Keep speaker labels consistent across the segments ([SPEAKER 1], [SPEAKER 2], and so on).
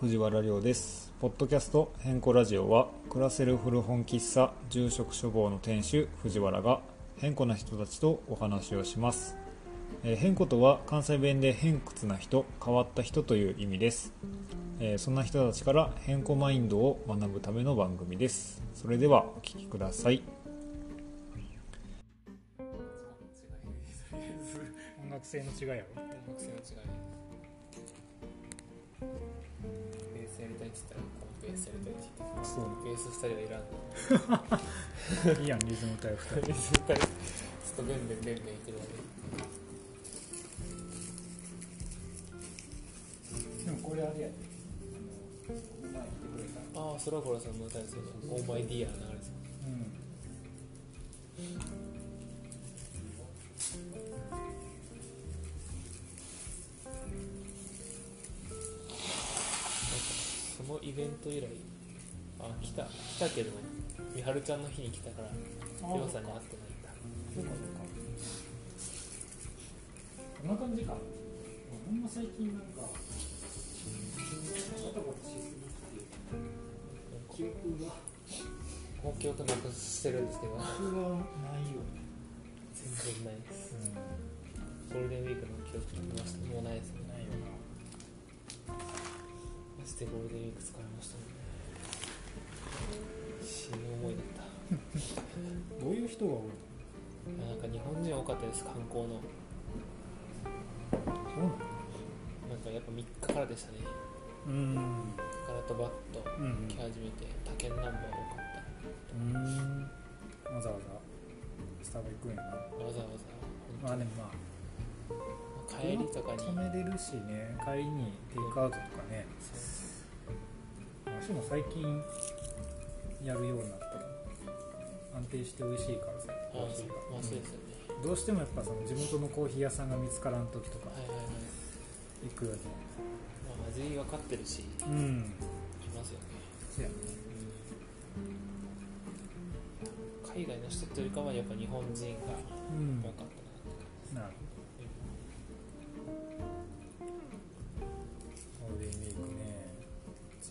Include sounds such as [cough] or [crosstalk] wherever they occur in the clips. [SPEAKER 1] 藤原亮ですポッドキャスト「変更ラジオは」暮らせる古本喫茶住職処方の店主藤原が変更な人たちとお話をします、えー、変更とは関西弁で偏屈な人変わった人という意味です、えーそんな人たちから変更マインドを学ぶための番組ですそれではお聞きください音楽性の違いやろ
[SPEAKER 2] 音楽性の違いベースやりたいっつったらこうベースやりたいって言って
[SPEAKER 1] そう
[SPEAKER 2] ベース2人はいらん
[SPEAKER 1] いいやんリズム体2人
[SPEAKER 2] ベース2人ちょっとベンベンベンベンいけるわけ
[SPEAKER 3] でもこれあれやで、あの、この前言ってくれた、
[SPEAKER 2] ああそらこらさんの歌ですよねオーマイディアの流れですよ
[SPEAKER 3] うん、
[SPEAKER 2] そのイベント以来あ来た来たけどみはるちゃんの日に来たから
[SPEAKER 3] あ
[SPEAKER 2] りょうさんに会ってないんだ
[SPEAKER 3] そうかそうか。こんな感じか。ほんま最近なんか、バタバタしすぎっていう記憶が、
[SPEAKER 2] もう記憶なくしてるんですけど
[SPEAKER 3] 記憶がないよ。
[SPEAKER 2] 全然ないですゴールデンウィークの記憶なくなしてもうないですね
[SPEAKER 3] ないよ
[SPEAKER 2] マジでゴールデンウィーク疲れましたね死ぬ思いだった
[SPEAKER 3] な。どういう人が多い
[SPEAKER 2] いやなんか日本人多かったです観光の
[SPEAKER 3] のそうなの
[SPEAKER 2] なんかやっぱ3日からでしたね
[SPEAKER 1] うん
[SPEAKER 2] カラトバット
[SPEAKER 1] うん
[SPEAKER 2] 来始めて他県ナンバー多かっ
[SPEAKER 1] うんわざわざスタバ行くんやな
[SPEAKER 2] たわざわざ
[SPEAKER 1] まあで
[SPEAKER 2] 本
[SPEAKER 1] もま
[SPEAKER 2] 当に帰りとか
[SPEAKER 1] あ
[SPEAKER 2] に
[SPEAKER 1] 止めれるしね帰りにテイクアウトとかねわしも最近やるようになった安定して美味しいからさ
[SPEAKER 2] あ
[SPEAKER 1] コーヒーが
[SPEAKER 2] まあそうですよね、
[SPEAKER 1] うんどうしてもやっぱその地元のコーヒー屋さんが見つからん時とか
[SPEAKER 2] はいはいはい、
[SPEAKER 1] 行くよね
[SPEAKER 2] まあ、味分かってるしい
[SPEAKER 1] うん
[SPEAKER 2] ますよね
[SPEAKER 1] そうやね
[SPEAKER 2] 海外の人というよりかはやっぱ日本人が
[SPEAKER 1] うん
[SPEAKER 2] 多かったな
[SPEAKER 1] なる
[SPEAKER 2] って
[SPEAKER 1] ほどゴールデンウィーク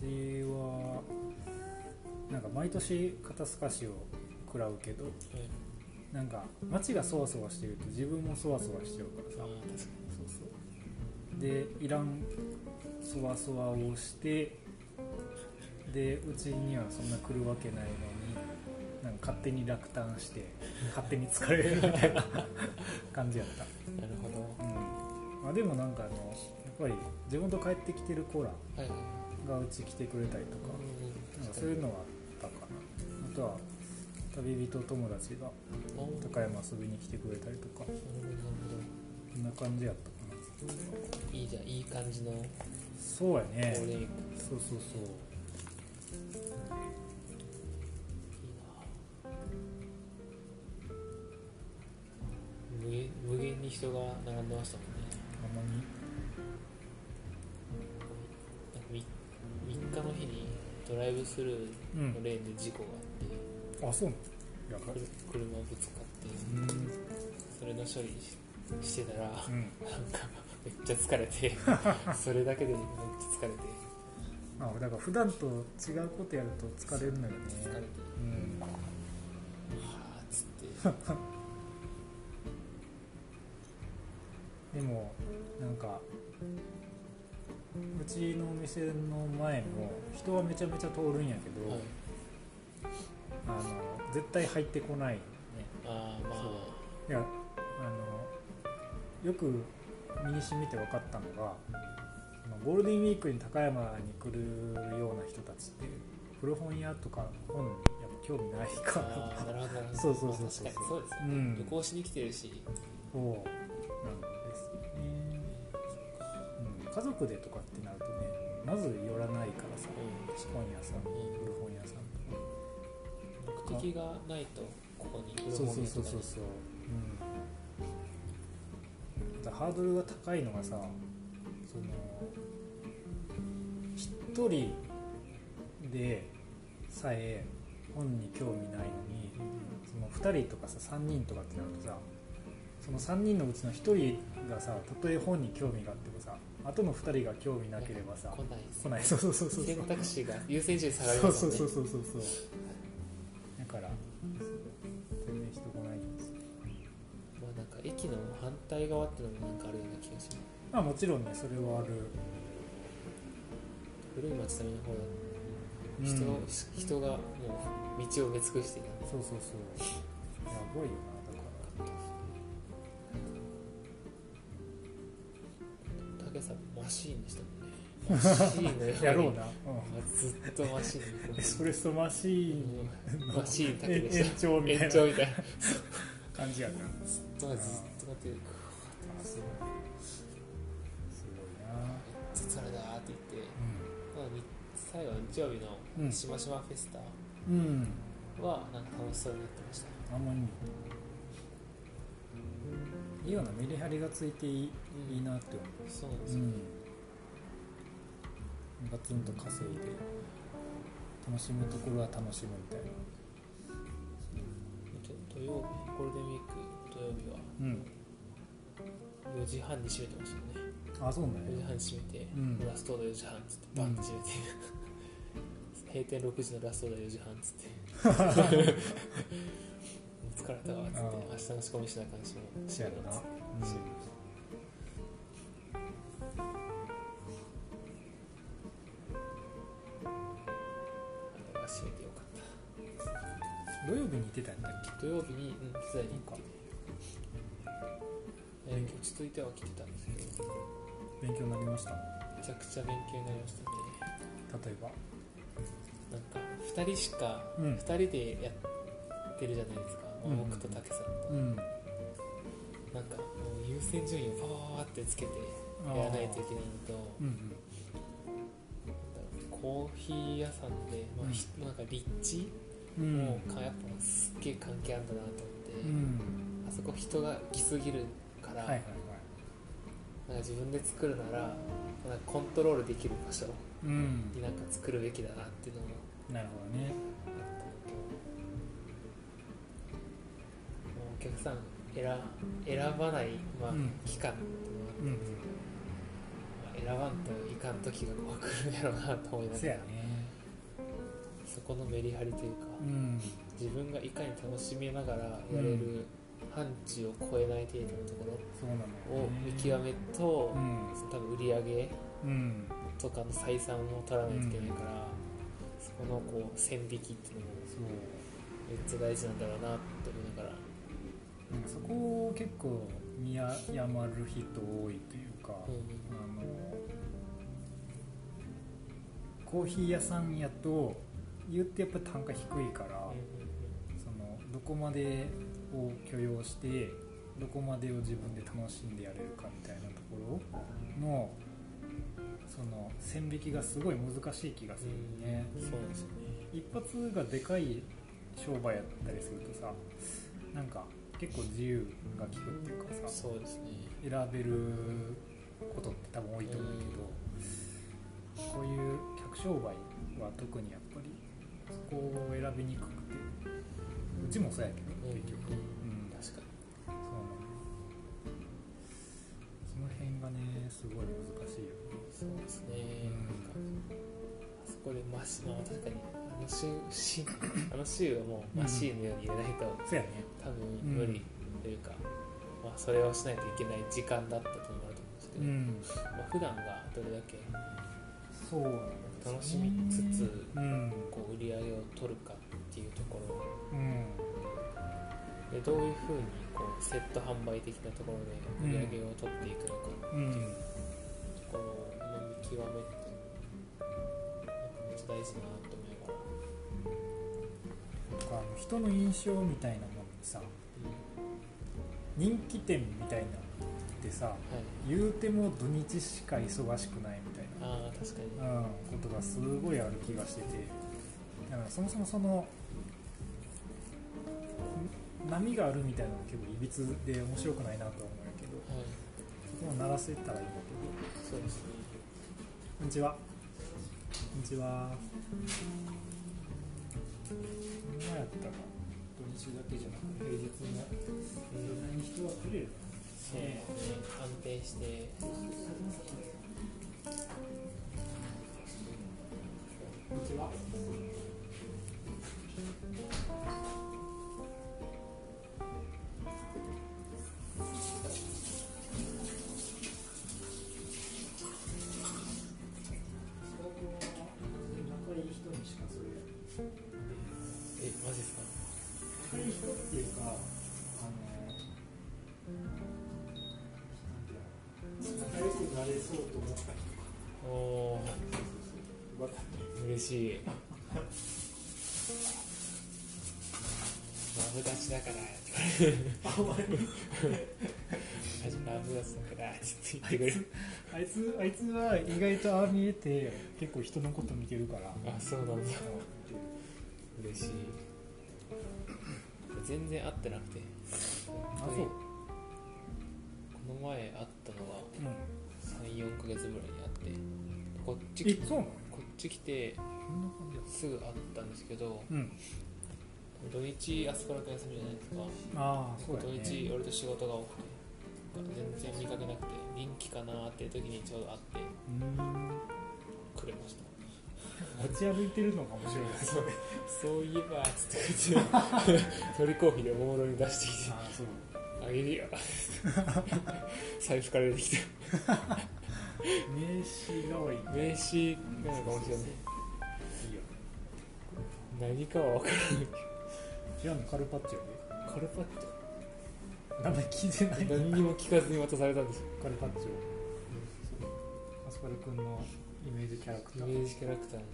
[SPEAKER 1] ねうちはなんか毎年肩透かしを食らうけど
[SPEAKER 2] うんうん
[SPEAKER 1] なんか街がそわそわしてると自分もそわそわしちゃうから
[SPEAKER 2] まあ
[SPEAKER 1] さ
[SPEAKER 2] 確か
[SPEAKER 1] そうそうでいらんそわそわをしてでうちにはそんな来るわけないのになんか勝手に落胆して勝手に疲れるみたいな感じやった
[SPEAKER 2] になるほど
[SPEAKER 1] うんまあ、でもなんかあのやっぱり地元帰ってきてる子ら
[SPEAKER 2] はいはい
[SPEAKER 1] がうち来てくれたりとかなんかそういうのはあったかなあとは旅人友達が
[SPEAKER 2] おー
[SPEAKER 1] 高山遊びに来てくれたりとか
[SPEAKER 2] なるほどなる
[SPEAKER 1] こんな感じやったかな
[SPEAKER 2] ほどいいじゃんいい感じのゴ
[SPEAKER 1] そうや
[SPEAKER 2] ール
[SPEAKER 1] ね
[SPEAKER 2] デンウィーク
[SPEAKER 1] そうそうそう
[SPEAKER 2] 無限無限に人が並んでましたもんね
[SPEAKER 1] あんまに
[SPEAKER 2] なんかみ3日の日にドライブスルー
[SPEAKER 1] う
[SPEAKER 2] の
[SPEAKER 1] ん
[SPEAKER 2] レーンで事故があ
[SPEAKER 1] あそうなのや
[SPEAKER 2] っ
[SPEAKER 1] ばい
[SPEAKER 2] てくる車ぶつかって
[SPEAKER 1] うん
[SPEAKER 2] それの処理ししてたら
[SPEAKER 1] うん
[SPEAKER 2] なんかめっちゃ疲れてそれだけでめっちゃ疲れて
[SPEAKER 1] あだから普段と違うことやると疲れるのよね
[SPEAKER 2] 疲れて
[SPEAKER 1] うん
[SPEAKER 2] はあっつって
[SPEAKER 1] でもなんかうちのお店の前も人はめちゃめちゃ通るんやけど、
[SPEAKER 2] はい
[SPEAKER 1] あの絶対入ってこないね
[SPEAKER 2] ああま
[SPEAKER 1] そう
[SPEAKER 2] あ
[SPEAKER 1] いやあのよく身に染みて分かったのがあのゴールデンウィークに高山に来るような人たちって古本屋とか本にやっぱ興味ないか
[SPEAKER 2] ああ
[SPEAKER 1] ら
[SPEAKER 2] なるほどなるほど
[SPEAKER 1] そうそうそうそう
[SPEAKER 2] まあ確かにそうですよ、
[SPEAKER 1] うん
[SPEAKER 2] 旅行しに来てるし
[SPEAKER 1] そうなんですよね、うん、家族でとかってなるとねまず寄らないからさ
[SPEAKER 2] う
[SPEAKER 1] 本屋さん
[SPEAKER 2] ん
[SPEAKER 1] 古本屋さんとか
[SPEAKER 2] 目的がないとここに
[SPEAKER 1] そうそう
[SPEAKER 2] と
[SPEAKER 1] そうそうそう、うん、またハードルが高いのがさその一人でさえ本に興味ないのにその2人とかさ3人とかってなるとさそその3人のうちの1人がさたとえ本に興味があってもさ後の2人が興味なければさ
[SPEAKER 2] 来ないです
[SPEAKER 1] 来ないそうそうそうそう
[SPEAKER 2] 選択肢が優先順位下がり
[SPEAKER 1] そう
[SPEAKER 2] ます
[SPEAKER 1] そうん
[SPEAKER 2] もね
[SPEAKER 1] そうそうそうそうだから全然人来ないんですよ
[SPEAKER 2] まあなんか駅の反対側ってのもなんかあるような気がします
[SPEAKER 1] まあもちろんねそれはある
[SPEAKER 2] 古い町並みの方だ
[SPEAKER 1] うん
[SPEAKER 2] 人,、
[SPEAKER 1] そう
[SPEAKER 2] 人がもう道を埋め尽くしていた
[SPEAKER 1] そうそうやばいよなだから
[SPEAKER 2] 武さんマシーンでしたもんねマシーンのように
[SPEAKER 1] やろうな、
[SPEAKER 2] ずっとマシー
[SPEAKER 1] うん、
[SPEAKER 2] ン
[SPEAKER 1] エスプレッソマシーン
[SPEAKER 2] うんマシーンだけ
[SPEAKER 1] え
[SPEAKER 2] で
[SPEAKER 1] 延
[SPEAKER 2] し
[SPEAKER 1] 長
[SPEAKER 2] た
[SPEAKER 1] みた
[SPEAKER 2] 延
[SPEAKER 1] い
[SPEAKER 2] 長
[SPEAKER 1] な
[SPEAKER 2] みたいな
[SPEAKER 1] 感じやなあ
[SPEAKER 2] まあずっと待って
[SPEAKER 1] すごいすごいな
[SPEAKER 2] 実はあれだーって言って、まあ、に最後の日曜日
[SPEAKER 1] うん
[SPEAKER 2] のしましまフェスタ
[SPEAKER 1] うん、うん、
[SPEAKER 2] はなんか楽しそうになってました
[SPEAKER 1] あんまりいいようなメリハリがついていい,、
[SPEAKER 2] うん
[SPEAKER 1] いいなって思
[SPEAKER 2] そうなんで
[SPEAKER 1] う、
[SPEAKER 2] すよ、
[SPEAKER 1] ガツンと稼いで楽しむところは楽しむみたいな
[SPEAKER 2] ちょ土曜日ゴールデンウィーク土曜日は
[SPEAKER 1] うん
[SPEAKER 2] 4時半に閉めてましたよね
[SPEAKER 1] あそうね
[SPEAKER 2] 4時半に閉めて、
[SPEAKER 1] うん
[SPEAKER 2] ラストオーダー4時半っつってバンって閉めて、閉店6時のラストオーダー4時半っつって
[SPEAKER 1] [laughs]
[SPEAKER 2] 疲れたわっつって
[SPEAKER 1] あー
[SPEAKER 2] 明日の仕込みしなあかんしもう
[SPEAKER 1] せやろな、
[SPEAKER 2] っ
[SPEAKER 1] うん
[SPEAKER 2] つってあれは閉めてよかっ
[SPEAKER 1] 土曜日に行ってたんだった
[SPEAKER 2] 土曜日に、うん、ピザ屋に行って
[SPEAKER 1] そ
[SPEAKER 2] えー落ち着いては来てたんですけど
[SPEAKER 1] け勉強になりました
[SPEAKER 2] めちゃくちゃ勉強になりましたね
[SPEAKER 1] 例えば
[SPEAKER 2] なんか2人しか
[SPEAKER 1] うん
[SPEAKER 2] 2人でやってるじゃないですか、まあ
[SPEAKER 1] うん
[SPEAKER 2] 僕と武さんと、
[SPEAKER 1] うん
[SPEAKER 2] なんかもう優先順位をパーってつけてやらないといけないのと
[SPEAKER 1] うんうん
[SPEAKER 2] なんだろうコーヒー屋さんで、まあひなんか立地
[SPEAKER 1] うん
[SPEAKER 2] もかやっぱすっげえ関係あるんだなと思って、
[SPEAKER 1] うん
[SPEAKER 2] あそこ人が来すぎるから、
[SPEAKER 1] はいはいはい
[SPEAKER 2] なんか自分で作るならなんかコントロールできる場所
[SPEAKER 1] うん
[SPEAKER 2] になんか作るべきだなっていうのも
[SPEAKER 1] なるほどね
[SPEAKER 2] あったのともうお客さん選選ばない、まあ
[SPEAKER 1] うん
[SPEAKER 2] 期間っていう
[SPEAKER 1] う
[SPEAKER 2] のは
[SPEAKER 1] ん
[SPEAKER 2] まあ選ばんといかん時がこう来るんやろうなと思い
[SPEAKER 1] うん
[SPEAKER 2] な
[SPEAKER 1] せ
[SPEAKER 2] が
[SPEAKER 1] や
[SPEAKER 2] ら
[SPEAKER 1] ね
[SPEAKER 2] そこのメリハリというか、
[SPEAKER 1] うん
[SPEAKER 2] 自分がいかに楽しみながらやれる範疇を超えない程度のとこ
[SPEAKER 1] そうなのよ
[SPEAKER 2] ろを
[SPEAKER 1] ね
[SPEAKER 2] 見極めと、
[SPEAKER 1] うん
[SPEAKER 2] 多分売り上げ
[SPEAKER 1] うん
[SPEAKER 2] とかの採算も取らないといけないから、そこのこう線引きっていうのも
[SPEAKER 1] そう
[SPEAKER 2] めっちゃ大事なんだろうなって思いながら
[SPEAKER 1] なんかそこを結構見ややまる人多いというか、
[SPEAKER 2] うん
[SPEAKER 1] あのコーヒー屋さんやと言ってやっぱ単価低いから、そのどこまでを許容してどこまでを自分で楽しんでやれるかみたいなところのその線引きがすごい難しい気がする
[SPEAKER 2] うん
[SPEAKER 1] ね、
[SPEAKER 2] そうなんですよね
[SPEAKER 1] 一発がでかい商売やったりするとさなんか結構自由が利くっていうかさ
[SPEAKER 2] そうですね
[SPEAKER 1] 選べることって多分多いと思うけど、こういう客商売は特にやっぱりそこを選びにくくてうちもそうやけど
[SPEAKER 2] うん
[SPEAKER 1] 結局、うん
[SPEAKER 2] 確かに
[SPEAKER 1] そうなのその辺がねすごい難しいよね
[SPEAKER 2] そうですね、
[SPEAKER 1] うん
[SPEAKER 2] なんかあそこでマシまあ確かにあの週シーあの週はもうマシーンのように入れないと
[SPEAKER 1] そうやね
[SPEAKER 2] 多分
[SPEAKER 1] うん
[SPEAKER 2] 無理というか、まあ、それをしないといけない時間だったと思うと思うんですけど、
[SPEAKER 1] ん
[SPEAKER 2] まあ、普段がどれだけ
[SPEAKER 1] そうなんですよね
[SPEAKER 2] 楽しみつつ
[SPEAKER 1] うん
[SPEAKER 2] こう売り上げを取るかっていうとこ
[SPEAKER 1] う
[SPEAKER 2] ろ
[SPEAKER 1] ん
[SPEAKER 2] でどういうふうにこうセット販売的なところで売り上げを取っていくのか、
[SPEAKER 1] うん
[SPEAKER 2] この見極めってめっちゃ大事だなと思いながら、
[SPEAKER 1] なんかあの人の印象みたいなものにさ人気店みたいなのってさ
[SPEAKER 2] はい
[SPEAKER 1] 言うても土日しか忙しくないみたいな
[SPEAKER 2] ああ確かに
[SPEAKER 1] うん、ことがすごいある気がしててだからそもそもそのん波があるみたいなのが結構いびつで面白くないなとは思うんやけど
[SPEAKER 2] はい
[SPEAKER 1] そこを鳴らせたらいいんだけど
[SPEAKER 2] そうですね
[SPEAKER 1] こんにちはこんにちは今やったら土日だけじゃなく平日もそんなに人は来れるな
[SPEAKER 2] そうだね安定して
[SPEAKER 1] 仲いい人にしかそれ
[SPEAKER 2] えマジですか
[SPEAKER 1] 仲いい人っていうかあのなんだろう仲良くなれそうと思った人
[SPEAKER 2] おお
[SPEAKER 1] わか
[SPEAKER 2] 嬉しいマブダチだから [laughs] マジマブダチだからちょっと言ってくれる
[SPEAKER 1] あいつあいつは意外とああ見えて結構人のこと見てるから
[SPEAKER 2] あそうなんだ嬉しい [clears throat] 全然会ってなくて
[SPEAKER 1] あ
[SPEAKER 2] 本当にこの前会ったのは
[SPEAKER 1] うん
[SPEAKER 2] 34ヶ月ぐらいに会ってこっち
[SPEAKER 1] え
[SPEAKER 2] こ
[SPEAKER 1] そうなの
[SPEAKER 2] っち来て
[SPEAKER 1] こんな感じだ
[SPEAKER 2] すぐ会ったんですけど
[SPEAKER 1] うん
[SPEAKER 2] 土日アスパラく休みじゃないですか
[SPEAKER 1] ああそうだ
[SPEAKER 2] 土
[SPEAKER 1] よね
[SPEAKER 2] 日俺と仕事が多くて全然見かけなくて人気かなーって時にちょうど会って
[SPEAKER 1] うん
[SPEAKER 2] くれ
[SPEAKER 1] [laughs]
[SPEAKER 2] ました
[SPEAKER 1] 持ち歩いてるのが面白いです
[SPEAKER 2] そうそういえばっつってこっちの [laughs] 鳥コーヒーでおもむろに出してきて
[SPEAKER 1] ああそう
[SPEAKER 2] あげるよ財布から出てきた
[SPEAKER 1] 名刺代わりに
[SPEAKER 2] 名刺なのかもしれない
[SPEAKER 1] いいよ
[SPEAKER 2] 何かは分か
[SPEAKER 1] じゃあカルパッチョで
[SPEAKER 2] らんカルパッチ
[SPEAKER 1] 名前聞いてない
[SPEAKER 2] ョ何にも聞かずに渡されたんですよ
[SPEAKER 1] カルパッチョアスパル君のイメージキャラクタ
[SPEAKER 2] イ
[SPEAKER 1] ー
[SPEAKER 2] メージキャラクターの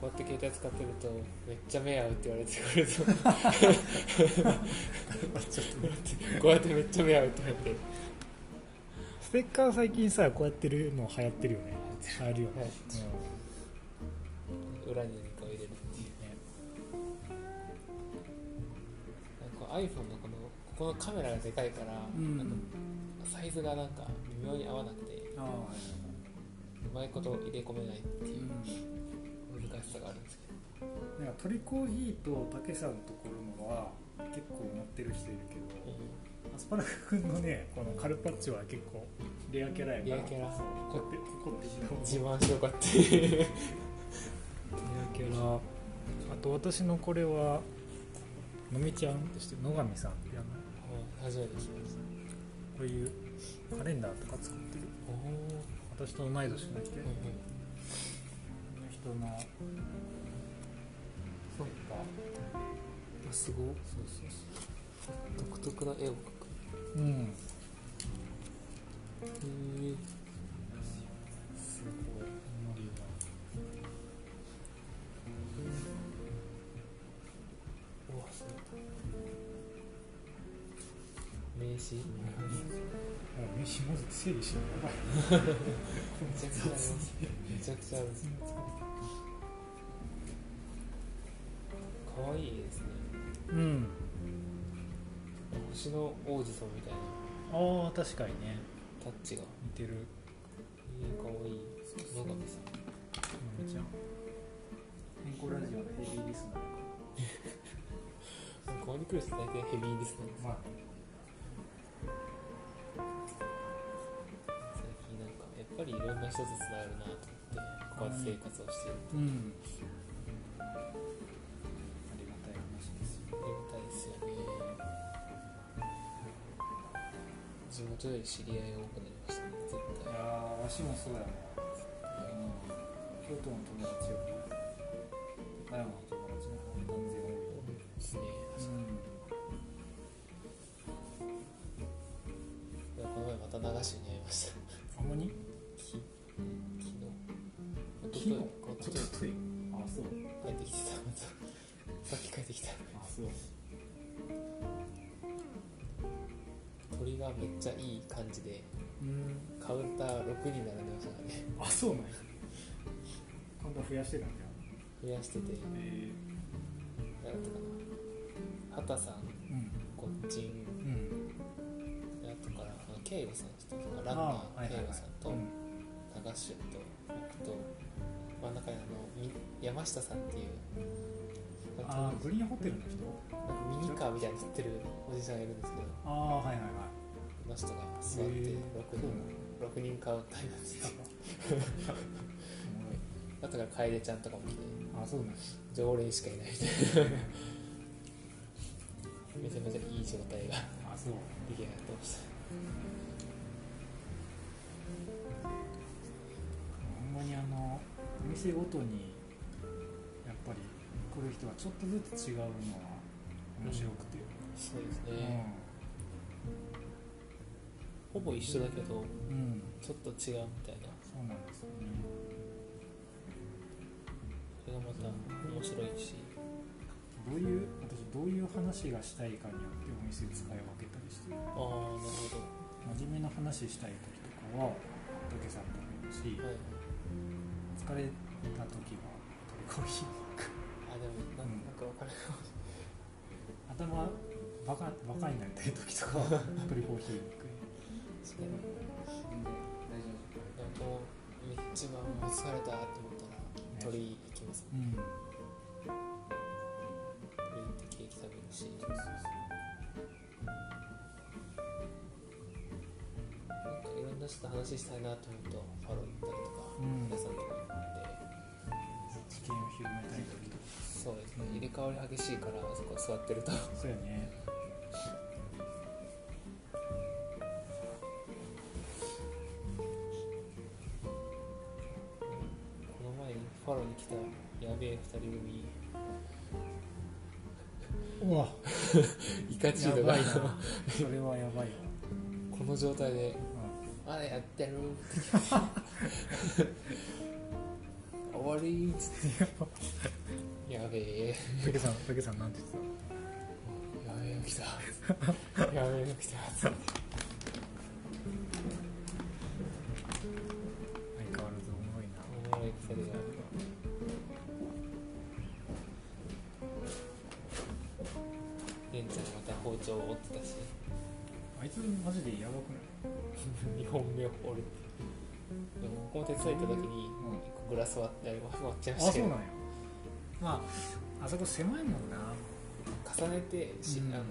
[SPEAKER 2] こうやって携帯使ってるとめっちゃ目合うって言われてくると [laughs] こうやってめっちゃ目合うって言われて
[SPEAKER 1] ステッカー最近さこうやってるの流行ってるよね流行るよね、
[SPEAKER 2] はい
[SPEAKER 1] うん
[SPEAKER 2] 裏に何かを入れるっていうねなんか iPhone のこのここのカメラがでかいから、
[SPEAKER 1] うん
[SPEAKER 2] なんかサイズがなんか微妙に合わなくて
[SPEAKER 1] ああは
[SPEAKER 2] うまいこと入れ込めないって
[SPEAKER 1] い
[SPEAKER 2] いう難しさがあるんですけ
[SPEAKER 1] なんか鳥コーヒーと竹さんのところのは結構持ってる人いるけ
[SPEAKER 2] ど、
[SPEAKER 1] どアスパラ君のねこのカルパッチョは結構レアキャラやから
[SPEAKER 2] レアキャラ
[SPEAKER 1] そうこうやってこうやって
[SPEAKER 2] 自慢しようかっていう
[SPEAKER 1] レアキャラあと私のこれはのみちゃんってして野上さんってやんない
[SPEAKER 2] 初めて聞きました
[SPEAKER 1] こういうカレンダーとか作ってる
[SPEAKER 2] おー
[SPEAKER 1] 私と同い年の人こ
[SPEAKER 2] うんうん
[SPEAKER 1] の人のそっか
[SPEAKER 2] あすごいそうそうそう独特な絵を描く
[SPEAKER 1] うん
[SPEAKER 2] へえ
[SPEAKER 1] すごいノリが
[SPEAKER 2] うわすごい名刺
[SPEAKER 1] もう飯まず整理しないやばい
[SPEAKER 2] めちゃくちゃありますめちゃくちゃあるんですかわいい絵ですね
[SPEAKER 1] うん
[SPEAKER 2] 星の王子様みたいな
[SPEAKER 1] ああ確かにね
[SPEAKER 2] タッチがい
[SPEAKER 1] 似てる
[SPEAKER 2] いかわいい野上さん
[SPEAKER 1] のみちゃん健康ラジオのヘビーリスナー
[SPEAKER 2] ここに来る人大体ヘビーですね
[SPEAKER 1] まあ
[SPEAKER 2] 最近なんかやっぱりいろんな人とつながるなと思ってこうやって生活をしている
[SPEAKER 1] うんありがたい話ですよ
[SPEAKER 2] ありがたいですよね地元より知り合いが多くなりましたね絶
[SPEAKER 1] いやー
[SPEAKER 2] 対
[SPEAKER 1] わしもそうやな、京都の友達より岡山の友達の方が断然多い
[SPEAKER 2] ですねこの前また流しに会いました
[SPEAKER 1] あんまに
[SPEAKER 2] 昨
[SPEAKER 1] 昨
[SPEAKER 2] 日
[SPEAKER 1] 日
[SPEAKER 2] おとといおととい
[SPEAKER 1] といあそう
[SPEAKER 2] 帰ってきてたまたさっき帰ってきた
[SPEAKER 1] あそう
[SPEAKER 2] 鳥がめっちゃいい感じで
[SPEAKER 1] うん
[SPEAKER 2] カウンター6に並んでましたからね
[SPEAKER 1] あそうなんや今度増やしてたんじゃん
[SPEAKER 2] 増やして
[SPEAKER 1] え
[SPEAKER 2] て誰だったかな畑さん
[SPEAKER 1] うん
[SPEAKER 2] こっちん
[SPEAKER 1] うん
[SPEAKER 2] あとからあの慶吾さんちょっとランナ
[SPEAKER 1] あ
[SPEAKER 2] ー慶吾さんと
[SPEAKER 1] うん
[SPEAKER 2] 流しゅと僕と真ん中にあのみ山下さんっていうなんか
[SPEAKER 1] あーグリーンホテルの人
[SPEAKER 2] なんかミニカーみたいに乗ってるおじさんがいるんですけど
[SPEAKER 1] ああはいはいはい
[SPEAKER 2] の人が座って
[SPEAKER 1] へえ
[SPEAKER 2] 6人6人カウンターになってたあとから楓ちゃんとかも来て
[SPEAKER 1] あそうなんや
[SPEAKER 2] 常連しかいないみ [laughs] たいなめちゃめちゃいい状態が
[SPEAKER 1] あそう
[SPEAKER 2] 出来上がってました
[SPEAKER 1] ほんまにあのお店ごとにやっぱり来る人がちょっとずつ違うのは面白くて、
[SPEAKER 2] そう
[SPEAKER 1] う
[SPEAKER 2] です
[SPEAKER 1] ん
[SPEAKER 2] ね、ほぼ一緒だけど
[SPEAKER 1] うん、
[SPEAKER 2] ちょっと違うみたいな
[SPEAKER 1] そうなんですよね
[SPEAKER 2] それがまた面白いし
[SPEAKER 1] どういう私どういう話がしたいかによってお店使い分けたりしてる
[SPEAKER 2] ああなるほ
[SPEAKER 1] 真面目な話したい時とかは仏さんと飲むし
[SPEAKER 2] どはい
[SPEAKER 1] 疲れた時はコーヒー
[SPEAKER 2] あでもなんなんかわかるかもし
[SPEAKER 1] 頭バカバカになりたい時とかはトリコーヒーに行く
[SPEAKER 2] れないなんかもう一番もう疲れたと思ったら鳥居行きます
[SPEAKER 1] うん
[SPEAKER 2] 鳥居行ってケーキ食べるし
[SPEAKER 1] そうそう
[SPEAKER 2] なんかいろんな人と話したいなと思うとファロー行
[SPEAKER 1] そううん
[SPEAKER 2] ったりとか皆さんとか行って
[SPEAKER 1] 知見を広めたい時とか
[SPEAKER 2] そうですね入れ替わり激しいからそこ座ってると
[SPEAKER 1] そうやね
[SPEAKER 2] この前にファローに来たやべえ二人組
[SPEAKER 1] うわ
[SPEAKER 2] イカチード
[SPEAKER 1] や
[SPEAKER 2] が
[SPEAKER 1] ばいなそれはやばいわ、
[SPEAKER 2] この状態で
[SPEAKER 1] う
[SPEAKER 2] 「あやってる」終わり」っつって「やべえ」
[SPEAKER 1] ん、ペケさんペケさんなんて言って
[SPEAKER 2] やべえの来たやべえの来たつって
[SPEAKER 1] た相変わらずおもろいな
[SPEAKER 2] おもろい二人がレンちゃんまた包丁を折ってたし
[SPEAKER 1] あいつマジでやばくない
[SPEAKER 2] 2本目を折るってでも僕も手伝いた時に
[SPEAKER 1] うん
[SPEAKER 2] 一個グラス割って割っちゃい
[SPEAKER 1] あ
[SPEAKER 2] ま
[SPEAKER 1] そ
[SPEAKER 2] したけ
[SPEAKER 1] う
[SPEAKER 2] ど
[SPEAKER 1] なんやまああそこ狭いもんな
[SPEAKER 2] 重ねてし、
[SPEAKER 1] うん
[SPEAKER 2] あの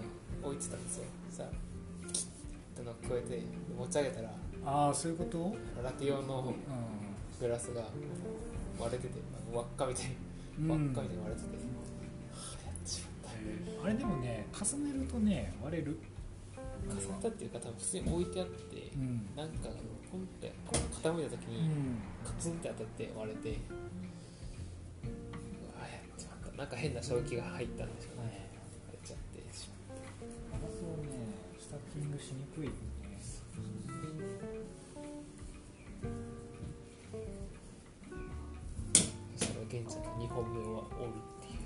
[SPEAKER 2] 置いてたんですよさあキッとの聞こえて持ち上げたら
[SPEAKER 1] ああそういうことうん
[SPEAKER 2] ラテ用のグラスが割れててあの輪っかみたいに輪っかみたいに割れてて、はあやっちまっ
[SPEAKER 1] あれでもね重ねるとね割れる
[SPEAKER 2] た重ねたっていうか多分普通に置いてあって、
[SPEAKER 1] うん
[SPEAKER 2] なんかあのポンってこう傾いた時
[SPEAKER 1] う
[SPEAKER 2] に、
[SPEAKER 1] ん
[SPEAKER 2] カツンって当たって割れてうわやっちまったなんか変な衝撃が入ったんでしょうね割れちゃってしまった
[SPEAKER 1] ガラスはねスタッキングしにくいよね
[SPEAKER 2] そしたら玄ちゃんの2本目は折るっていう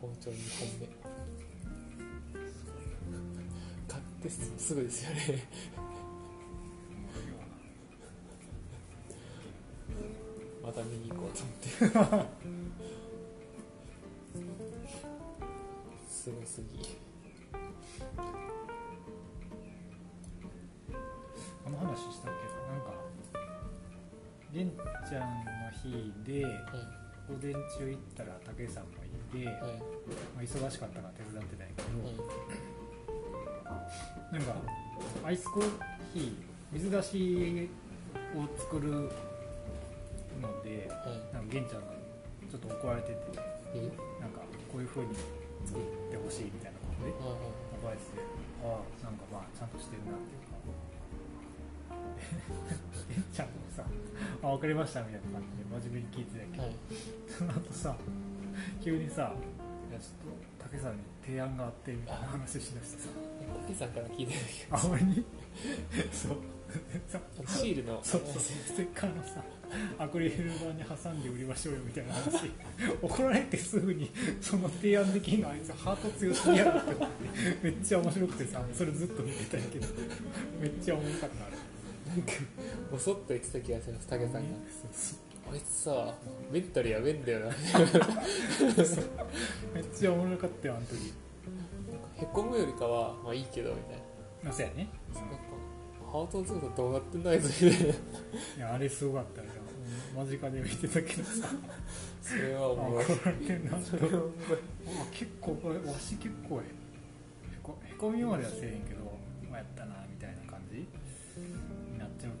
[SPEAKER 2] 包丁2本目買ってすすぐですよねまた見に行こうと思ってすごすぎ
[SPEAKER 1] あの話したっけなんかれんちゃんの日で
[SPEAKER 2] はい
[SPEAKER 1] 午前中行ったら武さんもいて、
[SPEAKER 2] はい
[SPEAKER 1] まあ、忙しかったから手伝ってないけど、
[SPEAKER 2] はい
[SPEAKER 1] なんかアイスコーヒー水出しを作るので
[SPEAKER 2] はい
[SPEAKER 1] なんか玄ちゃんがちょっと怒られてて
[SPEAKER 2] えはい
[SPEAKER 1] なんかこういう風に作ってほしいみたいなことで
[SPEAKER 2] はい
[SPEAKER 1] 覚えててああなんかまあちゃんとしてるなっていうか玄ちゃんもさ「あ分かりました」みたいな感じで真面目に聞いてたけど
[SPEAKER 2] はい
[SPEAKER 1] その後 [laughs] さ急にさ「いやちょっと武さんに提案があって」みたいな話しだしてさ
[SPEAKER 2] 竹さんから聞いてるけ
[SPEAKER 1] あ俺に [laughs] そう [laughs] さ
[SPEAKER 2] どシールの
[SPEAKER 1] そうそうステッカーのさアクリル板に挟んで売りましょうよみたいな話怒られてすぐにその提案できんのあいつハート強すぎやろって思ってめっちゃ面白くてさそれずっと見てたんやけどめっちゃ面白かったあれ
[SPEAKER 2] なんかボソッと言ってた気がします竹さんが
[SPEAKER 1] そうそ
[SPEAKER 2] あいつさメンタルやべえんだよななんか
[SPEAKER 1] うそうめっちゃ面白かったよあの時
[SPEAKER 2] へこむよりかはまあいいけどみたい
[SPEAKER 1] まあそうやね
[SPEAKER 2] ななんかハートの強さどうなってんだあいつみたいない
[SPEAKER 1] やあれすごかったよ間近で見てたけどさ
[SPEAKER 2] それは
[SPEAKER 1] あ
[SPEAKER 2] 思う
[SPEAKER 1] 怒られてんなと
[SPEAKER 2] それは思
[SPEAKER 1] あ結構これわし結構えへこへこみまではせえへんけどまあやったなみたいな感ゃう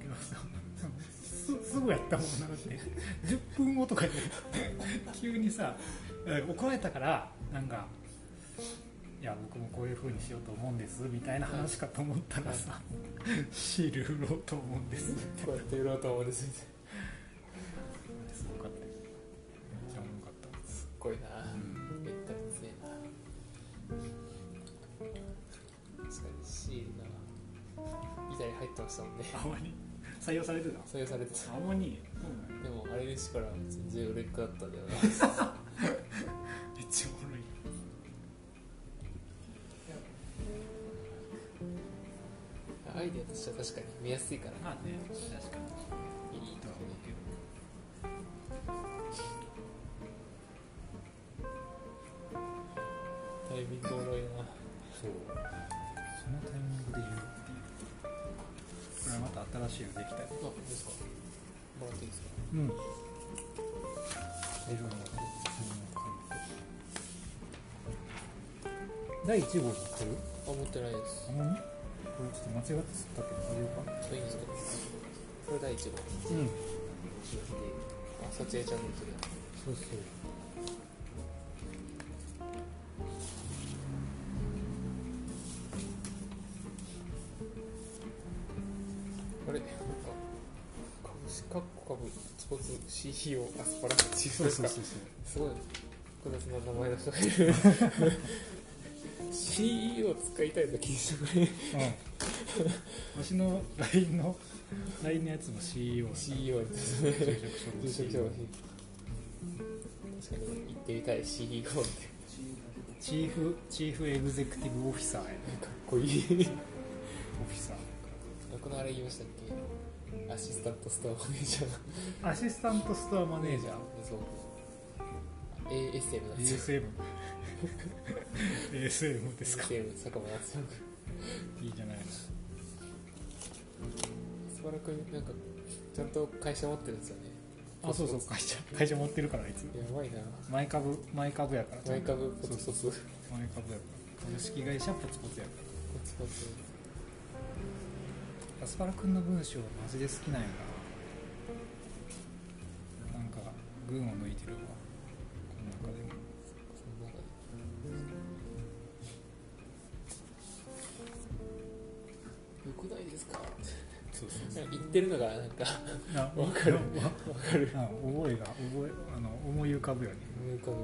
[SPEAKER 1] けど [laughs] さすすぐやったもんなだって10分後とかに急にさなんか怒られたからなんかいや僕もこういう風にしようと思うんですみたいな話かと思ったらさシール売ろうと思うんです
[SPEAKER 2] こうやって売ろうと思うんですみたい
[SPEAKER 1] すごかったよめっちゃおもろかった
[SPEAKER 2] なすっごいな
[SPEAKER 1] うん
[SPEAKER 2] めったに強いな確かにシールな板に入ってましたもんね
[SPEAKER 1] あまり採用されてた
[SPEAKER 2] 採用されてた
[SPEAKER 1] あまり
[SPEAKER 2] でもあれですから全然売れっ子だったんだよな
[SPEAKER 1] めっちゃおもろい
[SPEAKER 2] アイデアとしては確かに見やすいから
[SPEAKER 1] まあね確かに
[SPEAKER 2] いいと思うけどタイミングおもろいな
[SPEAKER 1] そうそのタイミングで言うっていうこれはまた新しいのできたよ
[SPEAKER 2] あ、どうですかもらっていいですか
[SPEAKER 1] うん色第1号に来る
[SPEAKER 2] あ、持ってないです
[SPEAKER 1] あのねこれちょっと間違って吸ったけど大丈夫か
[SPEAKER 2] いいんですかこれ第一号
[SPEAKER 1] うん
[SPEAKER 2] あ、撮影チャンネルそ
[SPEAKER 1] そ
[SPEAKER 2] れ
[SPEAKER 1] うそう
[SPEAKER 2] あれなんか株式かっこ株スポーツ CEO アスパラガスチーフですか
[SPEAKER 1] そう
[SPEAKER 2] すごい複雑な名前の人が
[SPEAKER 1] [laughs]
[SPEAKER 2] いる CEO 使いたいと聞いてくれ
[SPEAKER 1] そううんわしの LINE の LINE のやつも CEO だ
[SPEAKER 2] CEO ですね
[SPEAKER 1] 就職職
[SPEAKER 2] 住職
[SPEAKER 1] CEO
[SPEAKER 2] 業確かに行ってみたい CEO ってかっ
[SPEAKER 1] チーフチーフエグゼクティブオフィサーやね
[SPEAKER 2] こいい
[SPEAKER 1] オフィサー
[SPEAKER 2] 僕のあれ言いましたっけアシスタントストアマネージャー
[SPEAKER 1] アシスタントストアマ
[SPEAKER 2] マ
[SPEAKER 1] ネージャー
[SPEAKER 2] そう ASM なんですよ
[SPEAKER 1] ASM ASM ですか
[SPEAKER 2] ASM 坂本康弘
[SPEAKER 1] いいじゃないの
[SPEAKER 2] 君スパラ君なんかちゃんと会社持ってるんですよね
[SPEAKER 1] あそうそう会社会社持ってるからあいつ
[SPEAKER 2] やばいな
[SPEAKER 1] 前株前株やから
[SPEAKER 2] 前株ポツポツ
[SPEAKER 1] そう
[SPEAKER 2] ポツポ
[SPEAKER 1] 前株やから株式会社ポツポツやか
[SPEAKER 2] ツポツ
[SPEAKER 1] らアスパラ君の文章マジで好きなんやななんか群を抜いてるわこの中でも
[SPEAKER 2] その中でよくないですか
[SPEAKER 1] そうそう
[SPEAKER 2] なんか言ってるのがなんか
[SPEAKER 1] な
[SPEAKER 2] わかる
[SPEAKER 1] わ
[SPEAKER 2] わかる
[SPEAKER 1] な覚えが覚えあの思い浮かぶよね
[SPEAKER 2] 思い浮かぶ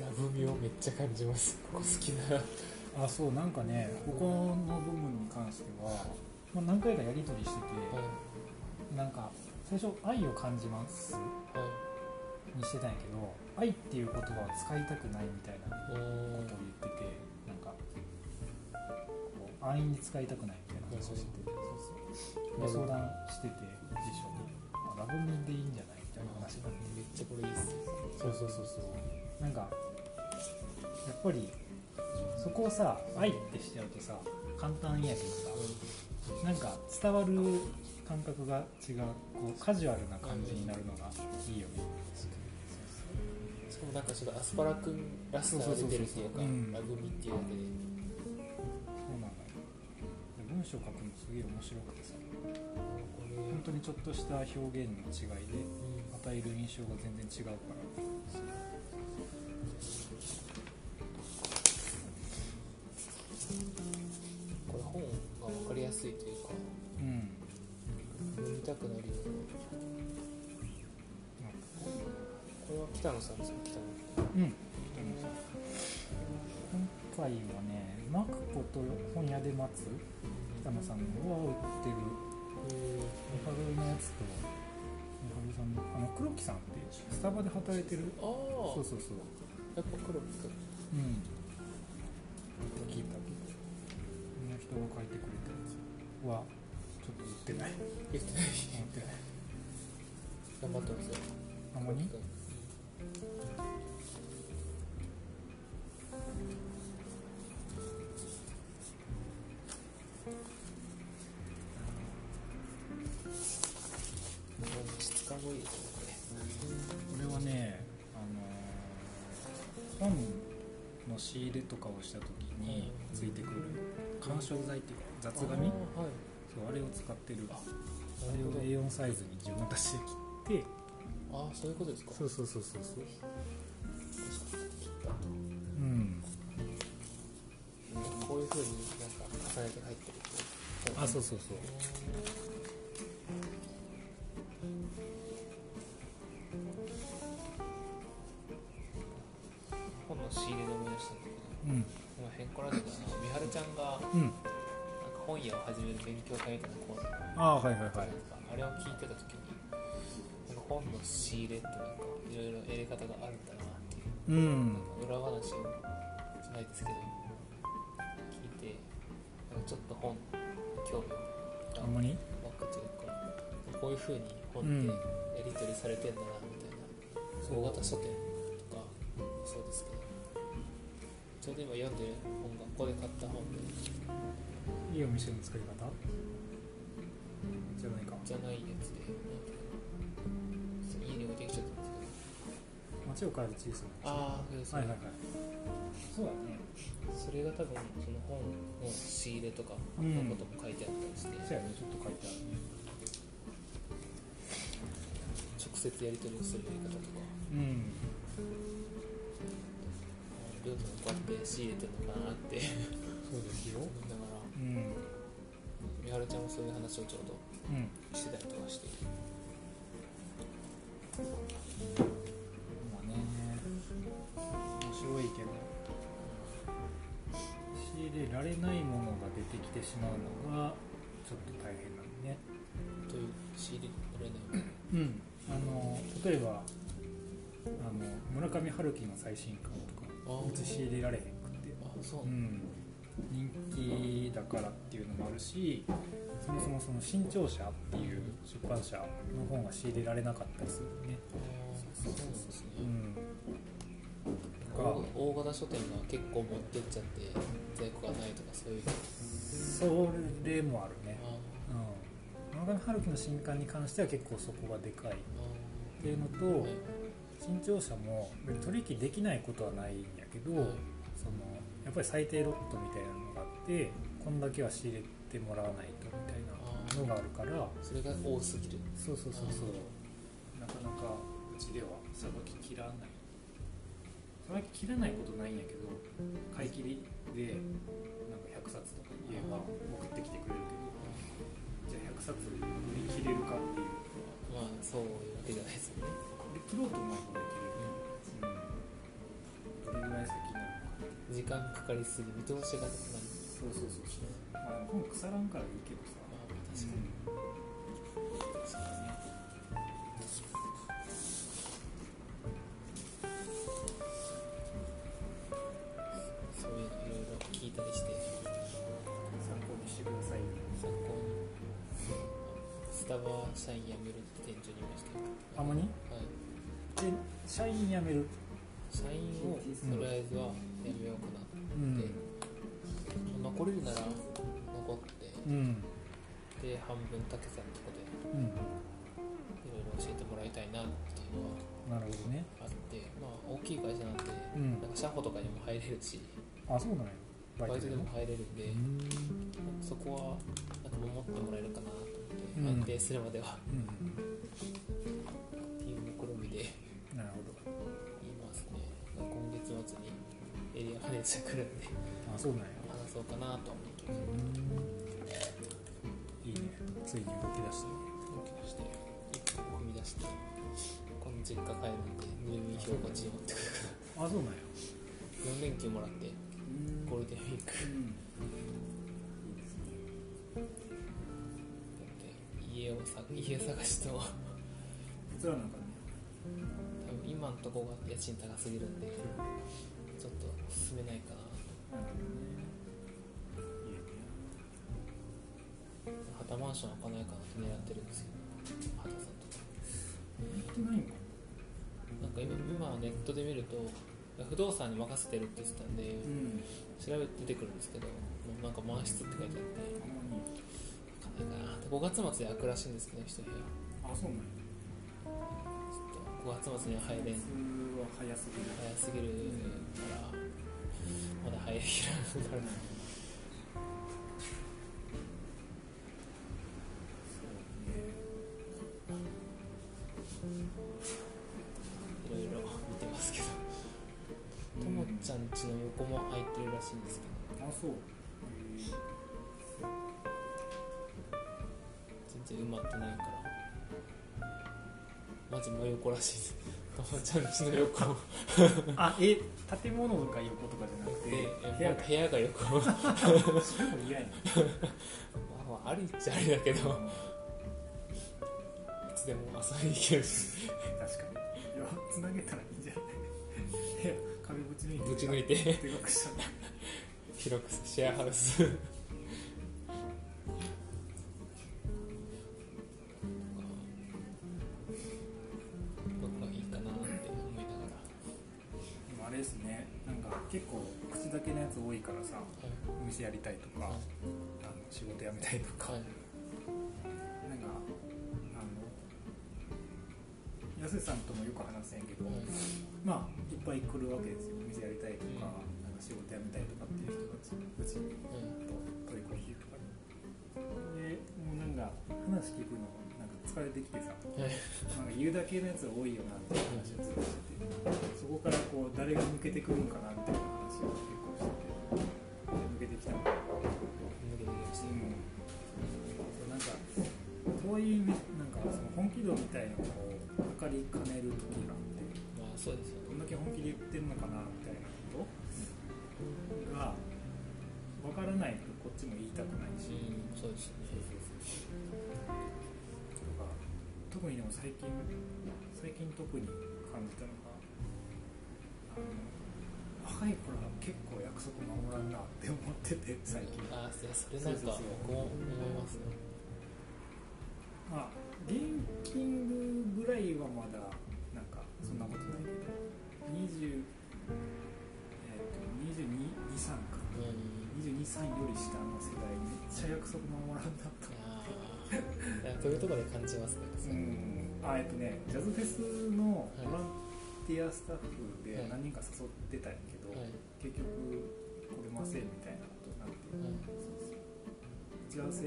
[SPEAKER 2] ラブミをめっちゃ感じますここ好きな
[SPEAKER 1] あそうなんかねここの部分に関しては、まあ、何回かやり取りして
[SPEAKER 2] はい
[SPEAKER 1] てなんか最初「愛を感じます
[SPEAKER 2] はい」
[SPEAKER 1] にしてたんやけど「愛」っていう言葉は使いたくないみたいな
[SPEAKER 2] うー
[SPEAKER 1] こ
[SPEAKER 2] ん
[SPEAKER 1] とを言っててなんかこう安易に使いたくないみたいな話をしててそうそうで相談しててでしょまあラブミーでいいんじゃないみたいな話になって
[SPEAKER 2] めっちゃこれいいっす
[SPEAKER 1] そうそうそうそうなんかやっぱりそこをさ愛ってしちゃうとさ簡単やけどさなんか伝わる感覚が違うこうカジュアルな感じになるのがいいよね
[SPEAKER 2] しかもなんかちょっとアスパラくんらしさが出てるっていうか
[SPEAKER 1] そうそうそうそう
[SPEAKER 2] ラグミっていうだけで
[SPEAKER 1] そうなんだよで文章書くのすげえ面白くてさ
[SPEAKER 2] これ
[SPEAKER 1] 本当にちょっとした表現の違いで
[SPEAKER 2] うん
[SPEAKER 1] 与える印象が全然違うから
[SPEAKER 2] これ本が分かりやすいというか
[SPEAKER 1] うん
[SPEAKER 2] 読みたくなるようなこれは北野さんですか北
[SPEAKER 1] う
[SPEAKER 2] 野
[SPEAKER 1] んでもさ今回はね「マクコと本屋で待つ」北野さんのは売ってる
[SPEAKER 2] うん
[SPEAKER 1] 小春のやつと小春さんのあの黒木さんってスタバで働いてる
[SPEAKER 2] ああ
[SPEAKER 1] そうそうそう
[SPEAKER 2] やっぱ黒木君
[SPEAKER 1] うん聞いたけどこの人が書いてくれたやつはちょっと売ってない
[SPEAKER 2] 言ってない
[SPEAKER 1] 売ってない
[SPEAKER 2] 頑張ってますよ
[SPEAKER 1] あんまり
[SPEAKER 2] 黒木君うん質感もいいです
[SPEAKER 1] 本の仕入れとかをした時に
[SPEAKER 2] うん
[SPEAKER 1] ついてくる緩衝材っていうか雑紙
[SPEAKER 2] あーはい
[SPEAKER 1] そうあれを使ってる
[SPEAKER 2] あ
[SPEAKER 1] あ
[SPEAKER 2] な
[SPEAKER 1] れ
[SPEAKER 2] る
[SPEAKER 1] を
[SPEAKER 2] ほど
[SPEAKER 1] A4 サイズに自分たちで切って
[SPEAKER 2] ああそういうことですか
[SPEAKER 1] そうそうそうそうそううん
[SPEAKER 2] こういうふうになんか重ねて入ってるって
[SPEAKER 1] あそうそうそう
[SPEAKER 2] 本の仕入れで思い出したんだけど
[SPEAKER 1] うん
[SPEAKER 2] この変更ラジオであの美晴ちゃんが
[SPEAKER 1] うん
[SPEAKER 2] なんか本屋を始める勉強会みたいなコーナーが
[SPEAKER 1] ああはいはい
[SPEAKER 2] あ
[SPEAKER 1] はい
[SPEAKER 2] るんですかあれを聞いてた時になんか本の仕入れってなんかいろいろやり方があるんだなっていう
[SPEAKER 1] うん
[SPEAKER 2] 裏話をじゃないですけど聞いてなんかちょっと本興味
[SPEAKER 1] あ
[SPEAKER 2] が
[SPEAKER 1] んまり
[SPEAKER 2] 湧くというかこういうふうに本ってやり取りされてんだなみたいな、
[SPEAKER 1] そう
[SPEAKER 2] 大型書店とかもそうですけどちょうど今読んでる本がここで買った本で
[SPEAKER 1] いいお店の作り方じゃないか
[SPEAKER 2] じゃないやつでなんていうの家に置いてきちゃったんで
[SPEAKER 1] 街
[SPEAKER 2] す
[SPEAKER 1] を変える小さ
[SPEAKER 2] けど
[SPEAKER 1] な
[SPEAKER 2] ああそうです
[SPEAKER 1] は
[SPEAKER 2] ね、
[SPEAKER 1] いはいはいそうだね
[SPEAKER 2] それが多分その本の仕入れとか
[SPEAKER 1] う
[SPEAKER 2] の
[SPEAKER 1] ん
[SPEAKER 2] ことも書いてあったりして、
[SPEAKER 1] そうやねちょっと書いてある
[SPEAKER 2] 直接やり取りをするやり方とか
[SPEAKER 1] うん
[SPEAKER 2] 両手にこうやって仕入れてるのかなって
[SPEAKER 1] そうですよ
[SPEAKER 2] 思いながら
[SPEAKER 1] うん
[SPEAKER 2] 美晴ちゃんもそういう話をちょうど
[SPEAKER 1] うん
[SPEAKER 2] してたりとかして
[SPEAKER 1] まあね面白いけど仕入れられないものが出てきてしまうのがちょっと大変なんでね
[SPEAKER 2] という仕入れられない
[SPEAKER 1] うんあの例えばあの村上春樹の最新刊とか
[SPEAKER 2] あ
[SPEAKER 1] うち仕入れられへんくって
[SPEAKER 2] あそう
[SPEAKER 1] う
[SPEAKER 2] なん
[SPEAKER 1] ん人気だからっていうのもあるしそもそもその新潮社っていう出版社の本が仕入れられなかったりするよね
[SPEAKER 2] あーそうなんですね、
[SPEAKER 1] うん
[SPEAKER 2] 大大型書店が結構持ってっちゃって在庫がないとかそういう
[SPEAKER 1] それもあるね
[SPEAKER 2] あ
[SPEAKER 1] うん村上春樹の新刊に関しては結構そこがでかいっていうの
[SPEAKER 2] ーあー
[SPEAKER 1] と
[SPEAKER 2] はい
[SPEAKER 1] 新潮社も取引できないことはないんやけど
[SPEAKER 2] はい
[SPEAKER 1] そのやっぱり最低ロットみたいなのがあってこんだけは仕入れてもらわないとみた
[SPEAKER 2] あ
[SPEAKER 1] い
[SPEAKER 2] ー
[SPEAKER 1] なのがあるから
[SPEAKER 2] それが多すぎる
[SPEAKER 1] そうそうそうそうなかなかうちではさばききらないさばききらないことないんやけど買い切りでなんか100冊とか言えば送ってきてくれるけどじゃあ100冊売り切れるかっていう
[SPEAKER 2] まあそういうわけじゃないですよね、
[SPEAKER 1] で切ろうと思えばできるうんどれぐらい先なのか
[SPEAKER 2] 時間かかりすぎ見通しがなくなる
[SPEAKER 1] そうそうそうそうまあでも本腐らんからいいけどさ
[SPEAKER 2] あー確かに確かにねそういうのいろいろ聞いたりして
[SPEAKER 1] 参考にしてください
[SPEAKER 2] 参考にスタバ社員辞めるって店長に言いましたけど
[SPEAKER 1] あんまり
[SPEAKER 2] は
[SPEAKER 1] で
[SPEAKER 2] い
[SPEAKER 1] 社員辞める
[SPEAKER 2] 社員をとりあえずは辞めようかな、
[SPEAKER 1] うん
[SPEAKER 2] 残れるなら残って
[SPEAKER 1] うん
[SPEAKER 2] で半分竹さんのとこで
[SPEAKER 1] うん
[SPEAKER 2] いろいろ教えてもらいたいなっていうのは
[SPEAKER 1] なるほどね
[SPEAKER 2] あってまあ大きい会社なんで、
[SPEAKER 1] うん
[SPEAKER 2] なんか社保とかにも入れるし
[SPEAKER 1] あそうなんや
[SPEAKER 2] バ
[SPEAKER 1] バイ
[SPEAKER 2] イト
[SPEAKER 1] ト
[SPEAKER 2] で
[SPEAKER 1] で
[SPEAKER 2] も
[SPEAKER 1] も
[SPEAKER 2] 入れるんで、
[SPEAKER 1] うん
[SPEAKER 2] そこはなんか守ってもらえるかなと思
[SPEAKER 1] うん
[SPEAKER 2] って安定するまでは
[SPEAKER 1] うん
[SPEAKER 2] っていう目論みで
[SPEAKER 1] なるほ
[SPEAKER 2] 言いますね今月末にエリアマネージャー来るんで
[SPEAKER 1] どあそうなんや
[SPEAKER 2] 話そうかなと思って
[SPEAKER 1] いいねついに動き出したね
[SPEAKER 2] 動き出して一歩踏み出してこの実家帰るんで入院票こっちに持ってくるか
[SPEAKER 1] あそうなんや
[SPEAKER 2] ら4連休もらってゴールデンウィーク
[SPEAKER 1] う
[SPEAKER 2] や
[SPEAKER 1] ん
[SPEAKER 2] って家をさ家探しと
[SPEAKER 1] 実はなんかね
[SPEAKER 2] 多分今のとこが家賃高すぎるんでちょっと進めないか
[SPEAKER 1] なるほどねいいね
[SPEAKER 2] な旗マンション開かないかなって狙ってるんですよ畑さんとか
[SPEAKER 1] 行ってないんか
[SPEAKER 2] なんか今今はネットで見ると不動産に任せてるって言ってたんで
[SPEAKER 1] ん
[SPEAKER 2] 調べて出てくるんですけどもうなんか満室って書いてあって
[SPEAKER 1] あんまり
[SPEAKER 2] 開かないかな5月末で開くらしいんですけど一部屋
[SPEAKER 1] あそうなんや
[SPEAKER 2] [laughs] ちょっと5月末には入れん
[SPEAKER 1] は早すぎる
[SPEAKER 2] 早すぎるからまだ入りきらんから
[SPEAKER 1] そう
[SPEAKER 2] いろいろ見てますけどともちゃんちの横も空いてるらしいんですけど
[SPEAKER 1] あそう
[SPEAKER 2] 全然埋まってないからマジ真横らしいですともちゃんちの横で
[SPEAKER 1] あえ建物が横とかじゃなくて部
[SPEAKER 2] え
[SPEAKER 1] 屋
[SPEAKER 2] も
[SPEAKER 1] が
[SPEAKER 2] う部屋が横ま
[SPEAKER 1] それも嫌や
[SPEAKER 2] あまあありっちゃありだけど
[SPEAKER 1] な
[SPEAKER 2] いつでも遊びに行けるし
[SPEAKER 1] 確かにいやつなげたらいいんじゃない部屋壁ぶち抜いて
[SPEAKER 2] ぶち抜いて
[SPEAKER 1] でかくしたら
[SPEAKER 2] 広くシェアハウスとかどこがいいかなって思いながら
[SPEAKER 1] でもあれですねなんか結構口だけのやつ多いからさ
[SPEAKER 2] は
[SPEAKER 1] お店やりたいとかあの仕事辞めたいとか
[SPEAKER 2] い、はい
[SPEAKER 1] なんかあの安さんともよく話せんけど、まあいっぱい来るわけですよお店やりたいとか,、なんか仕事辞めたいとかっていう人たちうちに
[SPEAKER 2] はい
[SPEAKER 1] あとトイコーヒーとかにでもうなんか話聞くのなんか疲れてきてさ
[SPEAKER 2] は
[SPEAKER 1] なんか
[SPEAKER 2] い
[SPEAKER 1] 言うだけのやつが多いよなって話をずっとしててそこからこう誰が抜けてくるのかなみたいな話を結構してて抜けてきたのかな
[SPEAKER 2] 抜けてきました
[SPEAKER 1] そうなんかとはいえねなんかその本気度みたいなのを測りかねる時があって
[SPEAKER 2] まあそうですよ
[SPEAKER 1] どんだけ本気で言ってるのかなみたいなことが分からないとこっちも言いたくないし、
[SPEAKER 2] うんそうですね
[SPEAKER 1] そうそうそうとか特にでも最近最近特に感じたのがあの若い頃は結構約束守らんなって思ってて最近。
[SPEAKER 2] あいやそれなん
[SPEAKER 1] そう
[SPEAKER 2] か
[SPEAKER 1] そうそう
[SPEAKER 2] 僕も思いますね
[SPEAKER 1] まあ、現金ぐらいはまだなんかそんなことないけど20えっ、と223か
[SPEAKER 2] うんい
[SPEAKER 1] 223より下の世代めっちゃ約束守らんなと
[SPEAKER 2] やーいやそういうところで感じますね
[SPEAKER 1] う
[SPEAKER 2] それ
[SPEAKER 1] んあえっとねジャズフェスの
[SPEAKER 2] はい
[SPEAKER 1] ボランティアスタッフで
[SPEAKER 2] はい
[SPEAKER 1] 何人か誘ってたんやけど、
[SPEAKER 2] はい
[SPEAKER 1] 結局来れませんみたいなことになって
[SPEAKER 2] はい
[SPEAKER 1] そうそう打ち合わせ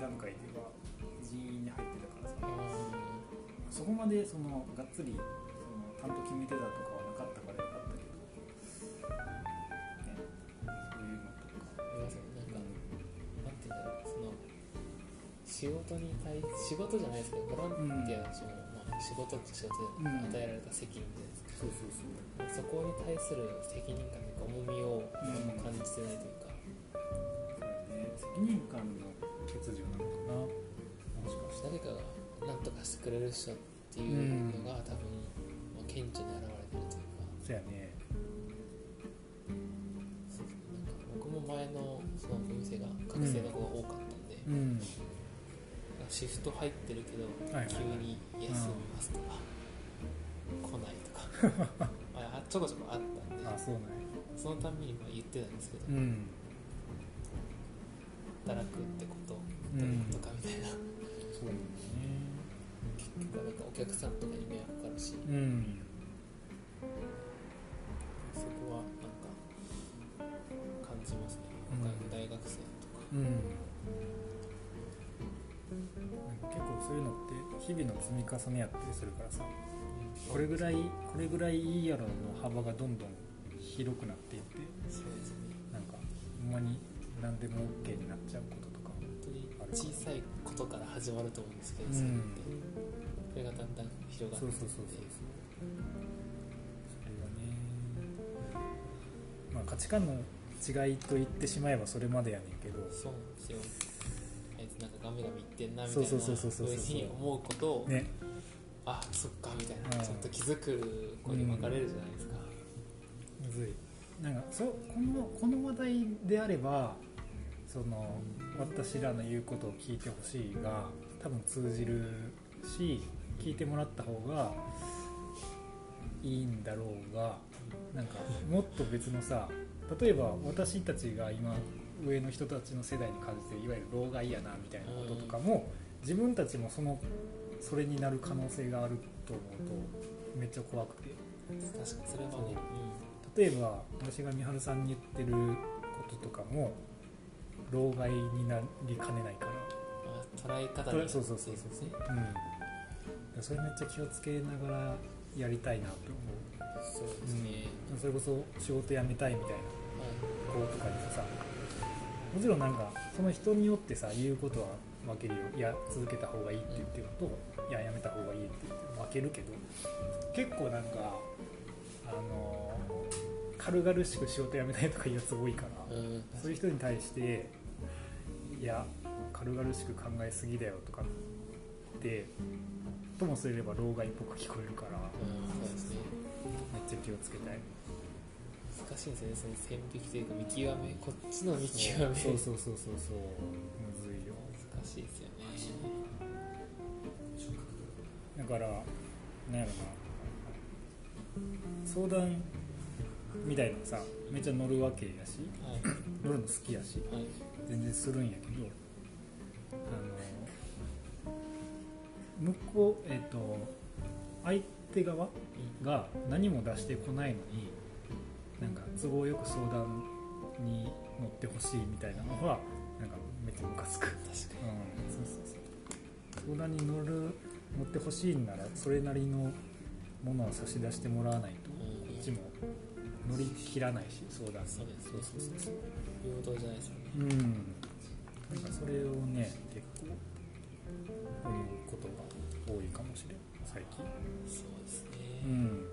[SPEAKER 1] 段階では人員に入ってたからさ、
[SPEAKER 2] あ
[SPEAKER 1] そこまでそのがっつりその担当決めてたとかはなかったからよかったけど、ね、そういうのとか、
[SPEAKER 2] ーありますよねなんかなんていうんだろうその仕事に対仕事じゃないですけどボランティアの人も、まあ、仕事って仕事じゃな
[SPEAKER 1] うん
[SPEAKER 2] い、与えられた責任じゃないです
[SPEAKER 1] そうそうそ
[SPEAKER 2] かそこに対する責任感というか重みを
[SPEAKER 1] うん
[SPEAKER 2] 感じてないというか、
[SPEAKER 1] うだからね責任感の欠如なのかなもしかして
[SPEAKER 2] 誰かが何とかしてくれる人っていうのが、多分、まあ、顕著に現れてるというか
[SPEAKER 1] そうやね
[SPEAKER 2] そうですねなんか僕も前のそのお店が学生の子が多かったんで、
[SPEAKER 1] ん
[SPEAKER 2] シフト入ってるけど、
[SPEAKER 1] はい
[SPEAKER 2] 急に休みますとか、来ないとか [laughs] あちょこちょこあったんで
[SPEAKER 1] あそうなんや
[SPEAKER 2] そのたんびにまあ言ってたんですけど、
[SPEAKER 1] ん
[SPEAKER 2] 働くってこと
[SPEAKER 1] うん
[SPEAKER 2] どういうことかみたいな、
[SPEAKER 1] そうだね
[SPEAKER 2] 結局はなんかお客さんとかに迷惑かかるし
[SPEAKER 1] うん
[SPEAKER 2] そこはなんか感じますね
[SPEAKER 1] うん
[SPEAKER 2] 若い大学生とか、
[SPEAKER 1] うん結構そういうのって日々の積み重ねやったりするからさこれぐらいこれぐらいいいやろの幅がどんどん広くなっていって
[SPEAKER 2] そうですね
[SPEAKER 1] なんかほんまに何でも OK になっちゃうこととか
[SPEAKER 2] 本当に小さいことから始まると思うんですけど、
[SPEAKER 1] うん
[SPEAKER 2] それってそれがだんだん広がっていって
[SPEAKER 1] そうそうそうそうそれがねまあ価値観の違いと言ってしまえばそれまでやねんけど
[SPEAKER 2] そうなんですよあいつなんかガミガミ言ってんなみた
[SPEAKER 1] そ
[SPEAKER 2] いうな
[SPEAKER 1] そうそうそうそうそう
[SPEAKER 2] ふうに思うことを、
[SPEAKER 1] ね
[SPEAKER 2] あそっかみたいな、
[SPEAKER 1] うん
[SPEAKER 2] ちょっと気づく子に分かれるじゃないですか、
[SPEAKER 1] むずいなんかそこのこの話題であればその私らの言うことを聞いてほしいが多分通じるし聞いてもらった方がいいんだろうがなんかもっと別のさ例えば私たちが今上の人たちの世代に感じていわゆる老害やなみたいなこととかも自分たちもそのそれになる可能性があると思うとめっちゃ怖くて
[SPEAKER 2] 確かにそれはね
[SPEAKER 1] 例えば私が美晴さんに言ってることとかも老害になりかねないか
[SPEAKER 2] うんあ捉え方
[SPEAKER 1] 捉えそうそうそう
[SPEAKER 2] そうですね
[SPEAKER 1] ら、うん、それめっちゃ気をつけながらやりたいなと思う
[SPEAKER 2] そうですね、
[SPEAKER 1] それこそ仕事辞めたいみたいな子とかにもさもちろんなんかその人によってさ言うことは分けるよいや続けた方がいいって言ってるのと、いややめた方がいいって言ってるの分けるけど結構なんかあのー軽々しく仕事辞めないとかいうやつ多いから、
[SPEAKER 2] はい、うん
[SPEAKER 1] そういう人に対していや軽々しく考えすぎだよとかってともすれば老害っぽく聞こえるから
[SPEAKER 2] うんそうですね
[SPEAKER 1] めっちゃ気をつけたい
[SPEAKER 2] 難しいですねその線引きというか見極めこっちの見極め
[SPEAKER 1] そうそうそうそうそうむずいよ
[SPEAKER 2] 難しいですよね
[SPEAKER 1] だからなんやろな相談みたいなのさめっちゃ乗るわけやし
[SPEAKER 2] はい
[SPEAKER 1] 乗るの好きやし
[SPEAKER 2] はい
[SPEAKER 1] 全然するんやけどあの向こうえっ、と相手側が何も出してこないのになんか都合よく相談に乗ってほしいみたいなのはなんかめっちゃムカつく
[SPEAKER 2] 確か
[SPEAKER 1] うんそうそうそう相談に乗る乗ってほしいんならそれなりのものを差し出してもらわないとこ
[SPEAKER 2] に、うん、
[SPEAKER 1] っちも乗り切らないし相談に
[SPEAKER 2] そうですね
[SPEAKER 1] そうそうそう
[SPEAKER 2] 平等じゃないですよね
[SPEAKER 1] うんなんかそれをね結構思うことが多いかもしれん最近
[SPEAKER 2] そうですね、
[SPEAKER 1] うん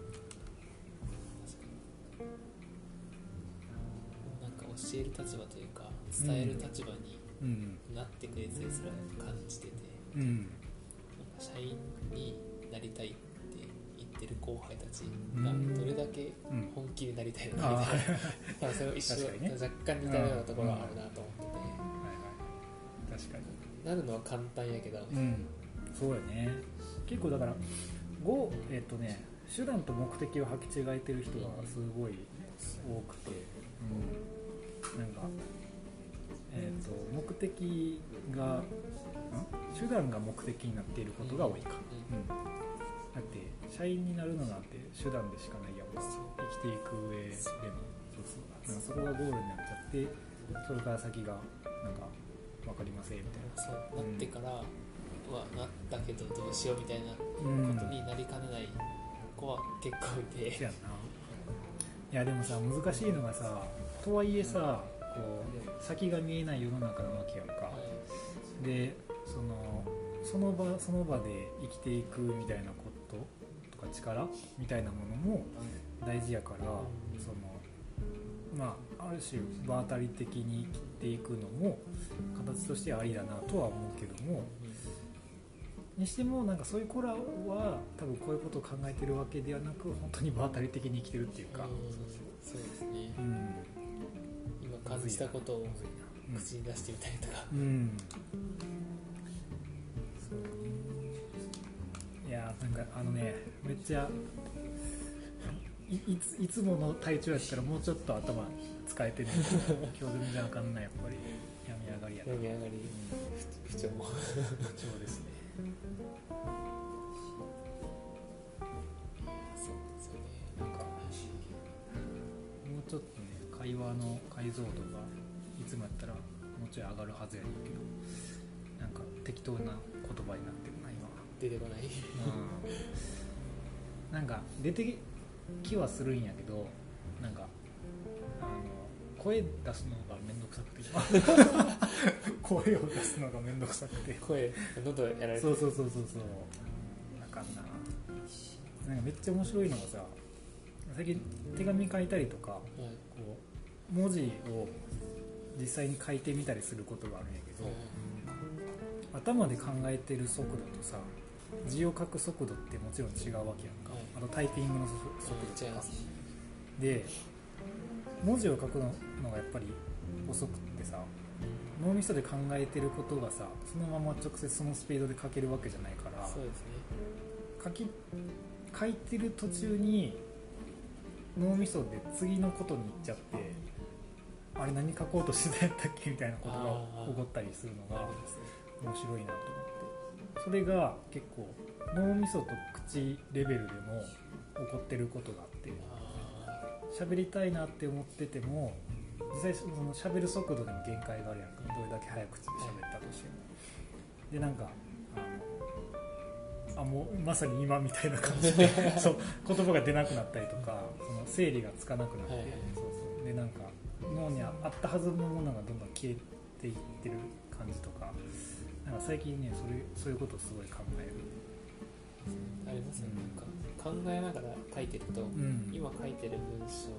[SPEAKER 2] なんか教える立場というか伝える立場に
[SPEAKER 1] うん
[SPEAKER 2] なってくれてそれを感じてて、
[SPEAKER 1] うん
[SPEAKER 2] なんか社員になりたいって言ってる後輩たち
[SPEAKER 1] う
[SPEAKER 2] が
[SPEAKER 1] ん
[SPEAKER 2] どれだけ
[SPEAKER 1] うん
[SPEAKER 2] 本気になりたいのかみ
[SPEAKER 1] ああ
[SPEAKER 2] たい
[SPEAKER 1] はいはい
[SPEAKER 2] な、まあそれを一緒、
[SPEAKER 1] 確かにね
[SPEAKER 2] 若干似たようなところがあるなと思ってて、
[SPEAKER 1] 確かに
[SPEAKER 2] なるのは簡単やけど、
[SPEAKER 1] うん、そうよね結構だからごえっ、とね手段と目的を履き違えてる人がすごい多くて、うん、なんか、えっと目的がん手段が目的になっていることが多いか、
[SPEAKER 2] う
[SPEAKER 1] うん、だって社員になるのなんて手段でしかないやもん生きていく上でのそうそうなんかそこがゴールになっちゃってそれから先がなんか分かりませんみたいな。
[SPEAKER 2] そうなってからはなったけどどうしようみたいなこ
[SPEAKER 1] うん
[SPEAKER 2] とになりかねない子は結構い
[SPEAKER 1] い
[SPEAKER 2] て、
[SPEAKER 1] やないやでもさ難しいのがさとはいえさこう先が見えない世の中なわけやんか
[SPEAKER 2] はい
[SPEAKER 1] でそのその場その場で生きていくみたいなこととか力みたいなものも大事やから
[SPEAKER 2] うん
[SPEAKER 1] そのまあある種場当たり的に生きていくのも形としてはありだなとは思うけどもにしてもなんかそういう子らは多分こういうことを考えてるわけではなく本当に場当たり的に生きてるっていうか。
[SPEAKER 2] うんそうですね
[SPEAKER 1] うん
[SPEAKER 2] 今感じたことを口に出してみたりとか、
[SPEAKER 1] うんそうねいやーなんかあのねめっちゃいいついつもの体調やったらもうちょっと頭使 [laughs] えてる今日全然わかんないやっぱり病み上がりやな、
[SPEAKER 2] 病み上がり不調も
[SPEAKER 1] 不調ですね
[SPEAKER 2] そうですよね
[SPEAKER 1] なんかもうちょっとね会話の解像度がいつもやったらもうちょい上がるはずやねんけどなんか適当な言葉になってるな今。
[SPEAKER 2] 出てこない
[SPEAKER 1] なんか出てきはするんやけどなんかあの声出すのが面倒くさくて [laughs] 声を出すのが面倒くさくて
[SPEAKER 2] 声喉やられて
[SPEAKER 1] そうそうそうそうそうあかんななんかめっちゃ面白いのがさ最近手紙書いたりとか
[SPEAKER 2] はい
[SPEAKER 1] こう文字を実際に書いてみたりすることがあるんやけど、頭で考えてる速度とさ字を書く速度ってもちろん違うわけやんか、
[SPEAKER 2] はい
[SPEAKER 1] あとタイピングの速
[SPEAKER 2] そう
[SPEAKER 1] 度
[SPEAKER 2] 違い
[SPEAKER 1] と
[SPEAKER 2] ま
[SPEAKER 1] か
[SPEAKER 2] す
[SPEAKER 1] で文字を書くのがやっぱり遅くってさ脳みそで考えてることがさそのまま直接そのスピードで書けるわけじゃないから
[SPEAKER 2] そうですね
[SPEAKER 1] 書き書いてる途中に脳みそで次のことに行っちゃってあれ何書こうとしてたんやったっけみたいなことが起こったりするの
[SPEAKER 2] なる
[SPEAKER 1] が
[SPEAKER 2] ほどですね
[SPEAKER 1] 面白いなと思ってそれが結構脳みそと口レベルでも起こってることがあって
[SPEAKER 2] あ
[SPEAKER 1] 喋りたいなって思ってても実際その喋る速度でも限界があるやんかどれだけ早口で喋ったとしてもでなんかあのあもうまさに今みたいな感じで
[SPEAKER 2] [laughs]
[SPEAKER 1] そう言葉が出なくなったりとかその整理がつかなくなって、
[SPEAKER 2] はいはい
[SPEAKER 1] そうそうでなんか脳にあったはずのものがどんどん消えていってる感じとかなんか最近ねそれそういうことをすごい考える、
[SPEAKER 2] ーありますよ、ねなんか考えながら書いてると、
[SPEAKER 1] ん
[SPEAKER 2] 今書いてる文章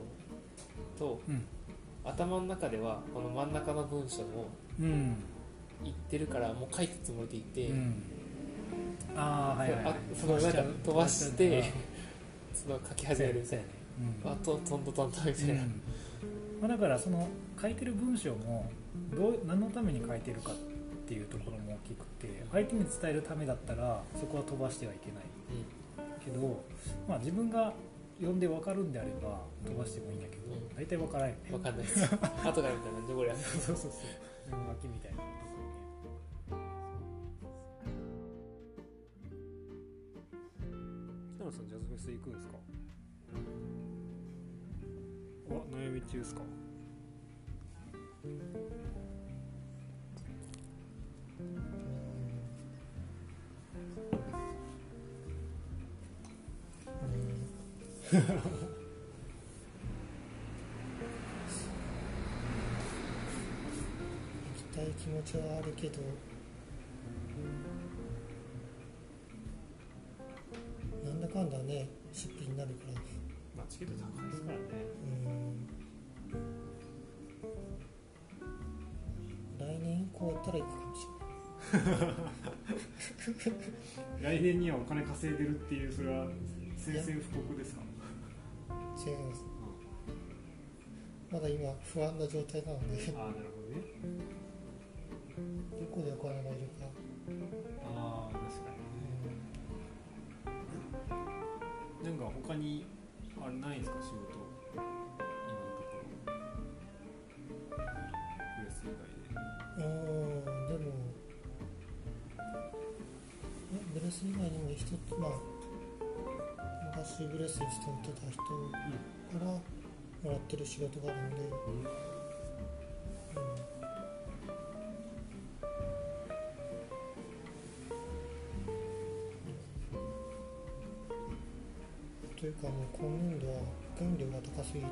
[SPEAKER 2] と
[SPEAKER 1] うん
[SPEAKER 2] 頭の中ではこの真ん中の文章を
[SPEAKER 1] うん
[SPEAKER 2] 言ってるからもう書いたつもりでいて、
[SPEAKER 1] うん、ああはいはい、はい
[SPEAKER 2] あ、そのなんか飛ばしてその書き始めるみたい
[SPEAKER 1] うん
[SPEAKER 2] なあと飛んだ飛んだみた
[SPEAKER 1] う
[SPEAKER 2] い
[SPEAKER 1] ん
[SPEAKER 2] な、
[SPEAKER 1] まあ、だからその書いてる文章もどう何のために書いてるかっていうところも大きくて相手に伝えるためだったらそこは飛ばしてはいけないけど、まあ、自分が読んで分かるんであれば飛ばしてもいいんだけど
[SPEAKER 2] うん
[SPEAKER 1] 大体分からんよね
[SPEAKER 2] うん、分かんない
[SPEAKER 1] [laughs]
[SPEAKER 2] です後からみたいななんじゃこりゃ
[SPEAKER 1] そうそうそうメモ書きみたいなことですよね
[SPEAKER 4] 北野さんジャズフェス行くんですかあ悩み中ですか
[SPEAKER 5] 行きたい気持ちはあるけどなんだかんだね出費になるから
[SPEAKER 4] まあチケット高いですからね
[SPEAKER 5] うん来年以降やったら行くかもし
[SPEAKER 4] 来年にはお金稼いでるっていうそれは宣
[SPEAKER 5] 戦
[SPEAKER 4] 布告ですか
[SPEAKER 5] れない違いますまだ今不安な状態なのでど
[SPEAKER 4] ああなるほどね
[SPEAKER 5] こでお金がいるか
[SPEAKER 4] ああ確かにねなんか他にあれないんですか仕事今のところプレス以外
[SPEAKER 5] う
[SPEAKER 4] で
[SPEAKER 5] んでもえブレス以外にも一つまあ昔ブレスに勤めてた人からもらってる仕事があるので、
[SPEAKER 4] うん
[SPEAKER 5] うんというかもう今年度は保険料が高すぎて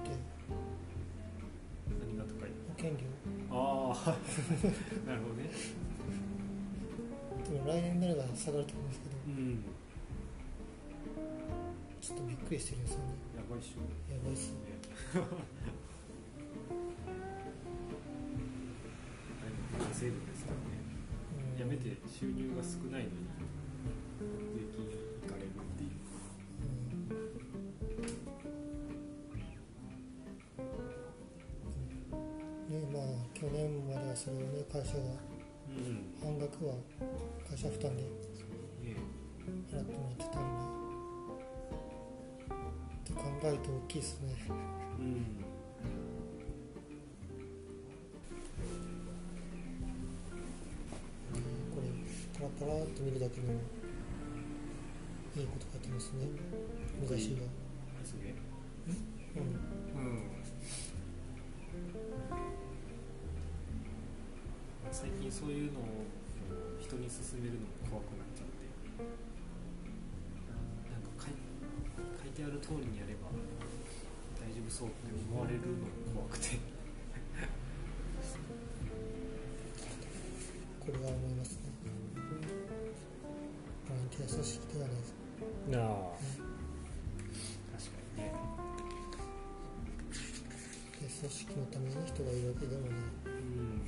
[SPEAKER 4] 何が高い
[SPEAKER 5] 保険料
[SPEAKER 4] ああ [laughs] なるほどね
[SPEAKER 5] でも来年になれば下がると思うんですけど
[SPEAKER 4] うん
[SPEAKER 5] ちょっとびっくりしてるんですよね
[SPEAKER 4] やばいっしょ
[SPEAKER 5] やばいっす
[SPEAKER 4] ねだいぶ稼いでですからね
[SPEAKER 5] うん
[SPEAKER 4] やめて収入が少ないのに税金いかれるっていう
[SPEAKER 5] ねまあ去年まではそれをね会社が
[SPEAKER 4] うん
[SPEAKER 5] 半額は会社負担で
[SPEAKER 4] ね
[SPEAKER 5] 払ってもらってたんでって考えると大きいですね
[SPEAKER 4] うん
[SPEAKER 5] これパラパラっと見るだけでもいいこと書いてますね昔は、
[SPEAKER 4] すげえ
[SPEAKER 5] うん、
[SPEAKER 4] うん最近そういうのを人に勧めるのも怖くなっちゃってなんか書い書いてある通りにやれば大丈夫そうって思われるのも怖くて
[SPEAKER 5] これは思いますねボランティア組織ではないです
[SPEAKER 4] なあ確かにね
[SPEAKER 5] で組織のために人がいるわけでもない
[SPEAKER 4] うん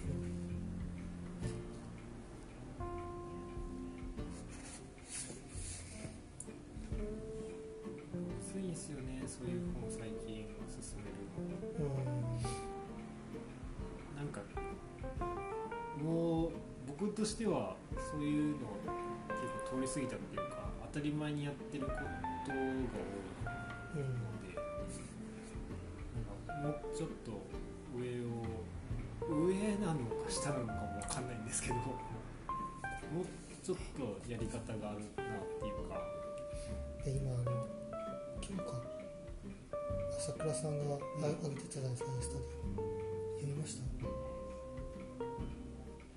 [SPEAKER 4] 薄いんすよねそういう本を最近勧めるの
[SPEAKER 5] うん
[SPEAKER 4] なんかもう僕としてはそういうの結構通り過ぎたっていうか当たり前にやってることが多
[SPEAKER 5] う
[SPEAKER 4] い
[SPEAKER 5] ん
[SPEAKER 4] のでなんかもうちょっと上を上なのか下なのかもわかんないんですけどもっ
[SPEAKER 1] ちょっとやり方があるなっていうか
[SPEAKER 5] で今あの今日か朝倉さんがあ上げてたじゃないですかインスタで読みました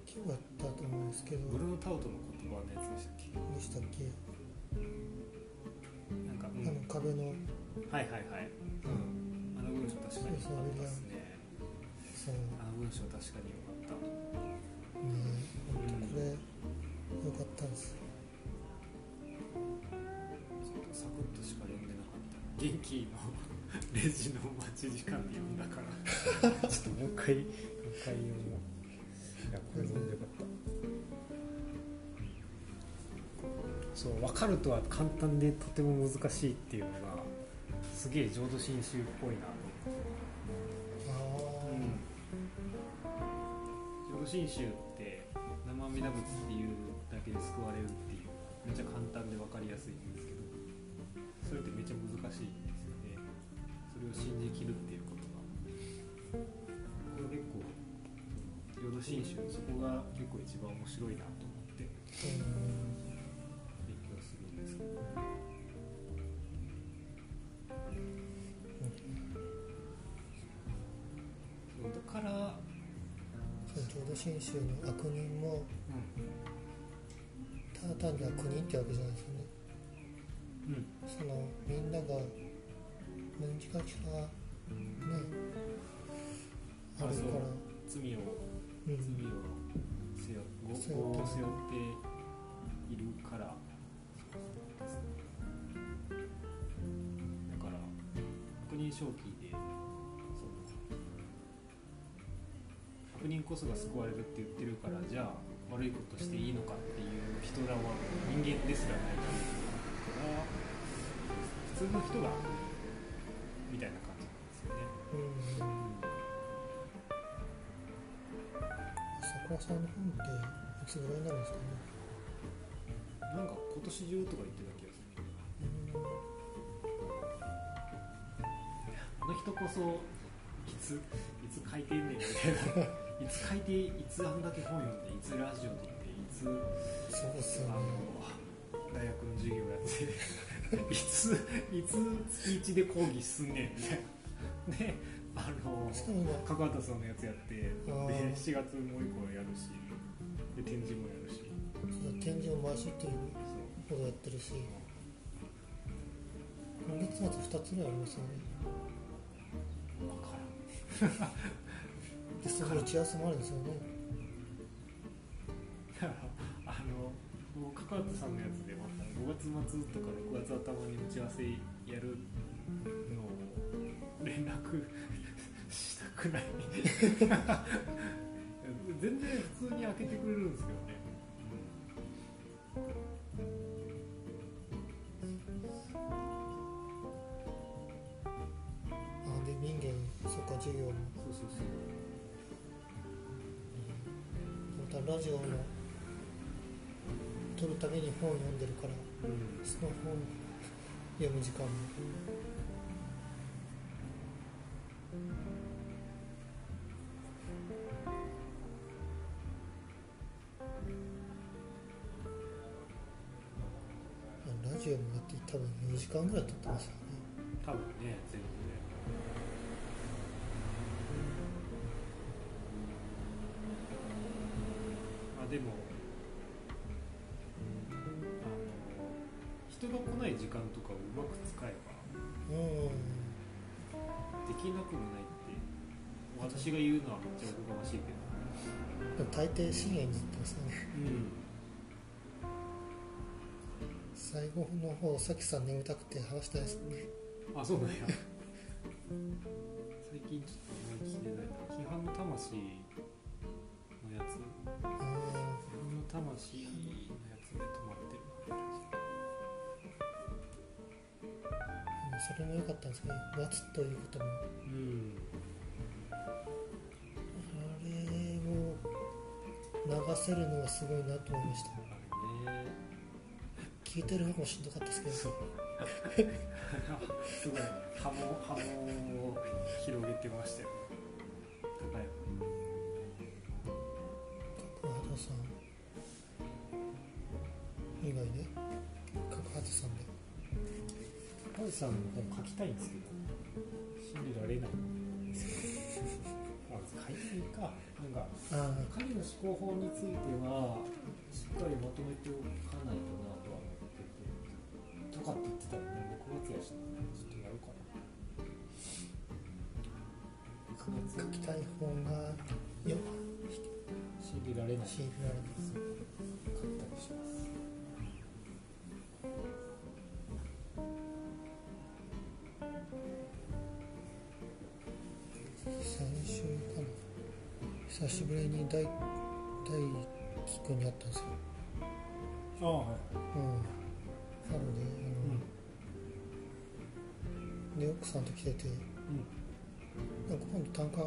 [SPEAKER 5] 今日やったと思うんですけど
[SPEAKER 1] ブルーノタウトの言葉のやつでしたっけ
[SPEAKER 5] でしたっけ、
[SPEAKER 1] なんか、うん
[SPEAKER 5] あの壁の
[SPEAKER 1] はいはいはい、うん、あの文章確かに良かったですね
[SPEAKER 5] そのね
[SPEAKER 1] あの文章確かに良かっ
[SPEAKER 5] ほんとこれ良かったんですよ
[SPEAKER 1] たちょっとサクッとしか読んでなかった元気のレジの待ち時間で読んだからちょっともう一回もう一回読もういや
[SPEAKER 5] これ読んで
[SPEAKER 1] よかったそう分かるとは簡単でとても難しいっていうのがすげえ浄土真宗っぽいなと思って
[SPEAKER 5] ああ、
[SPEAKER 1] 浄土真宗って生阿弥陀仏っていうだけで救われるっていうめっちゃ簡単で分かりやすいんですけどそれってめっちゃ難しいんですよねそれを信じきるっていうことがこれ結構浄土真宗そこが結構一番面白いなと思って
[SPEAKER 5] うん
[SPEAKER 1] 勉強するんですけどそうだから
[SPEAKER 5] その浄土真宗の悪人もただ単に悪人ってわけじゃないですよね
[SPEAKER 1] うんうん
[SPEAKER 5] そのみんなが何かしらねあ
[SPEAKER 1] あ
[SPEAKER 5] る
[SPEAKER 1] そう
[SPEAKER 5] から
[SPEAKER 1] 罪を
[SPEAKER 5] うん
[SPEAKER 1] 罪を背負
[SPEAKER 5] 背
[SPEAKER 1] 背
[SPEAKER 5] 負
[SPEAKER 1] 負
[SPEAKER 5] って
[SPEAKER 1] 背負っているからですねだから悪人正規でその悪人こそが救われるって言ってるからじゃあ悪いことしていいのかっていう人らは人間ですらないから普通の人が悪人みたいな感じなんですよね。
[SPEAKER 5] うん桜さんの本っていつぐらいになるんですかね
[SPEAKER 1] なんか今年中とか言ってた気がする。あの人こそいついつ書いてんねんみたいないつ書いていつあんだけ本読んでいつラジオ撮っていつ
[SPEAKER 5] そうです
[SPEAKER 1] あ
[SPEAKER 5] よね
[SPEAKER 1] の大学の授業やっていついつ月1で講義すんねんみたいなであの
[SPEAKER 5] しかも今
[SPEAKER 1] 角畑さんのやつやってで
[SPEAKER 5] あー
[SPEAKER 1] 7月もう一個やるしで展示もやるし
[SPEAKER 5] そう展示を毎週っていう
[SPEAKER 1] そう
[SPEAKER 5] ことやってるし今月末2つぐらいありますよね
[SPEAKER 1] 分から
[SPEAKER 5] でその打ち合わせもあるんですよね
[SPEAKER 1] んだから [laughs] あのもう角畑さんのやつでまた5月末とか6月頭に打ち合わせやるのを連絡 [laughs] したくない [laughs] 全然普通に開けてくれるんですけどね、
[SPEAKER 5] あで人間そっか授業も
[SPEAKER 1] そうそうそう
[SPEAKER 5] またラジオも撮るために本を読んでるから
[SPEAKER 1] うん
[SPEAKER 5] その本読む時間もラジオもだって多分4時間ぐらい撮ってますよね
[SPEAKER 1] 多分ね全部ねまあでもあの人が来ない時間とかをうまく使えばで
[SPEAKER 5] う
[SPEAKER 1] きなくもないって私が言うのはめっちゃおこがましいけど、
[SPEAKER 5] んでも大抵深夜になってますよね
[SPEAKER 1] うん、
[SPEAKER 5] 最後の方さきさん眠たくて話したいですね
[SPEAKER 1] あそうなんや最近ちょっと思い聞いてないな批判の魂のやつ
[SPEAKER 5] ああ
[SPEAKER 1] 批判の魂のやつで止まってる
[SPEAKER 5] うんそれも良かったんですけど待つということもあ
[SPEAKER 1] うん
[SPEAKER 5] れを流せるのはすごいなと思いました
[SPEAKER 1] あれね
[SPEAKER 5] 聞いてる方もしんどかったですけど
[SPEAKER 1] そうすごいね波紋波紋を広げてましたよ高い
[SPEAKER 5] 角波動さんないね角幡さんで
[SPEAKER 1] ポジさんの本書きたいんですけど信じられないあ書いていいかなんか
[SPEAKER 5] ああ
[SPEAKER 1] 神の思考法についてはしっかりまとめておかないとなとは思っててとかって言ってたらね6月やしちょっとやろうかな
[SPEAKER 5] 書きたい本がよ
[SPEAKER 1] 信じられない
[SPEAKER 5] 信じられない
[SPEAKER 1] 買ったりします。
[SPEAKER 5] 先週かな久しぶりに大大輝くんに会ったんですよ
[SPEAKER 1] ああ、はい。
[SPEAKER 5] うん春ねあの、で奥さんと来てて、なんか今度単価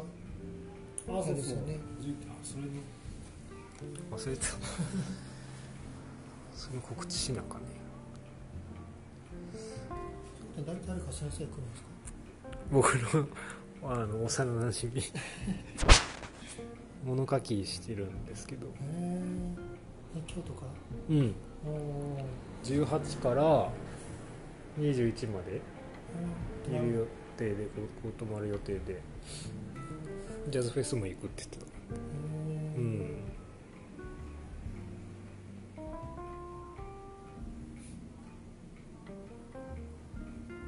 [SPEAKER 1] ああ、
[SPEAKER 5] そ
[SPEAKER 1] そうう
[SPEAKER 5] です
[SPEAKER 1] そ
[SPEAKER 5] よ
[SPEAKER 1] う。
[SPEAKER 5] ね
[SPEAKER 1] じゅあ、それの。
[SPEAKER 4] 忘れたそれ告知しなあかんね
[SPEAKER 5] 大体誰か先生来るんですか
[SPEAKER 4] 僕のあの幼な [laughs] じみ物書きしてるんですけど
[SPEAKER 5] へえ京都から
[SPEAKER 4] うん
[SPEAKER 5] おお
[SPEAKER 4] 18から21までいる予定でここ泊まる予定でジャズフェスも行くって言ってたう
[SPEAKER 5] うん
[SPEAKER 4] ん
[SPEAKER 5] 誰が来るの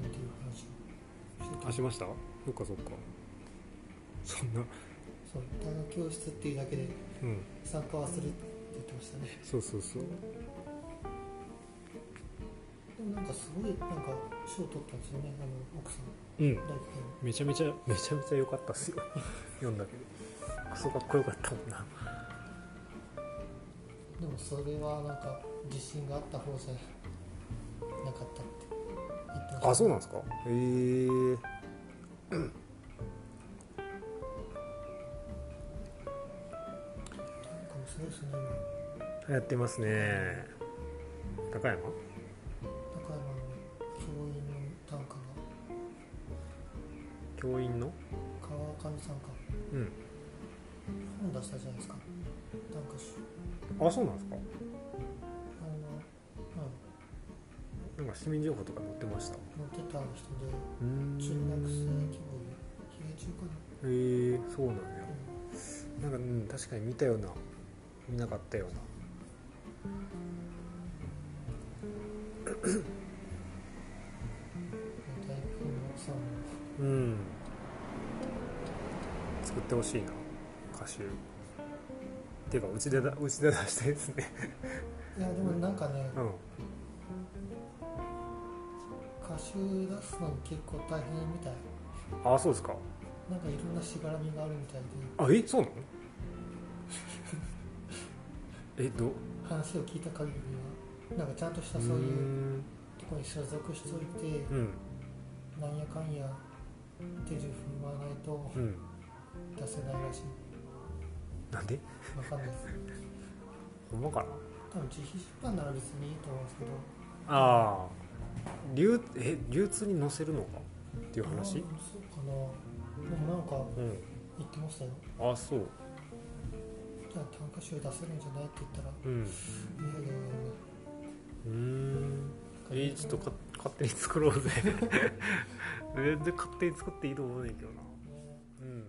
[SPEAKER 5] ねっていう話をして
[SPEAKER 4] あ
[SPEAKER 5] た
[SPEAKER 4] しましたそっかそっかそんな
[SPEAKER 5] そう単価教室っていうだけで
[SPEAKER 4] うん
[SPEAKER 5] 参加はするって言ってましたね
[SPEAKER 4] そうそうそう
[SPEAKER 5] でもなんかすごいなんか賞取ったんですよねあの奥さん
[SPEAKER 4] うん
[SPEAKER 5] 大輝
[SPEAKER 4] めちゃめちゃめちゃめちゃ良かったっすよ [laughs] 読んだけどクソかっこよかったもんな
[SPEAKER 5] くんでもそれはなんか自信があった方じゃなかったって言ってました
[SPEAKER 4] あそうなんですかへえー、
[SPEAKER 5] なんかもうすごいですね今
[SPEAKER 4] やってますね
[SPEAKER 5] 高
[SPEAKER 4] 高山
[SPEAKER 5] 山の教員の短歌が
[SPEAKER 4] 教員の
[SPEAKER 5] 川上さんか
[SPEAKER 4] うん
[SPEAKER 5] 本出したじゃないですか短歌集
[SPEAKER 4] あそうなんですか
[SPEAKER 5] あのうん
[SPEAKER 4] なんか市民情報とか載ってました
[SPEAKER 5] 乗ってた人で
[SPEAKER 4] うーん
[SPEAKER 5] 中学生規模でひげ中かな
[SPEAKER 4] へえー、そうなんや
[SPEAKER 5] う
[SPEAKER 4] なんか、うん、確かに見たような見なかったような
[SPEAKER 5] ん大学の奥さんも
[SPEAKER 4] うん作ってほしいな歌集っていうかうちでだうちで出したいですね
[SPEAKER 5] いやでもなんかね
[SPEAKER 4] うん
[SPEAKER 5] 歌集出すのに結構大変みたい
[SPEAKER 4] あそうですか
[SPEAKER 5] なんかいろんなしがらみがあるみたいで
[SPEAKER 4] あえそうなの [laughs] えど
[SPEAKER 5] 話を聞いた限りはなんかちゃんとしたそう
[SPEAKER 4] ー
[SPEAKER 5] いうんとこに所属しといて
[SPEAKER 4] うん
[SPEAKER 5] なんやかんや手順踏まないと
[SPEAKER 4] うん
[SPEAKER 5] 出せないらしい
[SPEAKER 4] なんで
[SPEAKER 5] わかんないです
[SPEAKER 4] ほんまかな
[SPEAKER 5] 多分自費出版なら別にいいと思うんですけど
[SPEAKER 4] ああ流え流通に載せるのかっていう
[SPEAKER 5] あー
[SPEAKER 4] 話
[SPEAKER 5] そうかなでもなんか
[SPEAKER 4] うん
[SPEAKER 5] 言ってましたよ
[SPEAKER 4] あそう
[SPEAKER 5] じゃあ短歌集出せるんじゃないって言ったら
[SPEAKER 4] う
[SPEAKER 5] い
[SPEAKER 4] ん
[SPEAKER 5] やいやいやいや
[SPEAKER 4] うーんえー、ちょっとか勝手に作ろうぜ [laughs] 全然勝手に作っていいと思うねんけどなうん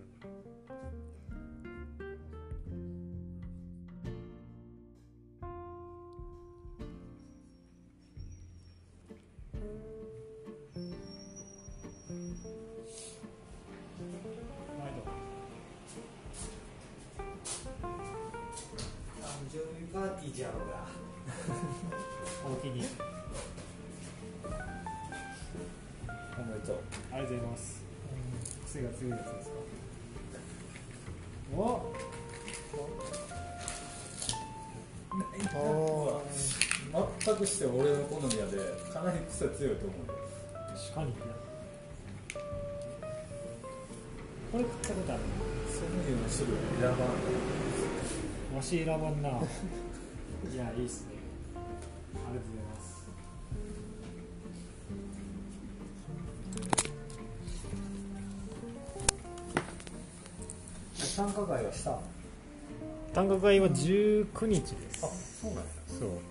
[SPEAKER 1] 毎度。
[SPEAKER 6] 誕生日パーティーじゃろうが
[SPEAKER 1] おおきに。おめでとう。ありがとうございます。癖が強いやつですか。お。
[SPEAKER 5] ああ
[SPEAKER 7] 全くして俺の好みやでかなり癖強いと思う
[SPEAKER 1] 確かに。これ食ったことある。
[SPEAKER 7] ソムリエの種類選ばん
[SPEAKER 1] わし選ばんな。いや、いいっすね。ありがとうございます。
[SPEAKER 6] 参加会はした
[SPEAKER 1] 単価会は19日です、
[SPEAKER 8] そうなんや
[SPEAKER 1] そう
[SPEAKER 5] こ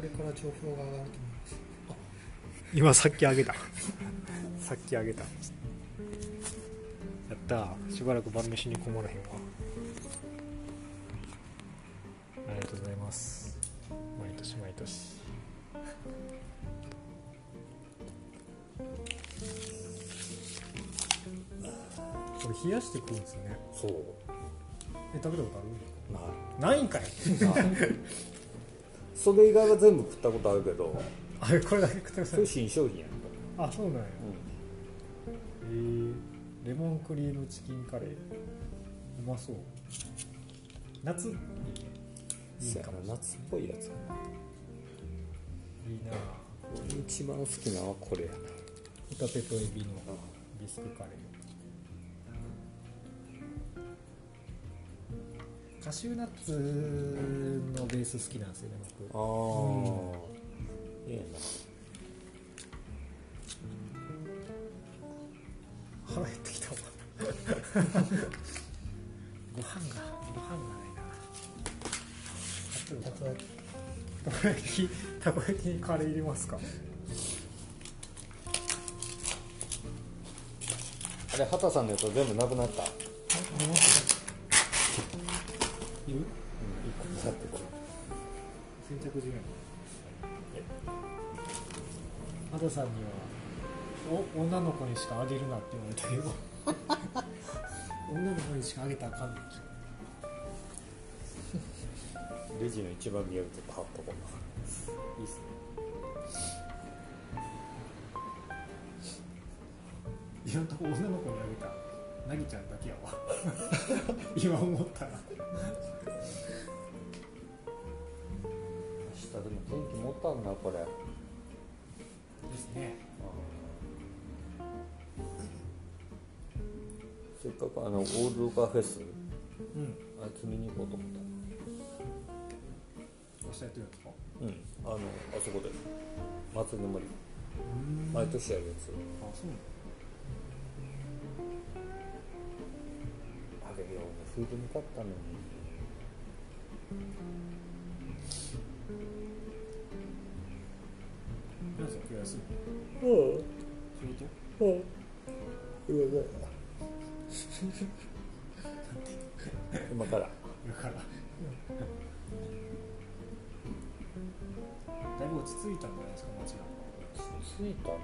[SPEAKER 5] れから情報が上がると思います
[SPEAKER 1] 今さっきあ
[SPEAKER 4] [laughs]
[SPEAKER 1] げたさっきあげたやったーしばらく晩飯に困らへんわありがとうございます毎年毎年これ冷やしてくるんですね
[SPEAKER 8] そう
[SPEAKER 1] え食べたこと
[SPEAKER 8] ない
[SPEAKER 1] あるないんかい
[SPEAKER 8] それ以外は全部食ったことあるけど
[SPEAKER 1] あれこれだけ食ってくだ
[SPEAKER 8] そ
[SPEAKER 1] さい
[SPEAKER 8] れ新商品やんか
[SPEAKER 1] あそうなんや、えーレモンクリームチキンカレーうまそう夏にねいい
[SPEAKER 8] そや
[SPEAKER 1] か
[SPEAKER 8] な
[SPEAKER 1] もしれない
[SPEAKER 8] 夏っぽいやつ
[SPEAKER 1] いいな
[SPEAKER 8] 俺一番好きなのはこれやな
[SPEAKER 1] ホタテとエビのビスクカレーカシューナッツのベース好きなんですよね
[SPEAKER 8] あ
[SPEAKER 1] 僕
[SPEAKER 8] あ、いいな
[SPEAKER 1] 腹減ってきたわご飯がご飯がないなあと
[SPEAKER 5] たこ焼き
[SPEAKER 1] たこ焼きたこ焼きにカレー入れますか
[SPEAKER 8] あれ畑さんのやつ全部なくなった
[SPEAKER 1] いる
[SPEAKER 8] だってこれ
[SPEAKER 1] 先着順やなハさんにはお女の子にしかあげるなって言われたけど
[SPEAKER 8] [laughs]
[SPEAKER 1] 女の子にしかあげたらあかんの
[SPEAKER 8] レジの一番見えるとこ貼っとこういいっすね
[SPEAKER 1] 今んとこ女の子にあげたなぎちゃんだけやわ [laughs] 今思ったら
[SPEAKER 8] 明日でも天気持ったんだこれ
[SPEAKER 1] ですね
[SPEAKER 8] せっかくあのオールドカフェス
[SPEAKER 1] うん
[SPEAKER 8] あいつ見に行こうと思っ
[SPEAKER 1] おっしゃってるんですか
[SPEAKER 8] たうんあのあそこで祭りの森毎年やるやつ
[SPEAKER 1] あそうなん
[SPEAKER 8] あれよフードに買ったのに
[SPEAKER 1] 皆さん今日休み仕事
[SPEAKER 8] 今から
[SPEAKER 1] だからだいぶ落ち着いたんじゃないですか街が
[SPEAKER 8] 着いたな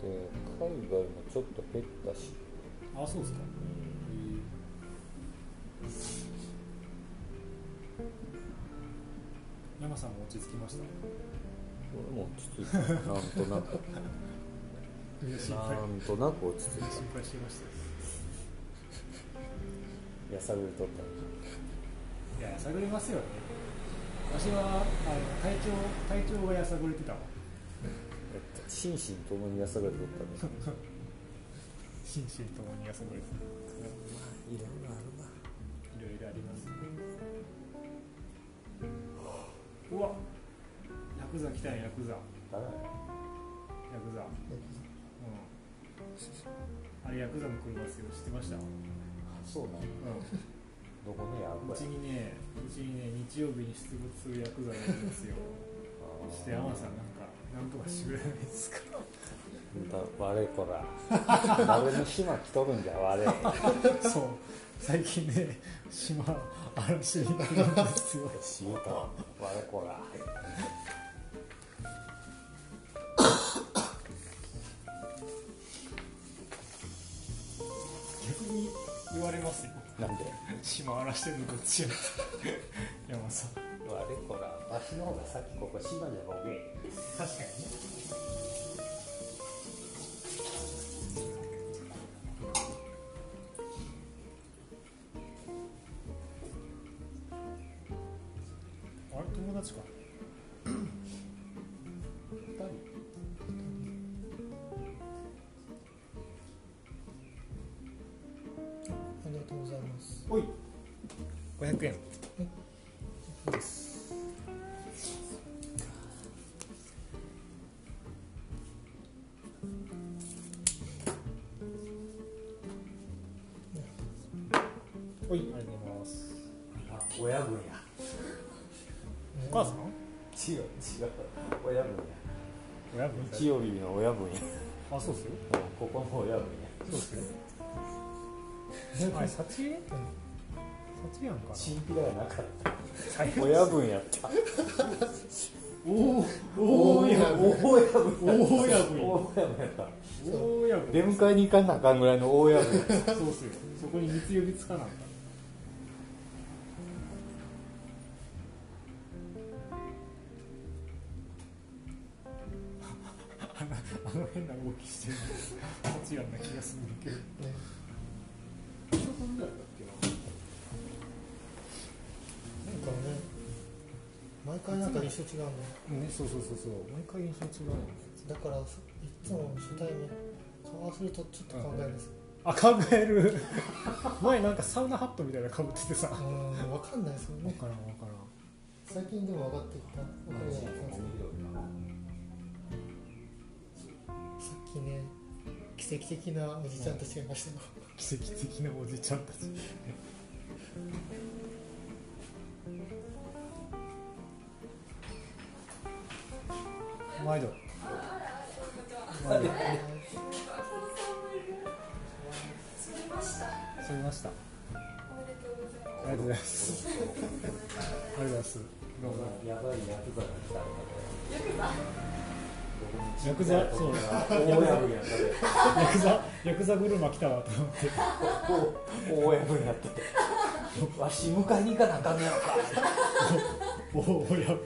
[SPEAKER 8] で海外もちょっと減ったし
[SPEAKER 1] うんあそうですか山さんも落ち着きました
[SPEAKER 8] 俺も落ち着いたなんとなく
[SPEAKER 1] [laughs] 心配
[SPEAKER 8] なんとなく落ち着いた
[SPEAKER 1] 心配してました
[SPEAKER 8] やさぐれとったの
[SPEAKER 1] いややさぐれますよね私はあの体調体調がやさぐれてたわ
[SPEAKER 8] えっと心身ともにやさぐれとったね
[SPEAKER 1] 心身ともにやさぐれてた
[SPEAKER 8] いろいろあるない
[SPEAKER 1] ろいろありますねうわヤクザ来たねヤクザヤ [laughs]
[SPEAKER 8] 誰や
[SPEAKER 1] クザうんあれヤクザの車ですよ知ってました
[SPEAKER 8] そうなんや
[SPEAKER 1] う
[SPEAKER 8] どこのや
[SPEAKER 1] んう
[SPEAKER 8] ば
[SPEAKER 1] ち
[SPEAKER 8] い
[SPEAKER 1] にねうちにね日曜日に出没するヤクザがいるんですよそして山さんなんかなんとかしてくれないですか
[SPEAKER 8] だ悪いこら誰の暇来とるんじゃ悪い
[SPEAKER 1] そう最近ね島嵐になるんですよ
[SPEAKER 8] 死ぬとは悪いこら
[SPEAKER 1] 逆に言われますよ
[SPEAKER 8] なんで
[SPEAKER 1] [laughs] 島嵐してるのどっちやって山さん
[SPEAKER 8] 悪いこらわしの方がさっきここ島じゃボケ
[SPEAKER 1] 確かにねあれ友達か
[SPEAKER 5] ありがとうございます
[SPEAKER 1] おい500円
[SPEAKER 8] え
[SPEAKER 1] おいありがとうございます
[SPEAKER 9] あ親分や
[SPEAKER 1] お母さん
[SPEAKER 8] 違う違う親分や
[SPEAKER 1] 親分
[SPEAKER 8] 日曜日の親分や
[SPEAKER 1] あそうっすよ
[SPEAKER 8] ここの親分や
[SPEAKER 1] そうっすよ [laughs] あれ、サチサチやんかな
[SPEAKER 8] チンピラやなかった
[SPEAKER 1] 最悪
[SPEAKER 8] 親分やった
[SPEAKER 1] おーや
[SPEAKER 8] 大親分やった
[SPEAKER 1] 大親分
[SPEAKER 8] 大親分やった
[SPEAKER 1] おーや
[SPEAKER 8] 出迎えに行かなあかんぐらいの大親分やった
[SPEAKER 1] そうっすよそこに密呼びつかなかっあの変な動きしてるサチやんな気がするんだけど
[SPEAKER 5] ね
[SPEAKER 1] そこぐらいだっけな
[SPEAKER 5] なんかね毎回なんか印象違うの
[SPEAKER 1] ね、そうそうそうそう、毎回印象違うの。
[SPEAKER 5] だからいつも初対面顔合わせるとちょっと考えるんですよ
[SPEAKER 1] あ、考える。前なんかサウナハットみたいなかぶっててさ。わ
[SPEAKER 5] うん分かんないですよね
[SPEAKER 1] からん、わから
[SPEAKER 5] 最近でも分かってきた分かるようになってきますさっきね奇跡的なおじちゃんたちがいましたよ
[SPEAKER 1] ん。奇跡的なおじちゃんたち。毎度。毎度。釣れました。ありがとうございます。ありがとうございます。どうも。
[SPEAKER 8] やばいヤクザが来た
[SPEAKER 1] ヤクザ、そう。
[SPEAKER 8] 大親分やったで
[SPEAKER 1] ヤクザ、ヤクザ車来たわと思って。
[SPEAKER 8] 大親分やったで [laughs] わし迎えに行かなあかんねやろか
[SPEAKER 1] おお、やっ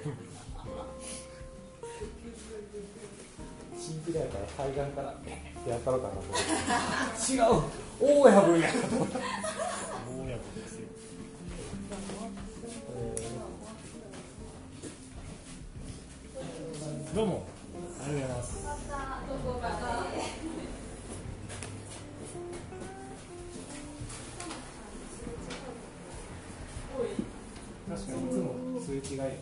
[SPEAKER 8] チンピラやから海岸からやったろかなと思って違う大親分やった
[SPEAKER 1] ぱ、おお、やっぱですよ。どうも。ありがとうございます。確かにいつも通知がいい。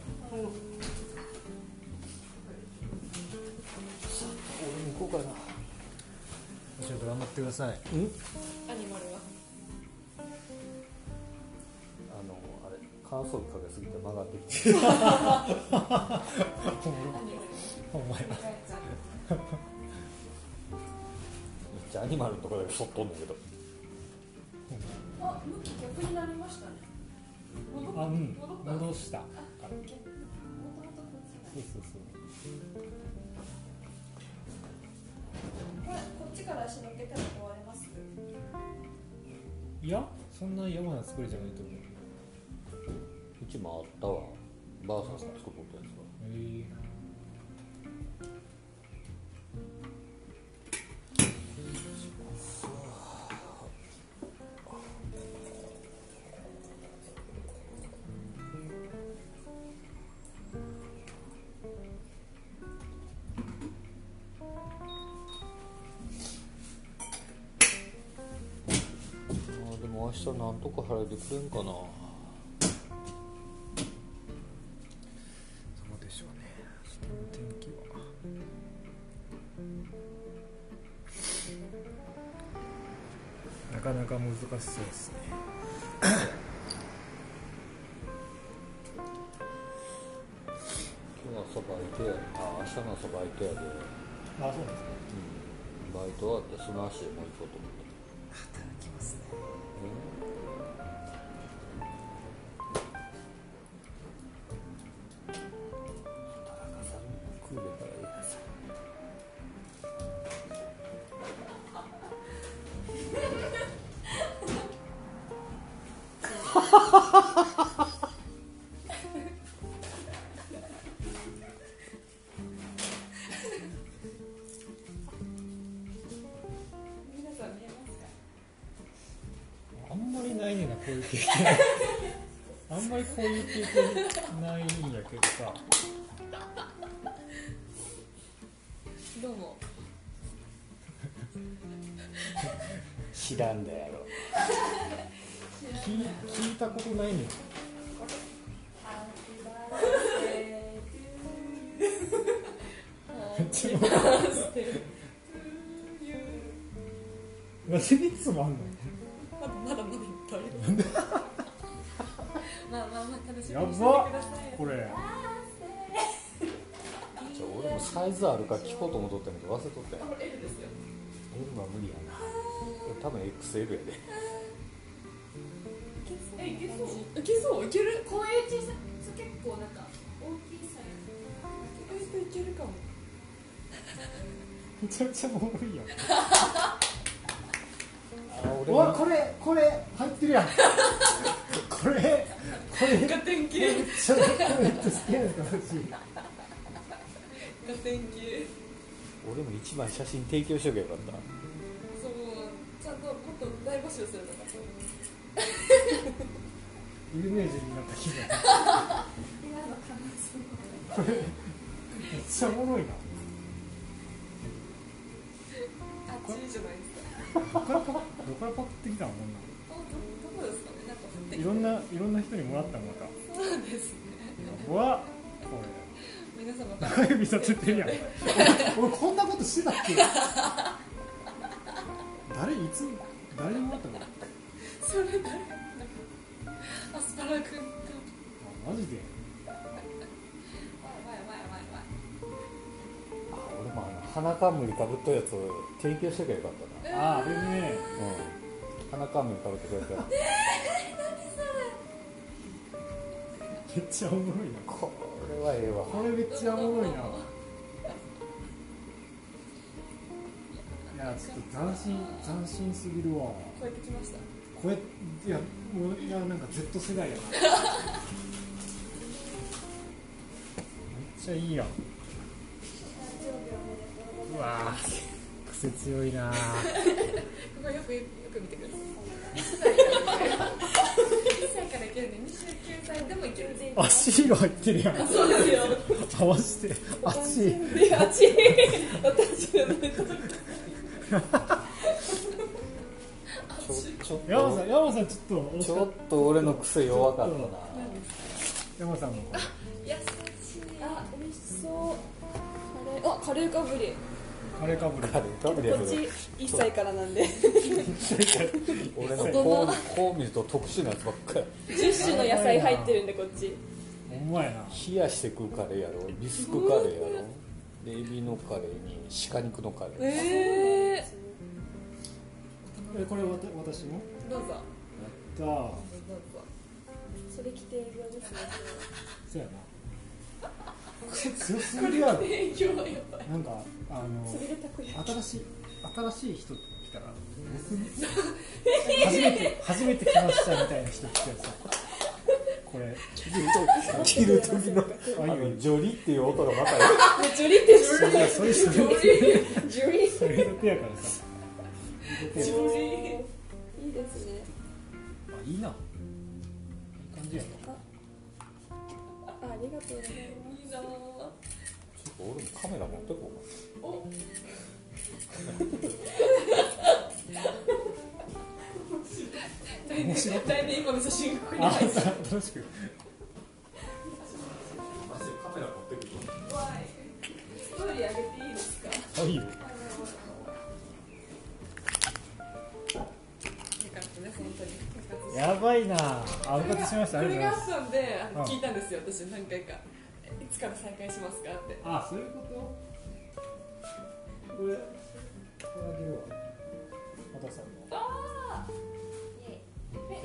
[SPEAKER 8] 俺も行こうかな
[SPEAKER 1] ちょっと頑張ってください。
[SPEAKER 10] アニマルは
[SPEAKER 8] あのあれ乾燥かけすぎて曲がってきて
[SPEAKER 10] アニマル
[SPEAKER 1] お前は。
[SPEAKER 8] めっちゃアニマルのとこだけそっとんだけど
[SPEAKER 10] あ、向き逆になりましたね戻っ
[SPEAKER 1] あ、うん
[SPEAKER 10] 戻っ。た
[SPEAKER 1] 戻した。か
[SPEAKER 10] あ
[SPEAKER 1] ら
[SPEAKER 10] もともとこっち
[SPEAKER 1] そうそうそう。
[SPEAKER 10] これ、こっちから足のっけたら壊れます
[SPEAKER 1] いや、そんな野蛮な作りじゃないと思う。
[SPEAKER 8] うちもあったわばあさんさん作っとったやつは
[SPEAKER 1] え
[SPEAKER 8] あーでも明日なんとか払えてくれんかな
[SPEAKER 1] そうでしょうね。天気は。なかなか難しそうですね。
[SPEAKER 8] 今日はそば空いてやあ明日のそば空いてやで、うん、
[SPEAKER 1] あ、そうなんですか。
[SPEAKER 8] バイト終わってその足でもう行こうと思って
[SPEAKER 1] 働きますね。
[SPEAKER 8] 食うべからいいやつ
[SPEAKER 10] 皆さん見えますか
[SPEAKER 1] あんまりないねんな、こういう経験。 [laughs] あんまりこういう経験ないんやけどさ。
[SPEAKER 10] どうも
[SPEAKER 8] 知らんだやろ
[SPEAKER 1] 聞い聞いたこと [laughs] ないねん。
[SPEAKER 10] ハッピーバースデーハッピーバースデー
[SPEAKER 1] なんでいつもあんの
[SPEAKER 10] まだまだまだいっぱいありますまあまあまあ楽しみ
[SPEAKER 1] やば
[SPEAKER 10] にしててください
[SPEAKER 1] これ
[SPEAKER 8] じゃあ俺もサイズあるか聞こうと思っとったんやけど忘れとったんや
[SPEAKER 10] これ L ですよ
[SPEAKER 8] M は無理やな多分 XL やで
[SPEAKER 10] えいけそういけそういけるこういう小さい結構なんか大きいサイズ意外といけるかも
[SPEAKER 1] めちゃめちゃおもろ [laughs] いやん
[SPEAKER 8] あ俺
[SPEAKER 1] わ
[SPEAKER 8] も
[SPEAKER 1] これこれ入ってるやん [laughs] これこれ
[SPEAKER 10] ガテン系
[SPEAKER 1] ちょっと好きなんですか私
[SPEAKER 10] ガテン系
[SPEAKER 8] 俺も一枚写真提供しとけばよかっ
[SPEAKER 10] そうちゃんともっと大募集するとか
[SPEAKER 1] 有名人になった気分
[SPEAKER 10] 今の可能性も
[SPEAKER 1] めっちゃおもろいな
[SPEAKER 10] あっちいいじゃないですか
[SPEAKER 1] どこからパどこからパクってきたのこんな
[SPEAKER 10] あどどこですかねなんか降って
[SPEAKER 1] んいろんないろんな人にもらったのまた
[SPEAKER 10] そうなんですね
[SPEAKER 1] うわこ
[SPEAKER 10] 皆様
[SPEAKER 1] れ
[SPEAKER 10] から
[SPEAKER 1] 中指立ててるやん [laughs] 俺俺こんなことしてたっけ [laughs] 誰いつ誰にもらったの
[SPEAKER 10] それ誰アスパラくんと
[SPEAKER 1] あマジで
[SPEAKER 10] わいわいわいわいわい
[SPEAKER 8] たあ俺もあの鼻冠かぶったやつ提供しとけばよかっ
[SPEAKER 1] ああれね
[SPEAKER 8] たなうん鼻冠かぶってくれたら
[SPEAKER 1] めっちゃおもろいな
[SPEAKER 8] これはええわ
[SPEAKER 1] これめっちゃおもろいな。いや、ちょっと斬新、斬新すぎるわ。
[SPEAKER 10] 超えてきました
[SPEAKER 1] これ、いや、もう、いや、なんか Z 世代やな。めっちゃいいやん。うわぁ、癖強いなぁ。
[SPEAKER 10] ここよくよく見てください。1歳からいけるね。29歳でもいける。
[SPEAKER 1] アシール入ってるやん。
[SPEAKER 10] そうですよ。
[SPEAKER 1] 合わせて、アシール。
[SPEAKER 10] で、あっち。私が寝た時。
[SPEAKER 8] ちょちょっ
[SPEAKER 1] 山さ
[SPEAKER 8] と
[SPEAKER 1] ん、山さん、ちょっと、
[SPEAKER 8] ちょっと俺の癖弱かったな
[SPEAKER 1] 山さんの。
[SPEAKER 10] 優しい。あ、美味しそう。カレー。あ、カレーかぶり。
[SPEAKER 1] あれかぶる。
[SPEAKER 8] 彼かぶり
[SPEAKER 10] こ
[SPEAKER 8] や
[SPEAKER 10] っ
[SPEAKER 8] けど
[SPEAKER 10] ち1歳からなんで。
[SPEAKER 8] 俺のこうこう見ると特殊なやつばっかり
[SPEAKER 10] 10種の野菜入ってるんで、こっち。
[SPEAKER 1] ほんまやな。
[SPEAKER 8] 冷やして食うカレーやろビスクカレーやろでエビのカレーに鹿肉のカレー
[SPEAKER 10] ええ
[SPEAKER 1] え、これ、わた、私も。
[SPEAKER 10] どうぞ。
[SPEAKER 1] じゃあ。
[SPEAKER 10] どうぞ。それ規定病ですね。
[SPEAKER 1] そうやな。強すぎるや
[SPEAKER 10] [laughs]
[SPEAKER 1] ろ。
[SPEAKER 10] 定病はやばい。
[SPEAKER 1] なんか、あの
[SPEAKER 10] そ、れがたく
[SPEAKER 1] 新
[SPEAKER 10] や。
[SPEAKER 1] しい、新しい人来た
[SPEAKER 10] [laughs]
[SPEAKER 1] ら、僕初めて、初めて来ましたみたいな人来てさ。こ
[SPEAKER 10] [laughs]
[SPEAKER 1] れ、
[SPEAKER 8] 切る時の
[SPEAKER 1] あ
[SPEAKER 8] あ
[SPEAKER 1] いいよいい
[SPEAKER 8] の
[SPEAKER 1] よ
[SPEAKER 8] ジョリっていう音がまた
[SPEAKER 10] ジョリってし
[SPEAKER 1] いや、そういう人、
[SPEAKER 10] ジョリ。ジョリ。
[SPEAKER 1] そういう手やからさ。
[SPEAKER 10] ジョリ。いいですね。
[SPEAKER 1] あ、いいな。いい感じやな。
[SPEAKER 10] ありがとうございます。いいな
[SPEAKER 8] ち
[SPEAKER 10] ぁ。
[SPEAKER 8] ょっと俺もカメラ持ってこう
[SPEAKER 10] お、
[SPEAKER 1] 面白い。
[SPEAKER 10] 来年以降の写真がここに
[SPEAKER 1] あ、
[SPEAKER 10] 入っ
[SPEAKER 1] [laughs]
[SPEAKER 10] て
[SPEAKER 1] 楽しく。
[SPEAKER 8] かなカメラ持ってくる
[SPEAKER 10] るわい。ストーリーあげていいですか？
[SPEAKER 1] あ、いいよ。
[SPEAKER 10] よかったです本当に。よかっ
[SPEAKER 1] やばいな。あ、
[SPEAKER 10] た
[SPEAKER 1] 復
[SPEAKER 10] で
[SPEAKER 1] 活
[SPEAKER 10] す
[SPEAKER 1] しました。あ
[SPEAKER 10] こ
[SPEAKER 1] り
[SPEAKER 10] れ
[SPEAKER 1] が
[SPEAKER 10] が
[SPEAKER 1] と
[SPEAKER 10] あ
[SPEAKER 1] うござい
[SPEAKER 10] ったんで、あ
[SPEAKER 1] うん
[SPEAKER 10] の聞いたんですよ。私何回か。いつから再開しますかって。
[SPEAKER 1] ます。あ、そういうこと。これ。これあげるわ。またさんの。
[SPEAKER 10] ああ。え、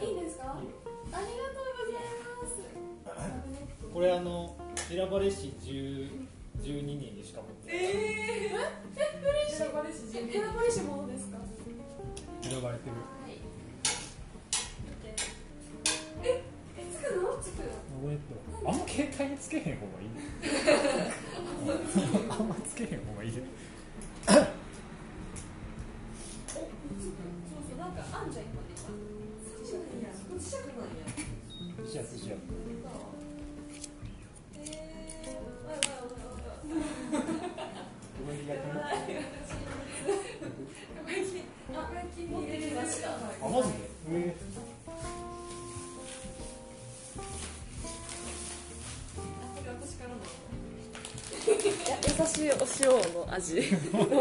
[SPEAKER 10] いいですか？ありがとうございます。
[SPEAKER 4] これあの選ばれし10 12人でしかも
[SPEAKER 10] ええー、え、嬉しい。選ばれし、選ばれしものですか。
[SPEAKER 1] 選ばれてる。
[SPEAKER 10] はい。え、え、つくの、つくの。
[SPEAKER 1] マグネットあんま携帯につけへん方がいいねあんまつけへん方がいいね
[SPEAKER 10] お、つく。そうそう、なんかあんじゃん、今ね。そうじゃないや。こっちじゃないや。
[SPEAKER 1] シャツシャ
[SPEAKER 10] ええー、わいわいわいわいわい。かば焼き、あ、かば焼き持ってきました。
[SPEAKER 1] あマジでえ
[SPEAKER 10] これ私からの。
[SPEAKER 11] 優しいお塩の味
[SPEAKER 10] あ、ごめん。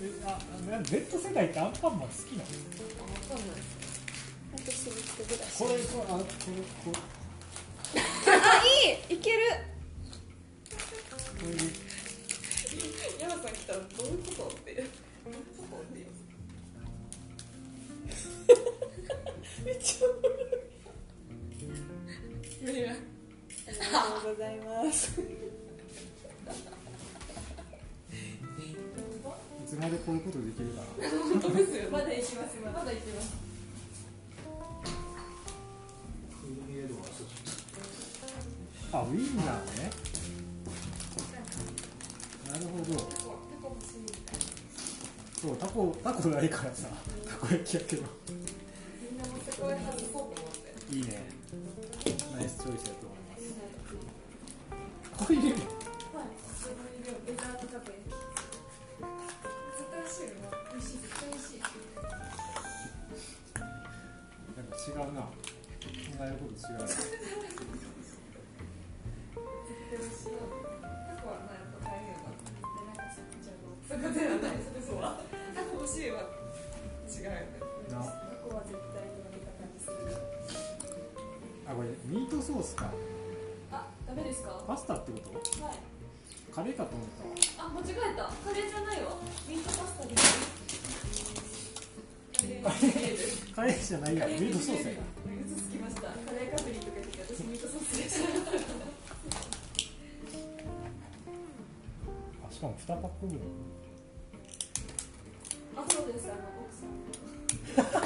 [SPEAKER 1] えあな Z 世代ってアンパンマン好きなの
[SPEAKER 11] かんない私一人ぐらい
[SPEAKER 1] これこあこれこれ
[SPEAKER 11] あいいいける
[SPEAKER 10] ヤマさん来たらどういうことってどういうことって言うめっちゃ無理無理だ
[SPEAKER 11] ありがとうござい
[SPEAKER 10] [laughs]
[SPEAKER 11] ます
[SPEAKER 2] いつまでこういうことできるかな
[SPEAKER 10] 本当ですよまだ行きますまだ行きます
[SPEAKER 2] あウィンナーねなるほど
[SPEAKER 10] タコタコ欲しいみたい
[SPEAKER 2] そうタコタコないからさたこ焼きやけど
[SPEAKER 10] みんなもそこへ外そうと思って
[SPEAKER 2] いいねナイスチョイスだと思いますこういう
[SPEAKER 10] はい自分でデザートタコ焼き絶対美味しいよね美味しい絶対美味しい
[SPEAKER 2] なんか違うな考えること違うな
[SPEAKER 10] でもしタコはまあやっぱ大変だでなんかちゃうのそこではないそうはタコ欲しいは違うよね
[SPEAKER 2] な
[SPEAKER 10] タコは絶対に負けた感じする
[SPEAKER 2] あこれミートソースか
[SPEAKER 10] あダメですかはい
[SPEAKER 2] パスタってことカレーかと思ったわ
[SPEAKER 10] あ間違えたカレーじゃないわミートパスタですカレーカレ
[SPEAKER 2] カレ
[SPEAKER 10] ー
[SPEAKER 2] ーじゃないやミートソースやな
[SPEAKER 10] 嘘つきましたカレーカフリとか言って私ミートソースでした
[SPEAKER 1] あしかも2パック分
[SPEAKER 10] あそうですあの奥さ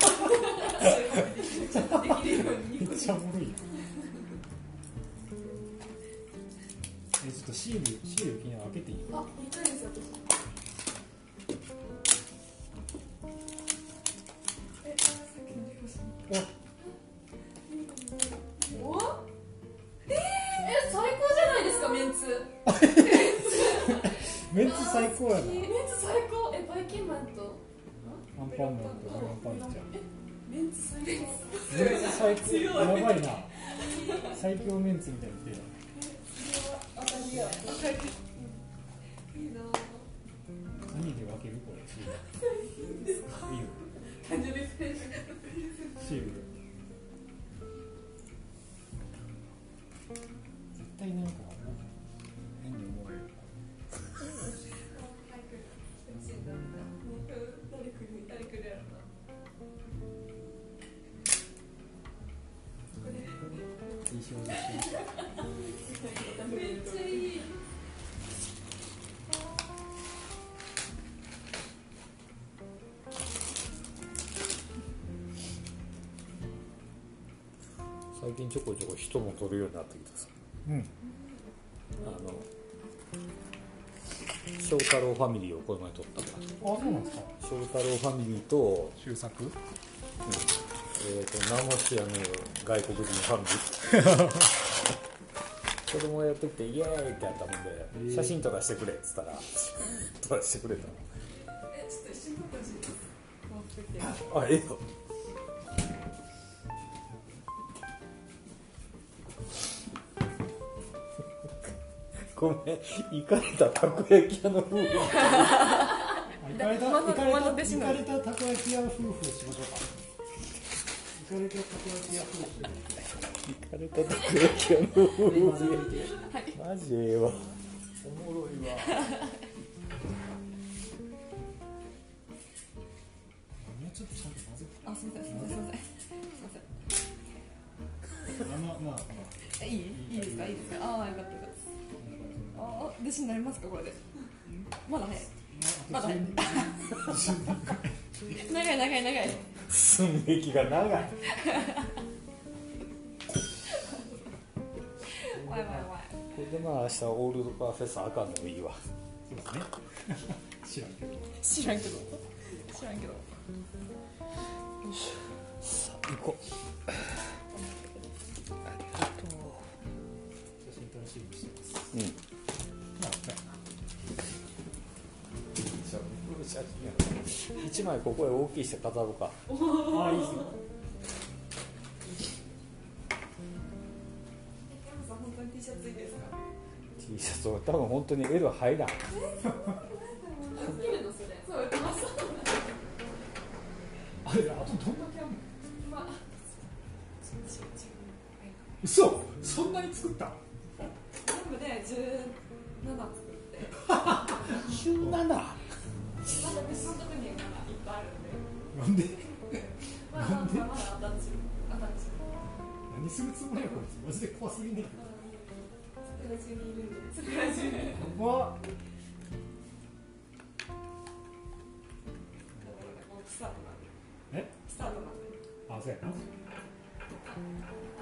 [SPEAKER 10] んできるように
[SPEAKER 1] めっちゃおもろいよ
[SPEAKER 2] えちょっとシールシール気に開けていい
[SPEAKER 10] あ、見たいです私。え、さっきの両親。お。お。えー、え、最高じゃないですかメンツ。
[SPEAKER 1] メンツ最高やな
[SPEAKER 10] メンツ最高。え、バイキンマンと。
[SPEAKER 1] アンパンマンとアンパンちゃん
[SPEAKER 10] え、メンツ最高。
[SPEAKER 1] メンツ最高やばいな最強メンツみたいに言ってる
[SPEAKER 10] 当たりや。当たり。いいな。
[SPEAKER 1] 何で分けるこれシールいいよ
[SPEAKER 10] 誕生日プレゼント。
[SPEAKER 1] シール絶対なんか変に思われる
[SPEAKER 10] 早く来てほしいな。うん誰来る誰来るやろな。
[SPEAKER 2] いい表情してまし
[SPEAKER 10] めっちゃいい。
[SPEAKER 8] 最近ちょこちょこ人も取るようになってきたさ
[SPEAKER 1] うん
[SPEAKER 8] あの翔太郎ファミリーをこの前撮ったか
[SPEAKER 1] あそうなんですから
[SPEAKER 8] 翔太郎ファミリーと、
[SPEAKER 2] た修作
[SPEAKER 8] えー、と名も知らぬ外国人ファミリー子供がやってきてイエーイってやったもんで写真とかしてくれっつったら撮らせてくれた
[SPEAKER 10] え、ちょっと一緒に撮ってほしいです。持ってて。
[SPEAKER 8] のあええよ [laughs] ごめん行かれたたこ焼き屋の風景
[SPEAKER 1] 行かれた
[SPEAKER 11] まだ
[SPEAKER 1] 行か
[SPEAKER 11] まだ弟
[SPEAKER 1] れ
[SPEAKER 11] 子
[SPEAKER 1] た
[SPEAKER 11] な
[SPEAKER 1] 行かれ
[SPEAKER 11] の
[SPEAKER 1] たたこ焼き屋夫婦しましょうか行かれたたこ焼き屋夫
[SPEAKER 8] 行かれたたこ焼き屋の風景マジええわ
[SPEAKER 2] おもろいわ
[SPEAKER 1] もうちょっとちゃんと混ぜ
[SPEAKER 11] あすみませんすみませんすみません
[SPEAKER 1] てあまあまあまあ
[SPEAKER 11] えいいいいですかいいですかああよかったよかったああ弟子になりますかこれでまだ早いまだ早い長い長い長い
[SPEAKER 8] 寸劇が長い
[SPEAKER 11] わいわいわ
[SPEAKER 8] これでまあ明日オールドカーフェス赤のいいわ
[SPEAKER 1] そうですね知らんけど
[SPEAKER 11] い知らんけど知らんけど
[SPEAKER 8] 行こう
[SPEAKER 1] 写真楽しみにしてます
[SPEAKER 8] うん
[SPEAKER 1] まあじゃあ
[SPEAKER 8] 一枚ここへ大きいして飾ろうか
[SPEAKER 1] ああいいっすよ
[SPEAKER 10] 山さん本当に T シャツいいですか。
[SPEAKER 8] T シャツを多分本当に L 入らん
[SPEAKER 10] 着るのそれ。そう、マ
[SPEAKER 12] れあとどんだけあんの
[SPEAKER 10] まあそんなしょっちゅうはい
[SPEAKER 12] 嘘そんなに作った
[SPEAKER 10] 全部で17作って
[SPEAKER 12] 17なんで
[SPEAKER 10] まだ別のとこにまだいっぱいある
[SPEAKER 11] [laughs]
[SPEAKER 10] んでまあまあまあまだ当たっちゃう当たっ [laughs] ちゃう
[SPEAKER 12] 何するつもりやこれマジで怖すぎんねんけど
[SPEAKER 10] 桜中にいるんで桜
[SPEAKER 12] や
[SPEAKER 10] 中に
[SPEAKER 12] ばっ
[SPEAKER 10] だからこうスタートなんで
[SPEAKER 12] え
[SPEAKER 10] スタートなんで
[SPEAKER 12] あそうやな
[SPEAKER 10] あ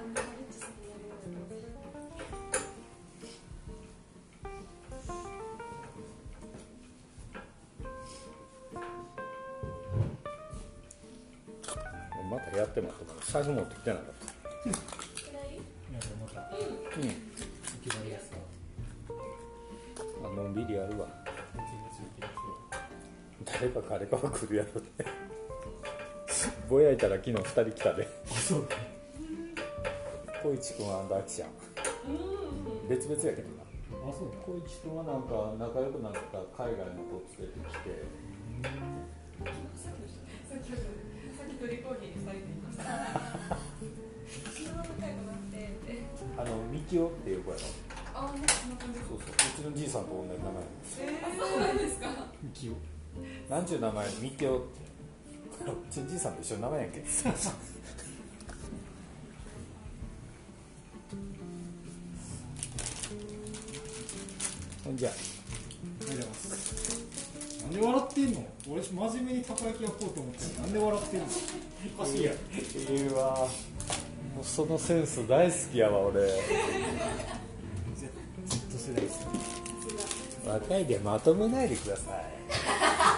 [SPEAKER 10] んまりリッチさんにやるのも
[SPEAKER 8] またやってもらっても財布持ってきてなかっ
[SPEAKER 1] また
[SPEAKER 8] た、うん、
[SPEAKER 1] 気張りやすさ
[SPEAKER 8] あのんびりやるわ
[SPEAKER 1] 気持ちいい気持ち
[SPEAKER 8] 誰か彼かは来るやろってぼやいたら昨日2人来たで小市君はアンダーキちゃん別々やけどな
[SPEAKER 1] あそう
[SPEAKER 8] 小市君はなんか仲良くなった海外の子連れてきて
[SPEAKER 10] さっきの人さっきの人さっきドリコーヒーにされていました昨日仲良くなってって
[SPEAKER 8] あのみきおっていう子やろ
[SPEAKER 10] ああなんかそんな感じ
[SPEAKER 8] そうそううちのじいさんと同じ名前なんです
[SPEAKER 10] あそうなんですか
[SPEAKER 8] なんちゅう名前みきおってうちのじいさんと一緒の名前やんけほんじゃ
[SPEAKER 13] なんで笑ってんの俺真面目にたこ焼き焼こうと思ってるなんで笑ってんのおかしいやん
[SPEAKER 8] いいわもうそのセンス大好きやわ俺 Z 世代若いでまとめないでくださ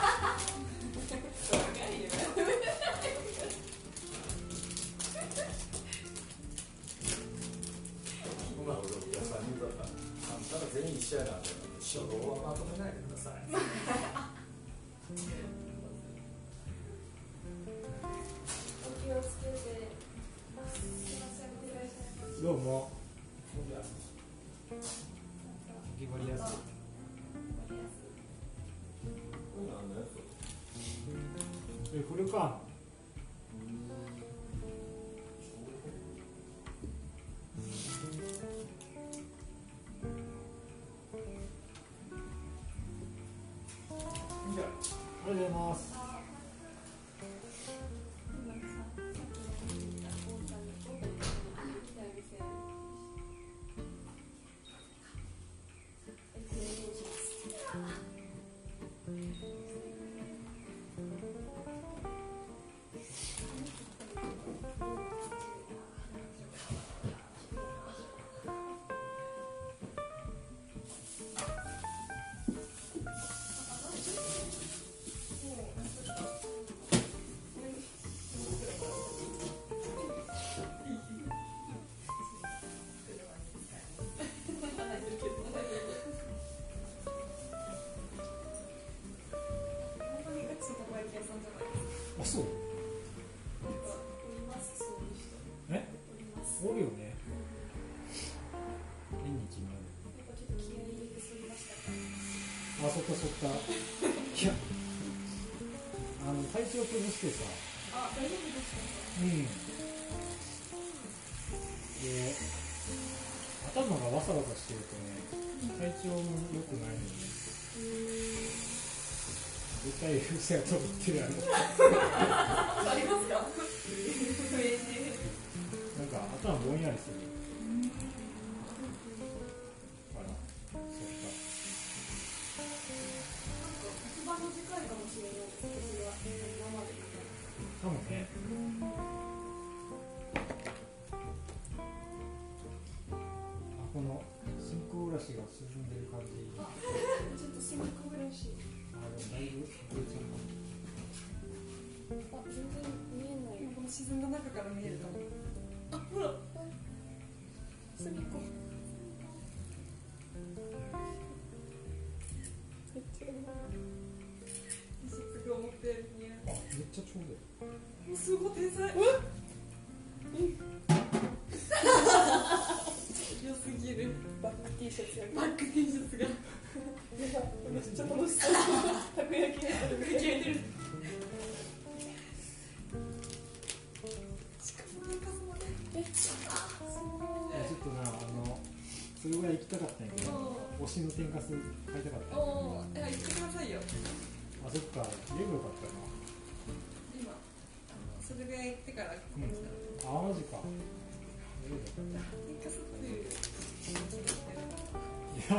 [SPEAKER 8] い今俺皆さんに言うからあんたら全員一緒やな初動はまとめないでください
[SPEAKER 14] お気をつけてあすいませんお願いします
[SPEAKER 13] どうも
[SPEAKER 1] 気張りやすい
[SPEAKER 14] おやすみ
[SPEAKER 13] えこれかありがとうございます
[SPEAKER 10] 本当にガチのたこ焼き屋さんじゃない
[SPEAKER 1] あそう
[SPEAKER 10] ですかおりますそういう人
[SPEAKER 1] え
[SPEAKER 10] おります
[SPEAKER 1] おるよね縁日にあ
[SPEAKER 10] なんかちょっと気合い入れてすぎました
[SPEAKER 1] るあそっかそっかいやあの体調崩してさ
[SPEAKER 10] あ大丈夫ですか [laughs]
[SPEAKER 1] うんで頭がわさわさしてるとね体調も良くないのね絶対嘘やと思ってるやろ
[SPEAKER 10] ありますか不衛生
[SPEAKER 1] なんか頭ぼんやりするあらそっか
[SPEAKER 10] 一番短いかもしれない私は今まで
[SPEAKER 1] かもね。あ、この真空ブラシが進んでる感じ。あ、
[SPEAKER 10] ちょっと真空ブラシ
[SPEAKER 1] でもだいぶ膨れちゃう
[SPEAKER 10] あ全然見えないこの沈んだ中から見えるかもあほら隅っこめっちゃうまい早速思ったより似合
[SPEAKER 1] な。あ、めっちゃちょうどいい。
[SPEAKER 10] うすごい天才 [laughs] 良すぎる
[SPEAKER 14] バック T シャツや
[SPEAKER 10] バック T シャツが
[SPEAKER 14] めっちゃ楽しそうたこ焼きやってる
[SPEAKER 10] 消えてる
[SPEAKER 1] 推しの天かす買いたかった
[SPEAKER 10] おおー、いや言ってくださいよ。
[SPEAKER 1] あそっか言えばよかっ
[SPEAKER 10] 今、あのそれぐらい言ってから来ました。
[SPEAKER 1] たなあマジか言え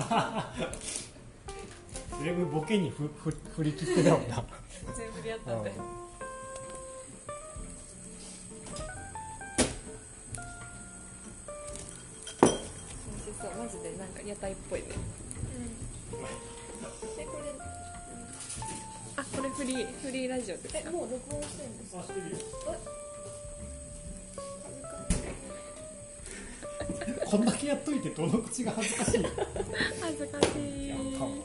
[SPEAKER 1] ばよかった
[SPEAKER 10] 天かすっていう。
[SPEAKER 1] だいぶボケにふふ振り切ってたもん
[SPEAKER 11] [laughs]
[SPEAKER 1] な
[SPEAKER 10] 全部でやったんで。美味しそうマジでなんか屋台っぽいね。
[SPEAKER 11] でこれ
[SPEAKER 10] あ、これフリーフリーラジオです
[SPEAKER 11] えもう録音してるんですか
[SPEAKER 1] こんだけやっといてどの口が恥ずかしい
[SPEAKER 10] 恥ずかしい。
[SPEAKER 1] アン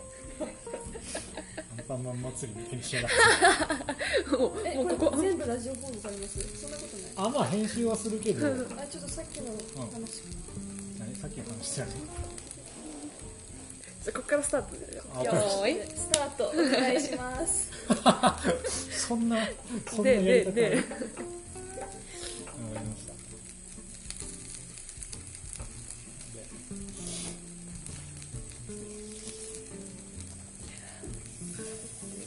[SPEAKER 1] パンマン祭りに編集だ
[SPEAKER 10] も
[SPEAKER 11] え
[SPEAKER 10] うもうこ
[SPEAKER 11] これ
[SPEAKER 10] こ。
[SPEAKER 11] 全部ラジオ放送されますそんなこと
[SPEAKER 1] あまあ編集はするけど
[SPEAKER 11] ないあちょっとさっきの話
[SPEAKER 1] 何さっきの話じゃない
[SPEAKER 10] ここからスタートだよ。
[SPEAKER 1] あ
[SPEAKER 10] よーい。
[SPEAKER 11] スタートお願いします
[SPEAKER 1] そんなそんな
[SPEAKER 10] で
[SPEAKER 1] やり方
[SPEAKER 10] でで。
[SPEAKER 1] うんわかりました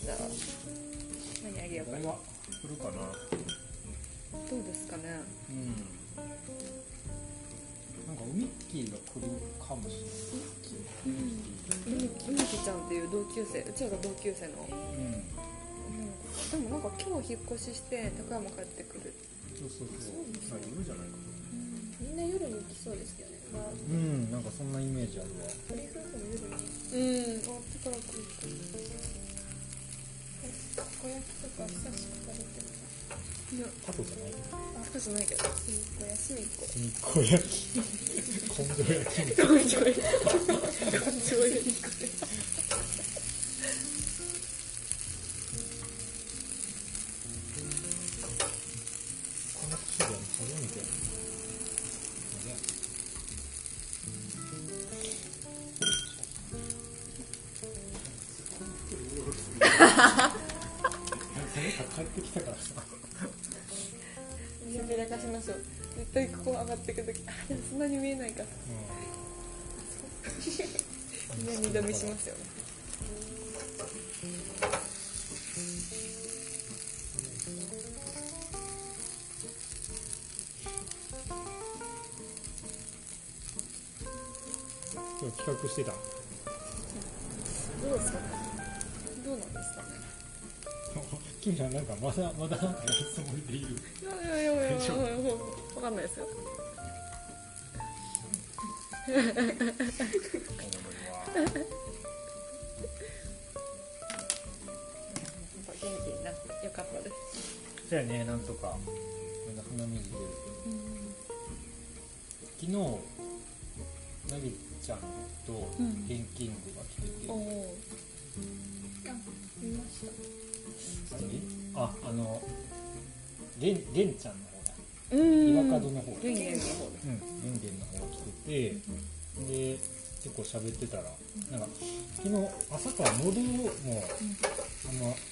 [SPEAKER 10] じゃあ何あげよう
[SPEAKER 1] こ
[SPEAKER 10] か
[SPEAKER 1] れは来るかな
[SPEAKER 10] どうですかね
[SPEAKER 1] うんなんかウミッキーが来るかもし
[SPEAKER 10] ゆみゆみきちゃんっていう同級生うちらが同級生の
[SPEAKER 1] れないうん
[SPEAKER 10] 女の子でもなんか今日引っ越しして高山帰ってくる
[SPEAKER 1] そうそうそうあいるじゃないか
[SPEAKER 11] みんな夜に来そうですけどねまあ
[SPEAKER 1] うんなんかそんなイメージあるわ
[SPEAKER 11] 鳥夫婦も夜に
[SPEAKER 10] うん終わってから来る
[SPEAKER 11] たこ焼きとか久しく食べてます
[SPEAKER 10] いや
[SPEAKER 1] タコじゃない
[SPEAKER 10] あそうじゃないけど
[SPEAKER 11] すみこやすみこ
[SPEAKER 1] みこ焼き根性焼きみたい
[SPEAKER 10] ちょいちょいちょい
[SPEAKER 1] この機械初めて帰ってきたからさ
[SPEAKER 10] 見せびらかしましょう絶対ここ上がってく時あでもそんなに見えないかみんな二度見しますよね
[SPEAKER 1] 今日企画してた
[SPEAKER 10] どうですかねどうなんですかね
[SPEAKER 1] 君らなんかまだまだなんかやるつもりでいる
[SPEAKER 10] いやいやいやいやいやわかんないですよやっぱ元気になってよかったです
[SPEAKER 1] じゃあねなんとかこれが鼻水出るけど昨日なぎちゃんと
[SPEAKER 10] うん
[SPEAKER 1] ペンキングが来てて、
[SPEAKER 10] おお
[SPEAKER 11] 見ました
[SPEAKER 1] 何ああのげんげんちゃんの方だ
[SPEAKER 10] う
[SPEAKER 1] 岩
[SPEAKER 10] ん
[SPEAKER 1] 角の方
[SPEAKER 10] 元気の方で
[SPEAKER 1] うん、レンゲンの方が来てて、で結構喋ってたら、なんか昨日朝から喉もあんま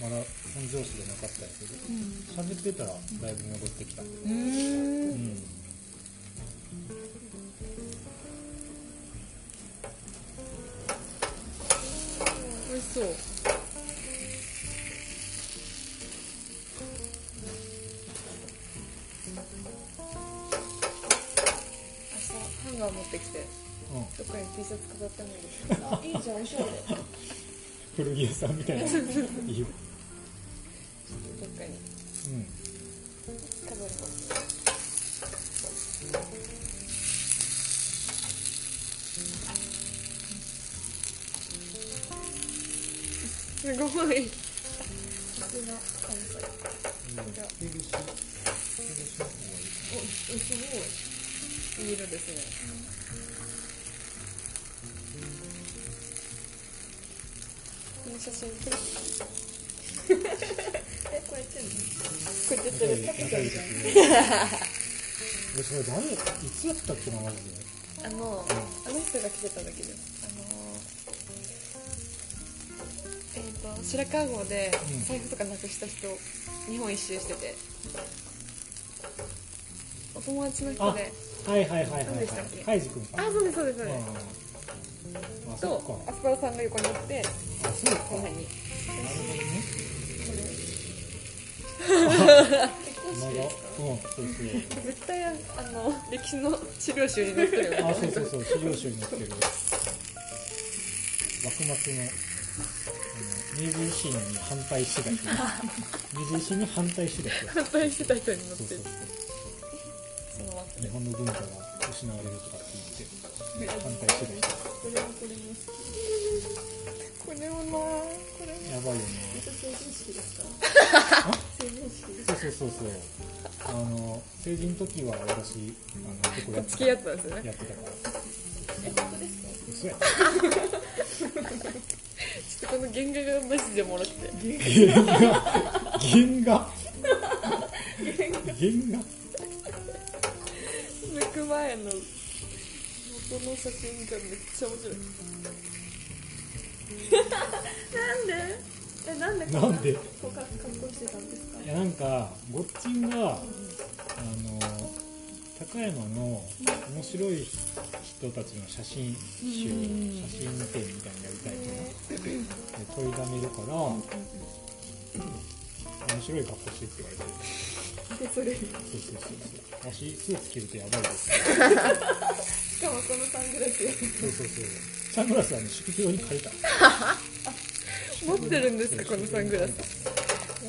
[SPEAKER 1] まだ本調子じゃなかったんですけど、喋ってたらだいぶ戻ってきた。
[SPEAKER 10] うー
[SPEAKER 1] うんん
[SPEAKER 10] 美味しそう明日ハンガー持ってきて
[SPEAKER 1] うん、
[SPEAKER 10] どっかに T シャツ飾ってもいいですか
[SPEAKER 1] [laughs]
[SPEAKER 11] あいいじゃんおしゃれ
[SPEAKER 1] 古着屋さんみたいないいよ、
[SPEAKER 10] どっかに
[SPEAKER 1] うん、
[SPEAKER 10] 飾るかすごい
[SPEAKER 11] さすが関西
[SPEAKER 10] いい色ですね。この写真撮る
[SPEAKER 11] えこれってんの
[SPEAKER 10] これ撮ってる。
[SPEAKER 1] でそれ誰いつやったっけなマジで
[SPEAKER 10] あの、あの人が来てただけです。あのー、えっ、と白川郷で
[SPEAKER 1] うん
[SPEAKER 10] 財布とかなくした人、日本一周してて。お友達の人で。
[SPEAKER 1] はいはいはいはい
[SPEAKER 10] 何でしたっけ
[SPEAKER 1] はいカイジ君か
[SPEAKER 10] あ、そうですそうですそううんです。
[SPEAKER 1] あそっ
[SPEAKER 10] と
[SPEAKER 1] か
[SPEAKER 10] アスパラさんが横におって
[SPEAKER 1] あそうか
[SPEAKER 10] 後輩
[SPEAKER 1] な
[SPEAKER 10] に
[SPEAKER 1] るほどね [laughs]
[SPEAKER 10] 結婚
[SPEAKER 1] 長
[SPEAKER 10] 式です
[SPEAKER 1] うんそ
[SPEAKER 10] か
[SPEAKER 1] うそ
[SPEAKER 10] 絶対あの歴史の資料集に載ってる
[SPEAKER 1] [laughs]
[SPEAKER 10] よね
[SPEAKER 1] うあそうそうそう資料集に載ってる幕末のあの明治維新に反対してた人明治維新に反対してた人
[SPEAKER 10] 反対してた人に載っ
[SPEAKER 1] そう
[SPEAKER 10] て
[SPEAKER 1] そう
[SPEAKER 10] る
[SPEAKER 1] そ
[SPEAKER 10] その枠
[SPEAKER 1] う日本の文化が失われるとかって言って反対してた人
[SPEAKER 10] これもこれも好きこれもなこれも
[SPEAKER 1] やばいよね
[SPEAKER 11] 成人式ですか成人式です
[SPEAKER 1] そうそうそうそうあの成人の時は私あの結構やって
[SPEAKER 10] 付き合ってたんですよね
[SPEAKER 1] やってたから
[SPEAKER 11] え本当ですか
[SPEAKER 1] 嘘や
[SPEAKER 10] ちょっとこの原画がマジでもらって
[SPEAKER 1] 原画原画原画
[SPEAKER 10] 抜く前の元の写真がめっちゃ面白いなんで
[SPEAKER 11] えなんで
[SPEAKER 1] なんで
[SPEAKER 11] こうか格好してたんですか
[SPEAKER 1] いやなんかごっちんがあの高山の面白い人たちの写真集写真展みたいなのやりたいと思って問いだめるから面白い格好してって言われて
[SPEAKER 11] でそれ
[SPEAKER 1] そうそ
[SPEAKER 11] し
[SPEAKER 1] うそうそう足スーツ着るとやばいです
[SPEAKER 11] かもこのサングラス
[SPEAKER 1] そうそうそうサングラスはね宿業に借りた
[SPEAKER 10] 持ってるんですかこのサングラス
[SPEAKER 11] や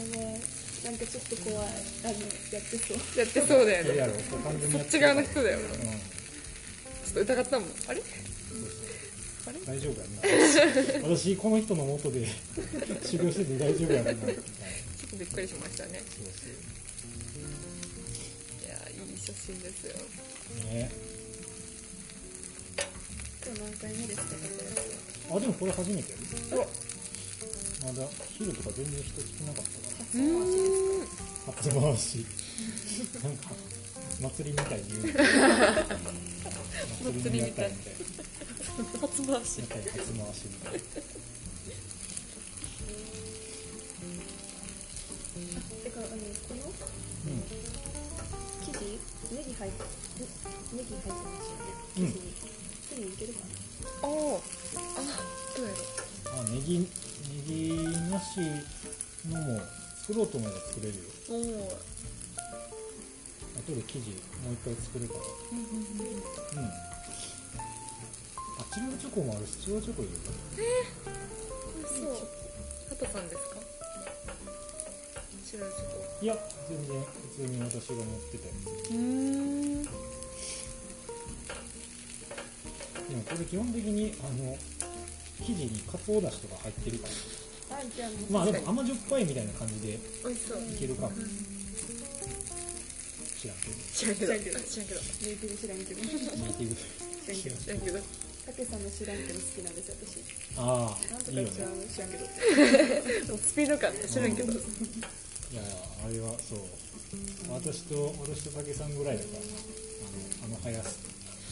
[SPEAKER 11] ばいなんかちょっと怖いあのやってそう
[SPEAKER 10] やってそうだ
[SPEAKER 1] そ
[SPEAKER 10] よ
[SPEAKER 1] れ
[SPEAKER 10] ね
[SPEAKER 1] やろこう完全に
[SPEAKER 10] そ
[SPEAKER 1] や
[SPEAKER 10] ってち
[SPEAKER 1] る
[SPEAKER 10] 側の人だよね
[SPEAKER 1] うん
[SPEAKER 10] ちょっと疑ったもんあれ
[SPEAKER 1] 大丈夫やん [laughs] な私この人の元で [laughs] 修行してて大丈夫やんなみたいな
[SPEAKER 10] ちょっとびっくりしましたね
[SPEAKER 1] そうそ
[SPEAKER 10] いやーいい写真ですよ
[SPEAKER 1] うね
[SPEAKER 11] 今日何回目ですかこれ
[SPEAKER 1] あでもこれ初めてやるまだ昼とか全然人少なかった
[SPEAKER 10] うーん
[SPEAKER 1] から後回しなんか [laughs] 祭りみたいに言う祭りに屋台みたいな
[SPEAKER 10] 初回し
[SPEAKER 1] やっぱり初回しみたいな
[SPEAKER 11] てかあのこの生地ネギ入ってネギ入ってますよね生地に、一人いけるかな
[SPEAKER 10] あああどうやろ
[SPEAKER 1] あネギネギなしのも作ろうと思えば作れるよ
[SPEAKER 10] うもう
[SPEAKER 1] 後で生地もう一回作るからうんあチロルチョコもあるしチロルチョコいるよ
[SPEAKER 10] そう畑さんですか白いチョコ
[SPEAKER 1] いや全然普通に私が持ってたや
[SPEAKER 10] うーん
[SPEAKER 1] つでもこれ基本的にあの生地にかつおだしとか入ってるから
[SPEAKER 11] あじゃあもう
[SPEAKER 1] まあでも甘じょっぱいみたいな感じでい
[SPEAKER 10] 美味しそう
[SPEAKER 1] けるかも知らんけ
[SPEAKER 10] 知らんけど知らんけど
[SPEAKER 11] ネイティブ知らんけど
[SPEAKER 1] どネイティブ
[SPEAKER 11] 知らんけど
[SPEAKER 10] 知らんけど
[SPEAKER 11] たけさんの知らんけど好きなんです私
[SPEAKER 1] あ
[SPEAKER 11] なん
[SPEAKER 1] あ
[SPEAKER 11] とか
[SPEAKER 1] いいよね
[SPEAKER 11] 知らん知らんけど
[SPEAKER 10] でもスピード感ね知らんけど
[SPEAKER 1] いやあれはそう私と私と武さんぐらいだからあのあの速さ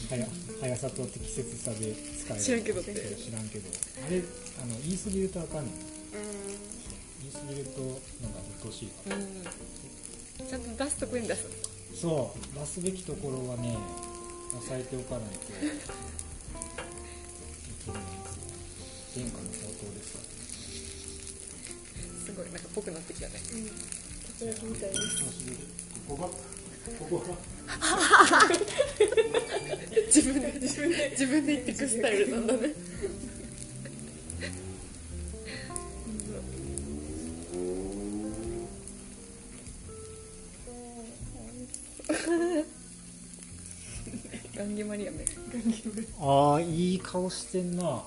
[SPEAKER 1] 速速さと適切さで使える
[SPEAKER 10] 知らんけどって
[SPEAKER 1] 知らんけどあれあの言い過ぎるとあかんねん言い過ぎるとなんか鬱陶しいから
[SPEAKER 10] うんちゃんと出すとこに出す
[SPEAKER 1] そう出すべきところはね押さえておか
[SPEAKER 10] [laughs]
[SPEAKER 1] ないといけないですよ天下の宝刀ですから
[SPEAKER 10] すごいなんかぽくなってきたね
[SPEAKER 11] それみたいに
[SPEAKER 1] ここがここが
[SPEAKER 10] 自分で自分で自分で言ってくスタイルなんだねガンギマリアメ
[SPEAKER 1] ああいい顔してんな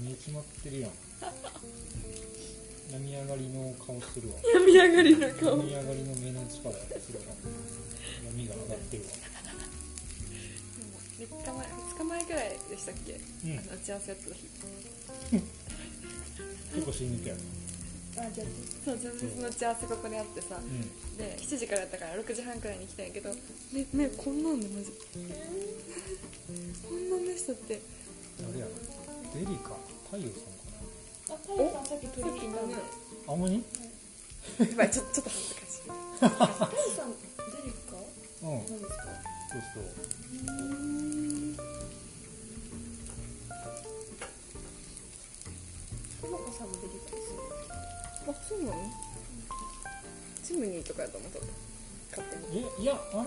[SPEAKER 1] 見え決まってるやん病み上がりの顔してるわ
[SPEAKER 10] 病み上がりの顔
[SPEAKER 1] 病み上がりの目の力やそれは闇が上がってるわ
[SPEAKER 10] 3日前2日前ぐらいでしたっけ、
[SPEAKER 1] うん
[SPEAKER 10] あの打ち合わせやった日
[SPEAKER 1] 結構死んでたよな
[SPEAKER 11] あじゃあ
[SPEAKER 10] そう前日の打ち合わせここであってさ、
[SPEAKER 1] うん
[SPEAKER 10] で7時からやったから6時半くらいに来たんやけどねねこんなんでマジこんなんでしたって
[SPEAKER 1] あれやろデリカ太陽さんか
[SPEAKER 11] あ太陽さんさっき取り切ったんで
[SPEAKER 1] なあんまに
[SPEAKER 10] やばいちょちょっと恥ずかしい
[SPEAKER 11] 太陽さんデリカ
[SPEAKER 1] うん
[SPEAKER 11] なんですか
[SPEAKER 1] そうそう。
[SPEAKER 10] の子さんもできたりするあそうなのチムニーとかやと思った勝手に
[SPEAKER 1] えいやあれは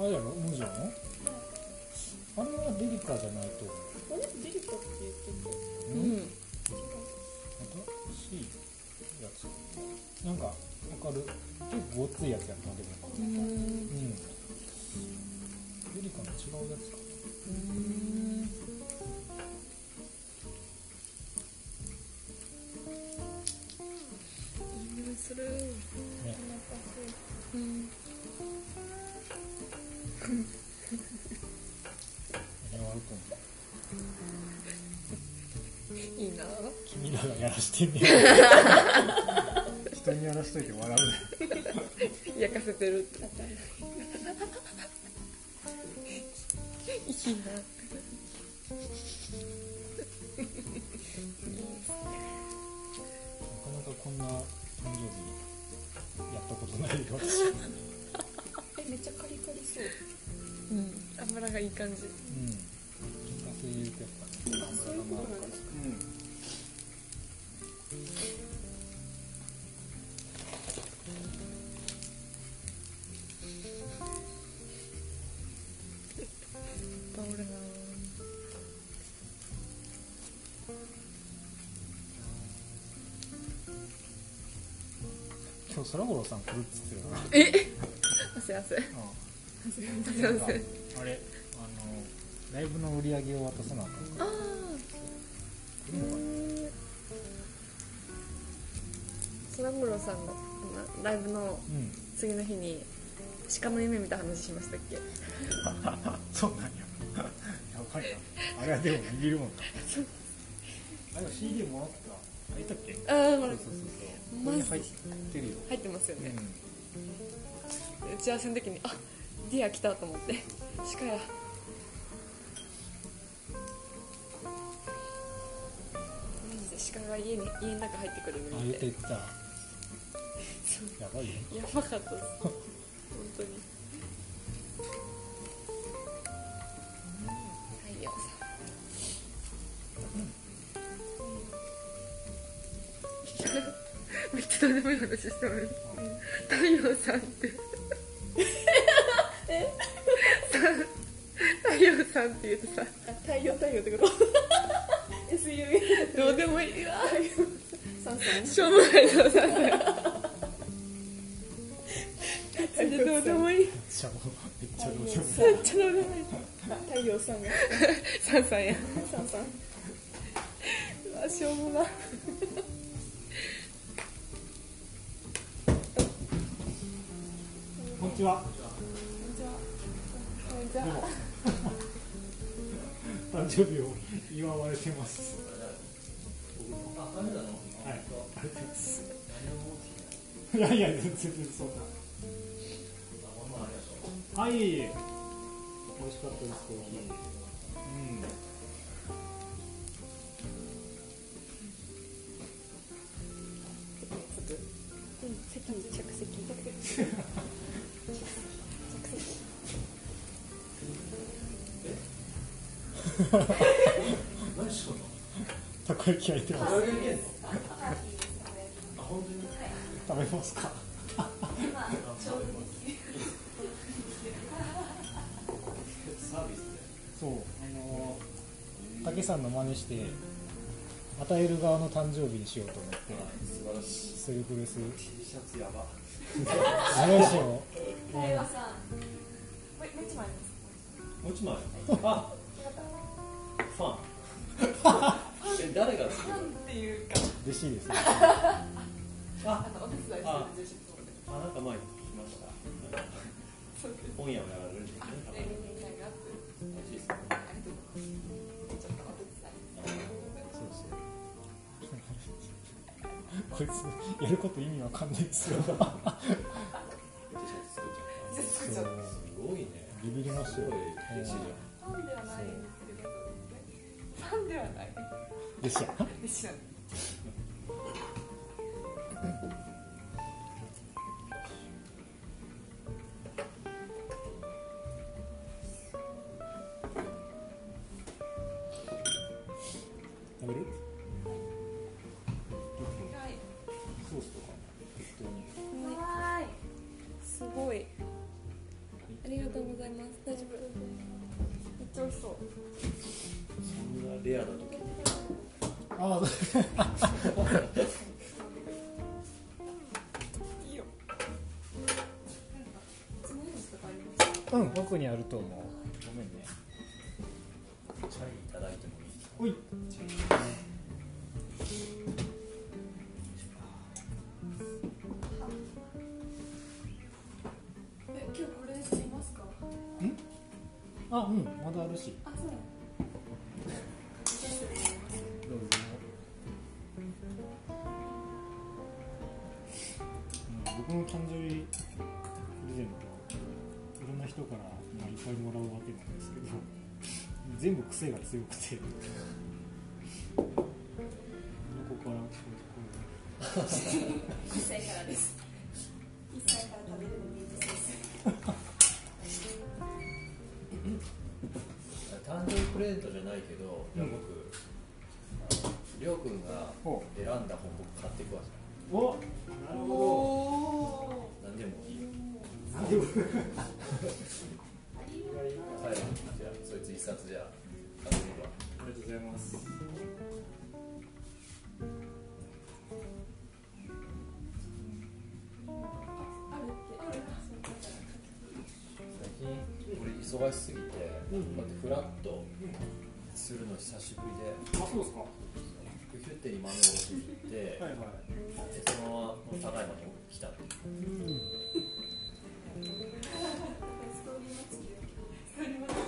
[SPEAKER 1] あれやろ無地なのあれはデリカじゃないと思う
[SPEAKER 10] あれデリカって言ってて
[SPEAKER 1] う
[SPEAKER 10] うんん、
[SPEAKER 1] 新しいやつなんかわかる結構ごっついやつやったでも
[SPEAKER 10] うん
[SPEAKER 1] うんデリカの違うやつか
[SPEAKER 10] いい匂いする
[SPEAKER 1] ね
[SPEAKER 10] うん
[SPEAKER 1] 何を悪くん
[SPEAKER 10] いいな
[SPEAKER 1] 君らがやらしてみる人にやらしといて笑うね
[SPEAKER 10] 焼かせてるっていいな
[SPEAKER 1] なかなかこんな誕生日やったことないよ私
[SPEAKER 10] えめっちゃカリカリそううん油がいい感じ
[SPEAKER 1] うん金華製ってやつかね
[SPEAKER 10] そういうことなんですか倒れな
[SPEAKER 1] 今日空五郎さん来るっつってたよな
[SPEAKER 10] 汗汗汗
[SPEAKER 1] なんか
[SPEAKER 10] 汗
[SPEAKER 1] あれあのライブの売り上げを渡さなあかんから
[SPEAKER 10] ああ
[SPEAKER 1] 来るのかな
[SPEAKER 10] 空五郎さんのあのライブの
[SPEAKER 1] うん
[SPEAKER 10] 次の日に鹿の夢見た話しましたっけ
[SPEAKER 1] そうなんややばいなあれはでも握るもんなあれは CD もらったあいたっけそう
[SPEAKER 10] ああほら
[SPEAKER 1] そうそうこ
[SPEAKER 10] マ
[SPEAKER 1] こに
[SPEAKER 10] ジ
[SPEAKER 1] 入ってるよ
[SPEAKER 10] 入ってますよ
[SPEAKER 1] う
[SPEAKER 10] ね
[SPEAKER 1] ん、
[SPEAKER 10] 打ち合わせの時にあディア来たと思って鹿やマジで鹿が家に家の中入ってくる
[SPEAKER 1] あ
[SPEAKER 10] の
[SPEAKER 1] 言
[SPEAKER 10] 見
[SPEAKER 1] って
[SPEAKER 10] て
[SPEAKER 1] 言ったやばいよ
[SPEAKER 10] やばかったです本当に太陽さんめっちゃどうでもいい話してもいい太陽さんってさ太陽さんって言うとさ太陽太陽ってこと SUV どうでもいいわしょうもないの [laughs] さあれどうでもいい
[SPEAKER 1] めっちゃめっちゃどうしよ
[SPEAKER 10] めっちゃどうでもいい
[SPEAKER 11] 太陽さんが
[SPEAKER 10] サンさんや
[SPEAKER 11] さんさん
[SPEAKER 10] うわしょうもな
[SPEAKER 1] うこんにちはこんにちは誕生日を祝われてます
[SPEAKER 8] あ、ダメなの
[SPEAKER 1] はいありがとうございますいやいや全然そんなはい美味しかったですコーヒーうん
[SPEAKER 10] 席に着席
[SPEAKER 8] 何しようの
[SPEAKER 1] たこ焼き焼いてます
[SPEAKER 8] どういう意見あ、本当に
[SPEAKER 1] 食べますか
[SPEAKER 8] サービスで
[SPEAKER 1] そうあのたけさんの真似して与える側の誕生日にしようと思って
[SPEAKER 8] 素晴らしい
[SPEAKER 1] セルフレス
[SPEAKER 8] T シャツやば
[SPEAKER 1] あれをしよ
[SPEAKER 11] 太陽さんもうもう一枚あります
[SPEAKER 8] もう一枚あ、ファンえ、誰が作る
[SPEAKER 11] なんていうか
[SPEAKER 1] う嬉しいですね
[SPEAKER 11] あのお手伝いしてる女子とかで
[SPEAKER 8] あ、なんか前に聞きました
[SPEAKER 11] そうです
[SPEAKER 8] 本屋をやられるんですね
[SPEAKER 11] あ、で、みんながあって
[SPEAKER 8] 美味しいですね
[SPEAKER 11] ありがとうございますちょっ
[SPEAKER 1] そう
[SPEAKER 11] とお手伝い
[SPEAKER 1] そうこいつやること意味わかんないですよ
[SPEAKER 8] T シャツ作っちゃ
[SPEAKER 11] じゃあ作っち
[SPEAKER 1] そ
[SPEAKER 11] ゃ
[SPEAKER 1] う
[SPEAKER 11] う
[SPEAKER 8] ったすごいね
[SPEAKER 1] ビビりまし
[SPEAKER 8] す
[SPEAKER 1] た
[SPEAKER 8] ごい
[SPEAKER 1] よ
[SPEAKER 8] 嬉しいじ
[SPEAKER 11] ファンではないんですけどファンではない
[SPEAKER 1] でした
[SPEAKER 11] でしょ
[SPEAKER 1] 食べる
[SPEAKER 11] 食べます。
[SPEAKER 1] ああそう
[SPEAKER 11] いいよ
[SPEAKER 10] つもりですとかありますか
[SPEAKER 1] うん奥にあると思う
[SPEAKER 8] ごめんねチャイいただいてもいい
[SPEAKER 1] おい
[SPEAKER 10] え今日これいますか
[SPEAKER 1] あうんまだあるし
[SPEAKER 10] あそう
[SPEAKER 1] どうぞうん僕の誕生日プレゼントいろんな人から、まあ、いっぱいもらうわけなんですけど全部癖が強くてどこからこう
[SPEAKER 10] 1歳からです1歳から食べるのミントソース
[SPEAKER 8] 誕生日プレゼントじゃないけど、じゃあ僕あのりょうくんが選んだ本僕買っていくわじゃ
[SPEAKER 1] お
[SPEAKER 10] お
[SPEAKER 8] ん何でもいいよ
[SPEAKER 10] ありがとう
[SPEAKER 8] はいじゃあそいつ一冊じゃあ買っていくわ
[SPEAKER 1] ありがとうございます
[SPEAKER 8] 最
[SPEAKER 10] あるってあるそうだから
[SPEAKER 8] 近俺忙しすぎて、こうやってフラッとするの久しぶりで
[SPEAKER 1] あそうですか
[SPEAKER 8] 副ヒュッテに豆を置いて、
[SPEAKER 1] はいはい
[SPEAKER 8] でそのままこの高山に来たっていう
[SPEAKER 10] ストーリーマッチで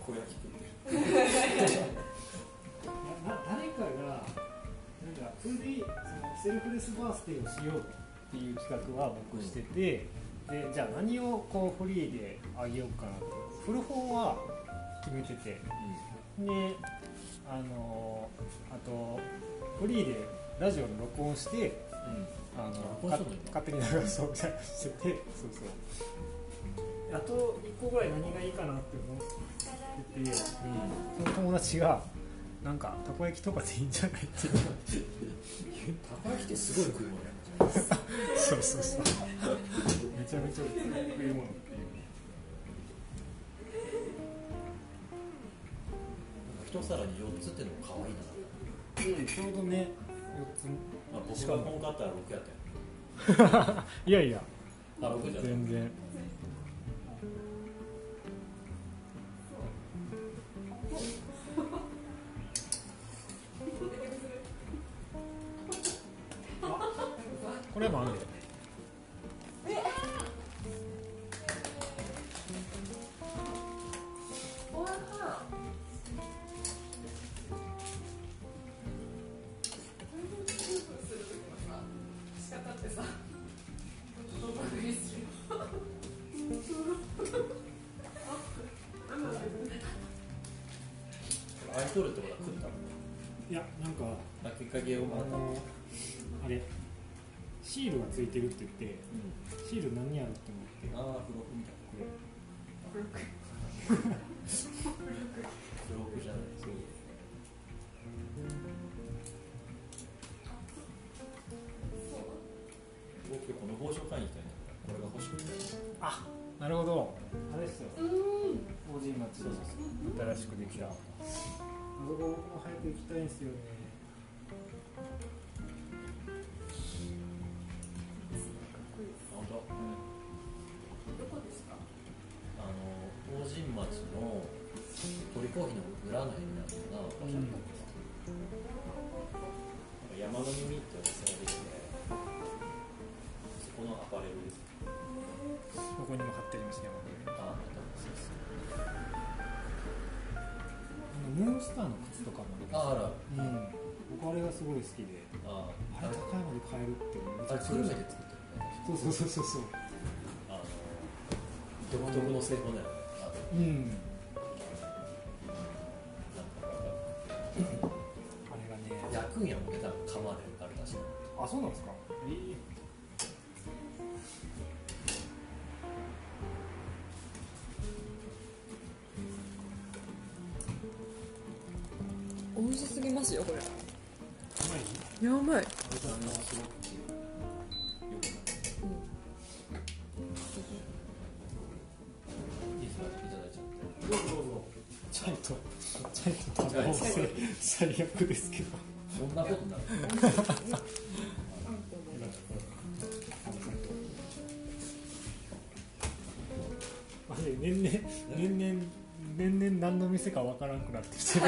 [SPEAKER 8] 小焼き食って
[SPEAKER 1] な誰かがなんかそれでそのセルフレスバースデーをしようっていう企画は僕してて、でじゃあ何をこうフリーであげようかなとフル本は決めててであのーあとフリーでラジオの録音して
[SPEAKER 8] うん、うん
[SPEAKER 1] あ
[SPEAKER 8] 録
[SPEAKER 1] の
[SPEAKER 8] 音
[SPEAKER 1] か
[SPEAKER 8] するの
[SPEAKER 1] 勝手に流そうみたいなのしててそうそうあと1個ぐらい何がいいかなって思ってて、その友達がなんかたこ焼きとかでいいんじゃないっていう
[SPEAKER 8] たこ焼きってすごい食い物やん
[SPEAKER 1] [laughs] そうそうそう。めちゃめちゃ食い物っていう。
[SPEAKER 8] 一皿に4つってのも可愛いな、
[SPEAKER 1] ちょうどね、
[SPEAKER 8] まあ、僕が本買ったら6やったよ
[SPEAKER 1] いやいや、
[SPEAKER 8] あ6じゃない
[SPEAKER 1] 全然。これもあるんだよね。
[SPEAKER 10] おわは
[SPEAKER 15] 仕方ってさ
[SPEAKER 8] アイドルってことは食ったの
[SPEAKER 1] いや、なんか、
[SPEAKER 8] あきっかけを
[SPEAKER 1] あ
[SPEAKER 8] もらったの
[SPEAKER 1] の、あれ、シールがついてるって言って、シール何やるって思って、
[SPEAKER 8] ああ付録みたいな
[SPEAKER 1] これ。
[SPEAKER 8] [laughs] 付録じゃないそう僕この報奨会に来たよねこれが欲しくて
[SPEAKER 1] なるほど。あれですよ。法人町
[SPEAKER 8] そうそうそう
[SPEAKER 1] 新しくできた。あそこ僕も早く行きたいんですよね。
[SPEAKER 8] 本当、
[SPEAKER 10] どこですか
[SPEAKER 8] あの大神町の鳥コーヒーの裏の辺になるかな場所だったのかななんか山の耳ってお店ができてそこのアパレルです
[SPEAKER 1] ここにも貼ってありますね。
[SPEAKER 8] ああそうそう
[SPEAKER 1] あのムーンスターの靴とかもあります
[SPEAKER 8] ああら
[SPEAKER 1] うん、僕あれがすごい好きで
[SPEAKER 8] あ
[SPEAKER 1] あれ高山で買えるってめ
[SPEAKER 8] ああれ久留米で作ってるね
[SPEAKER 1] そうそうそうそうそう
[SPEAKER 8] あの独特の製法だよねあの
[SPEAKER 1] うん
[SPEAKER 8] なん
[SPEAKER 1] あれが
[SPEAKER 8] か
[SPEAKER 1] ね
[SPEAKER 8] 焼くんやもね多分釜であるらしい
[SPEAKER 1] あそうなんですかええ
[SPEAKER 11] 美味しすぎますよこれ
[SPEAKER 1] うまい
[SPEAKER 11] やば
[SPEAKER 8] あ
[SPEAKER 11] い
[SPEAKER 8] のすごくよくなっていいですかいた
[SPEAKER 1] ちゃんとちゃんと食べ
[SPEAKER 8] だいちゃってはい
[SPEAKER 1] それ最悪ですけど
[SPEAKER 8] そんなことない
[SPEAKER 1] あれ年々年々年々何の店かわからんくなってきてる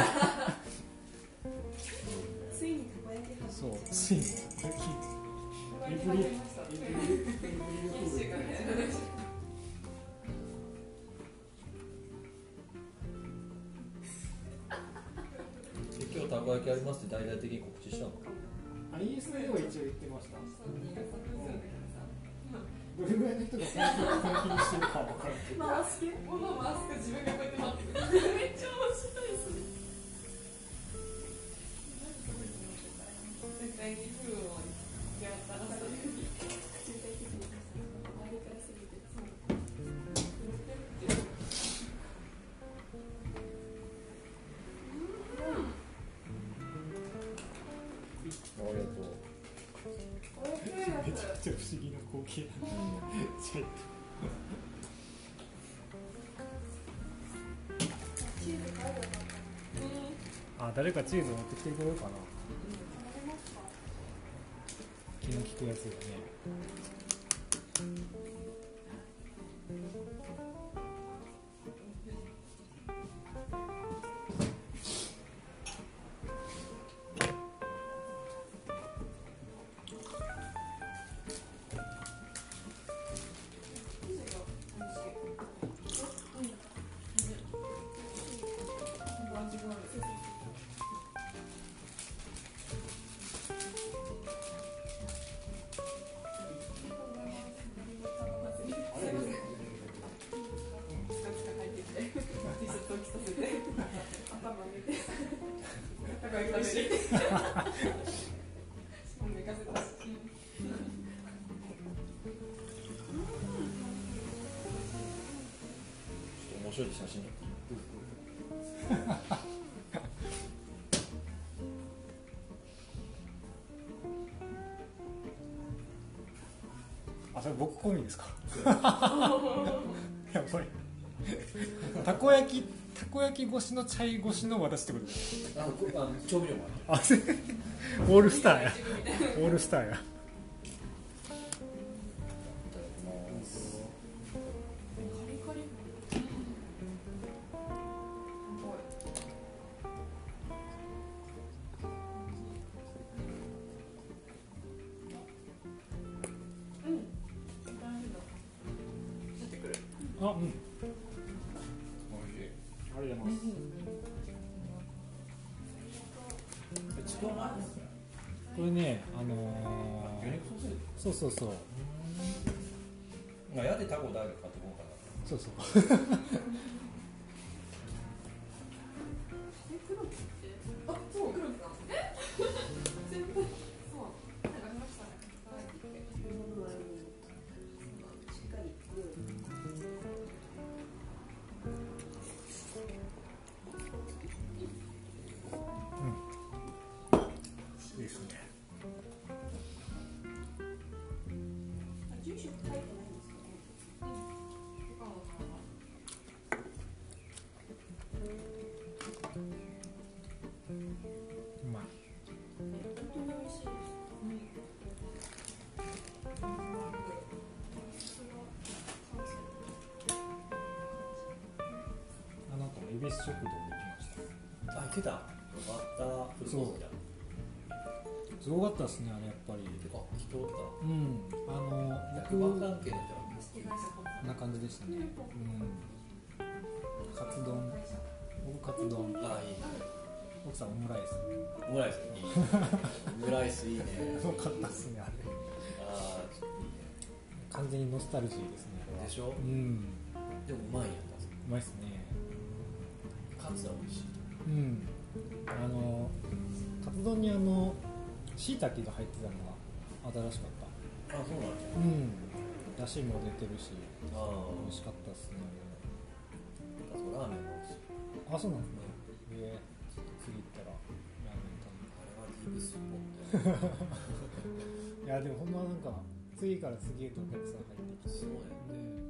[SPEAKER 10] ついに輝き始
[SPEAKER 1] そう
[SPEAKER 10] めた
[SPEAKER 1] ついに
[SPEAKER 10] エブリエブリ
[SPEAKER 8] え今日たこ焼きありますって大々的に告知したの
[SPEAKER 16] あインスタでは一応言ってました
[SPEAKER 1] どれぐらいの人がその気にしてるかわからんけど
[SPEAKER 10] 回す系物を回すか自分がこうやって回ってくるめっちゃ面白いそれ絶対にフーをやったらそういうふうに絶対的に周りからすぎてそう
[SPEAKER 8] ありがとう
[SPEAKER 1] めちゃくちゃ不思議な光景だねちょっと
[SPEAKER 10] チーズ買えばよかった
[SPEAKER 17] あ誰かチーズ持ってきてくれるかな
[SPEAKER 10] 食べますか
[SPEAKER 17] 気の利くやつがね
[SPEAKER 8] ちょっと面白い写真
[SPEAKER 1] あそれ僕込み
[SPEAKER 8] [laughs]
[SPEAKER 1] ですかやばいたこ焼きたこ焼き越しのチャイ越しの私ってことです
[SPEAKER 8] あこあの調味料も
[SPEAKER 1] あせオールスターや [laughs] オールスターや
[SPEAKER 8] いただきます
[SPEAKER 1] あうん
[SPEAKER 8] 美味
[SPEAKER 1] ありがとうございます
[SPEAKER 8] しいちくわもあるんですね
[SPEAKER 1] これねあの
[SPEAKER 8] 魚肉ソーセージ
[SPEAKER 1] ーそうそうそう
[SPEAKER 8] まあやでタコ誰か買ってこうかな
[SPEAKER 1] そうそう
[SPEAKER 10] あ、そう、黒木さん。え、先輩。そう。なんかありましたね。はい。
[SPEAKER 1] いいですね
[SPEAKER 10] 住所書いてないんですかね。
[SPEAKER 1] うまい
[SPEAKER 10] 本当に美味しいです。
[SPEAKER 1] あなたも恵比寿食堂で来まし
[SPEAKER 8] あ、行けた。よかった。フルコースじゃん。
[SPEAKER 1] たすごかったですねあれやっぱり
[SPEAKER 8] てか、人おっ
[SPEAKER 1] うんあの
[SPEAKER 8] た。
[SPEAKER 1] 僕
[SPEAKER 8] 役場関係の人なんです。
[SPEAKER 1] こんな感じでしたねうんカツ丼僕カツ丼
[SPEAKER 8] あ、いいね。
[SPEAKER 1] 奥さんオムライス
[SPEAKER 8] オムライス。いいね。オムライスいいね。
[SPEAKER 1] よかったっすねあれ
[SPEAKER 8] あー、ちょっといい
[SPEAKER 1] 完全にノスタルジーですねあれは
[SPEAKER 8] ね。でしょ
[SPEAKER 1] う。ん
[SPEAKER 8] でも、うまいやん。
[SPEAKER 1] うまいっすね
[SPEAKER 8] カツは美味しい。
[SPEAKER 1] うんあのカツ丼にあのしいたけが入ってたのが新しかっ
[SPEAKER 8] あ、そうなん
[SPEAKER 1] た
[SPEAKER 8] だ。
[SPEAKER 1] うんだしも出てるし
[SPEAKER 8] あー
[SPEAKER 1] 美味しかったっすねあ
[SPEAKER 8] あとラーメンも美味し
[SPEAKER 1] れ
[SPEAKER 8] い。
[SPEAKER 1] あそうなんですねえちょっと次行 [laughs] ったらラーメン食べ
[SPEAKER 8] あれ
[SPEAKER 1] いや
[SPEAKER 8] はギブスポット。
[SPEAKER 1] でもほんまなんか次から次へとお客さん入ってきて
[SPEAKER 8] そうやね。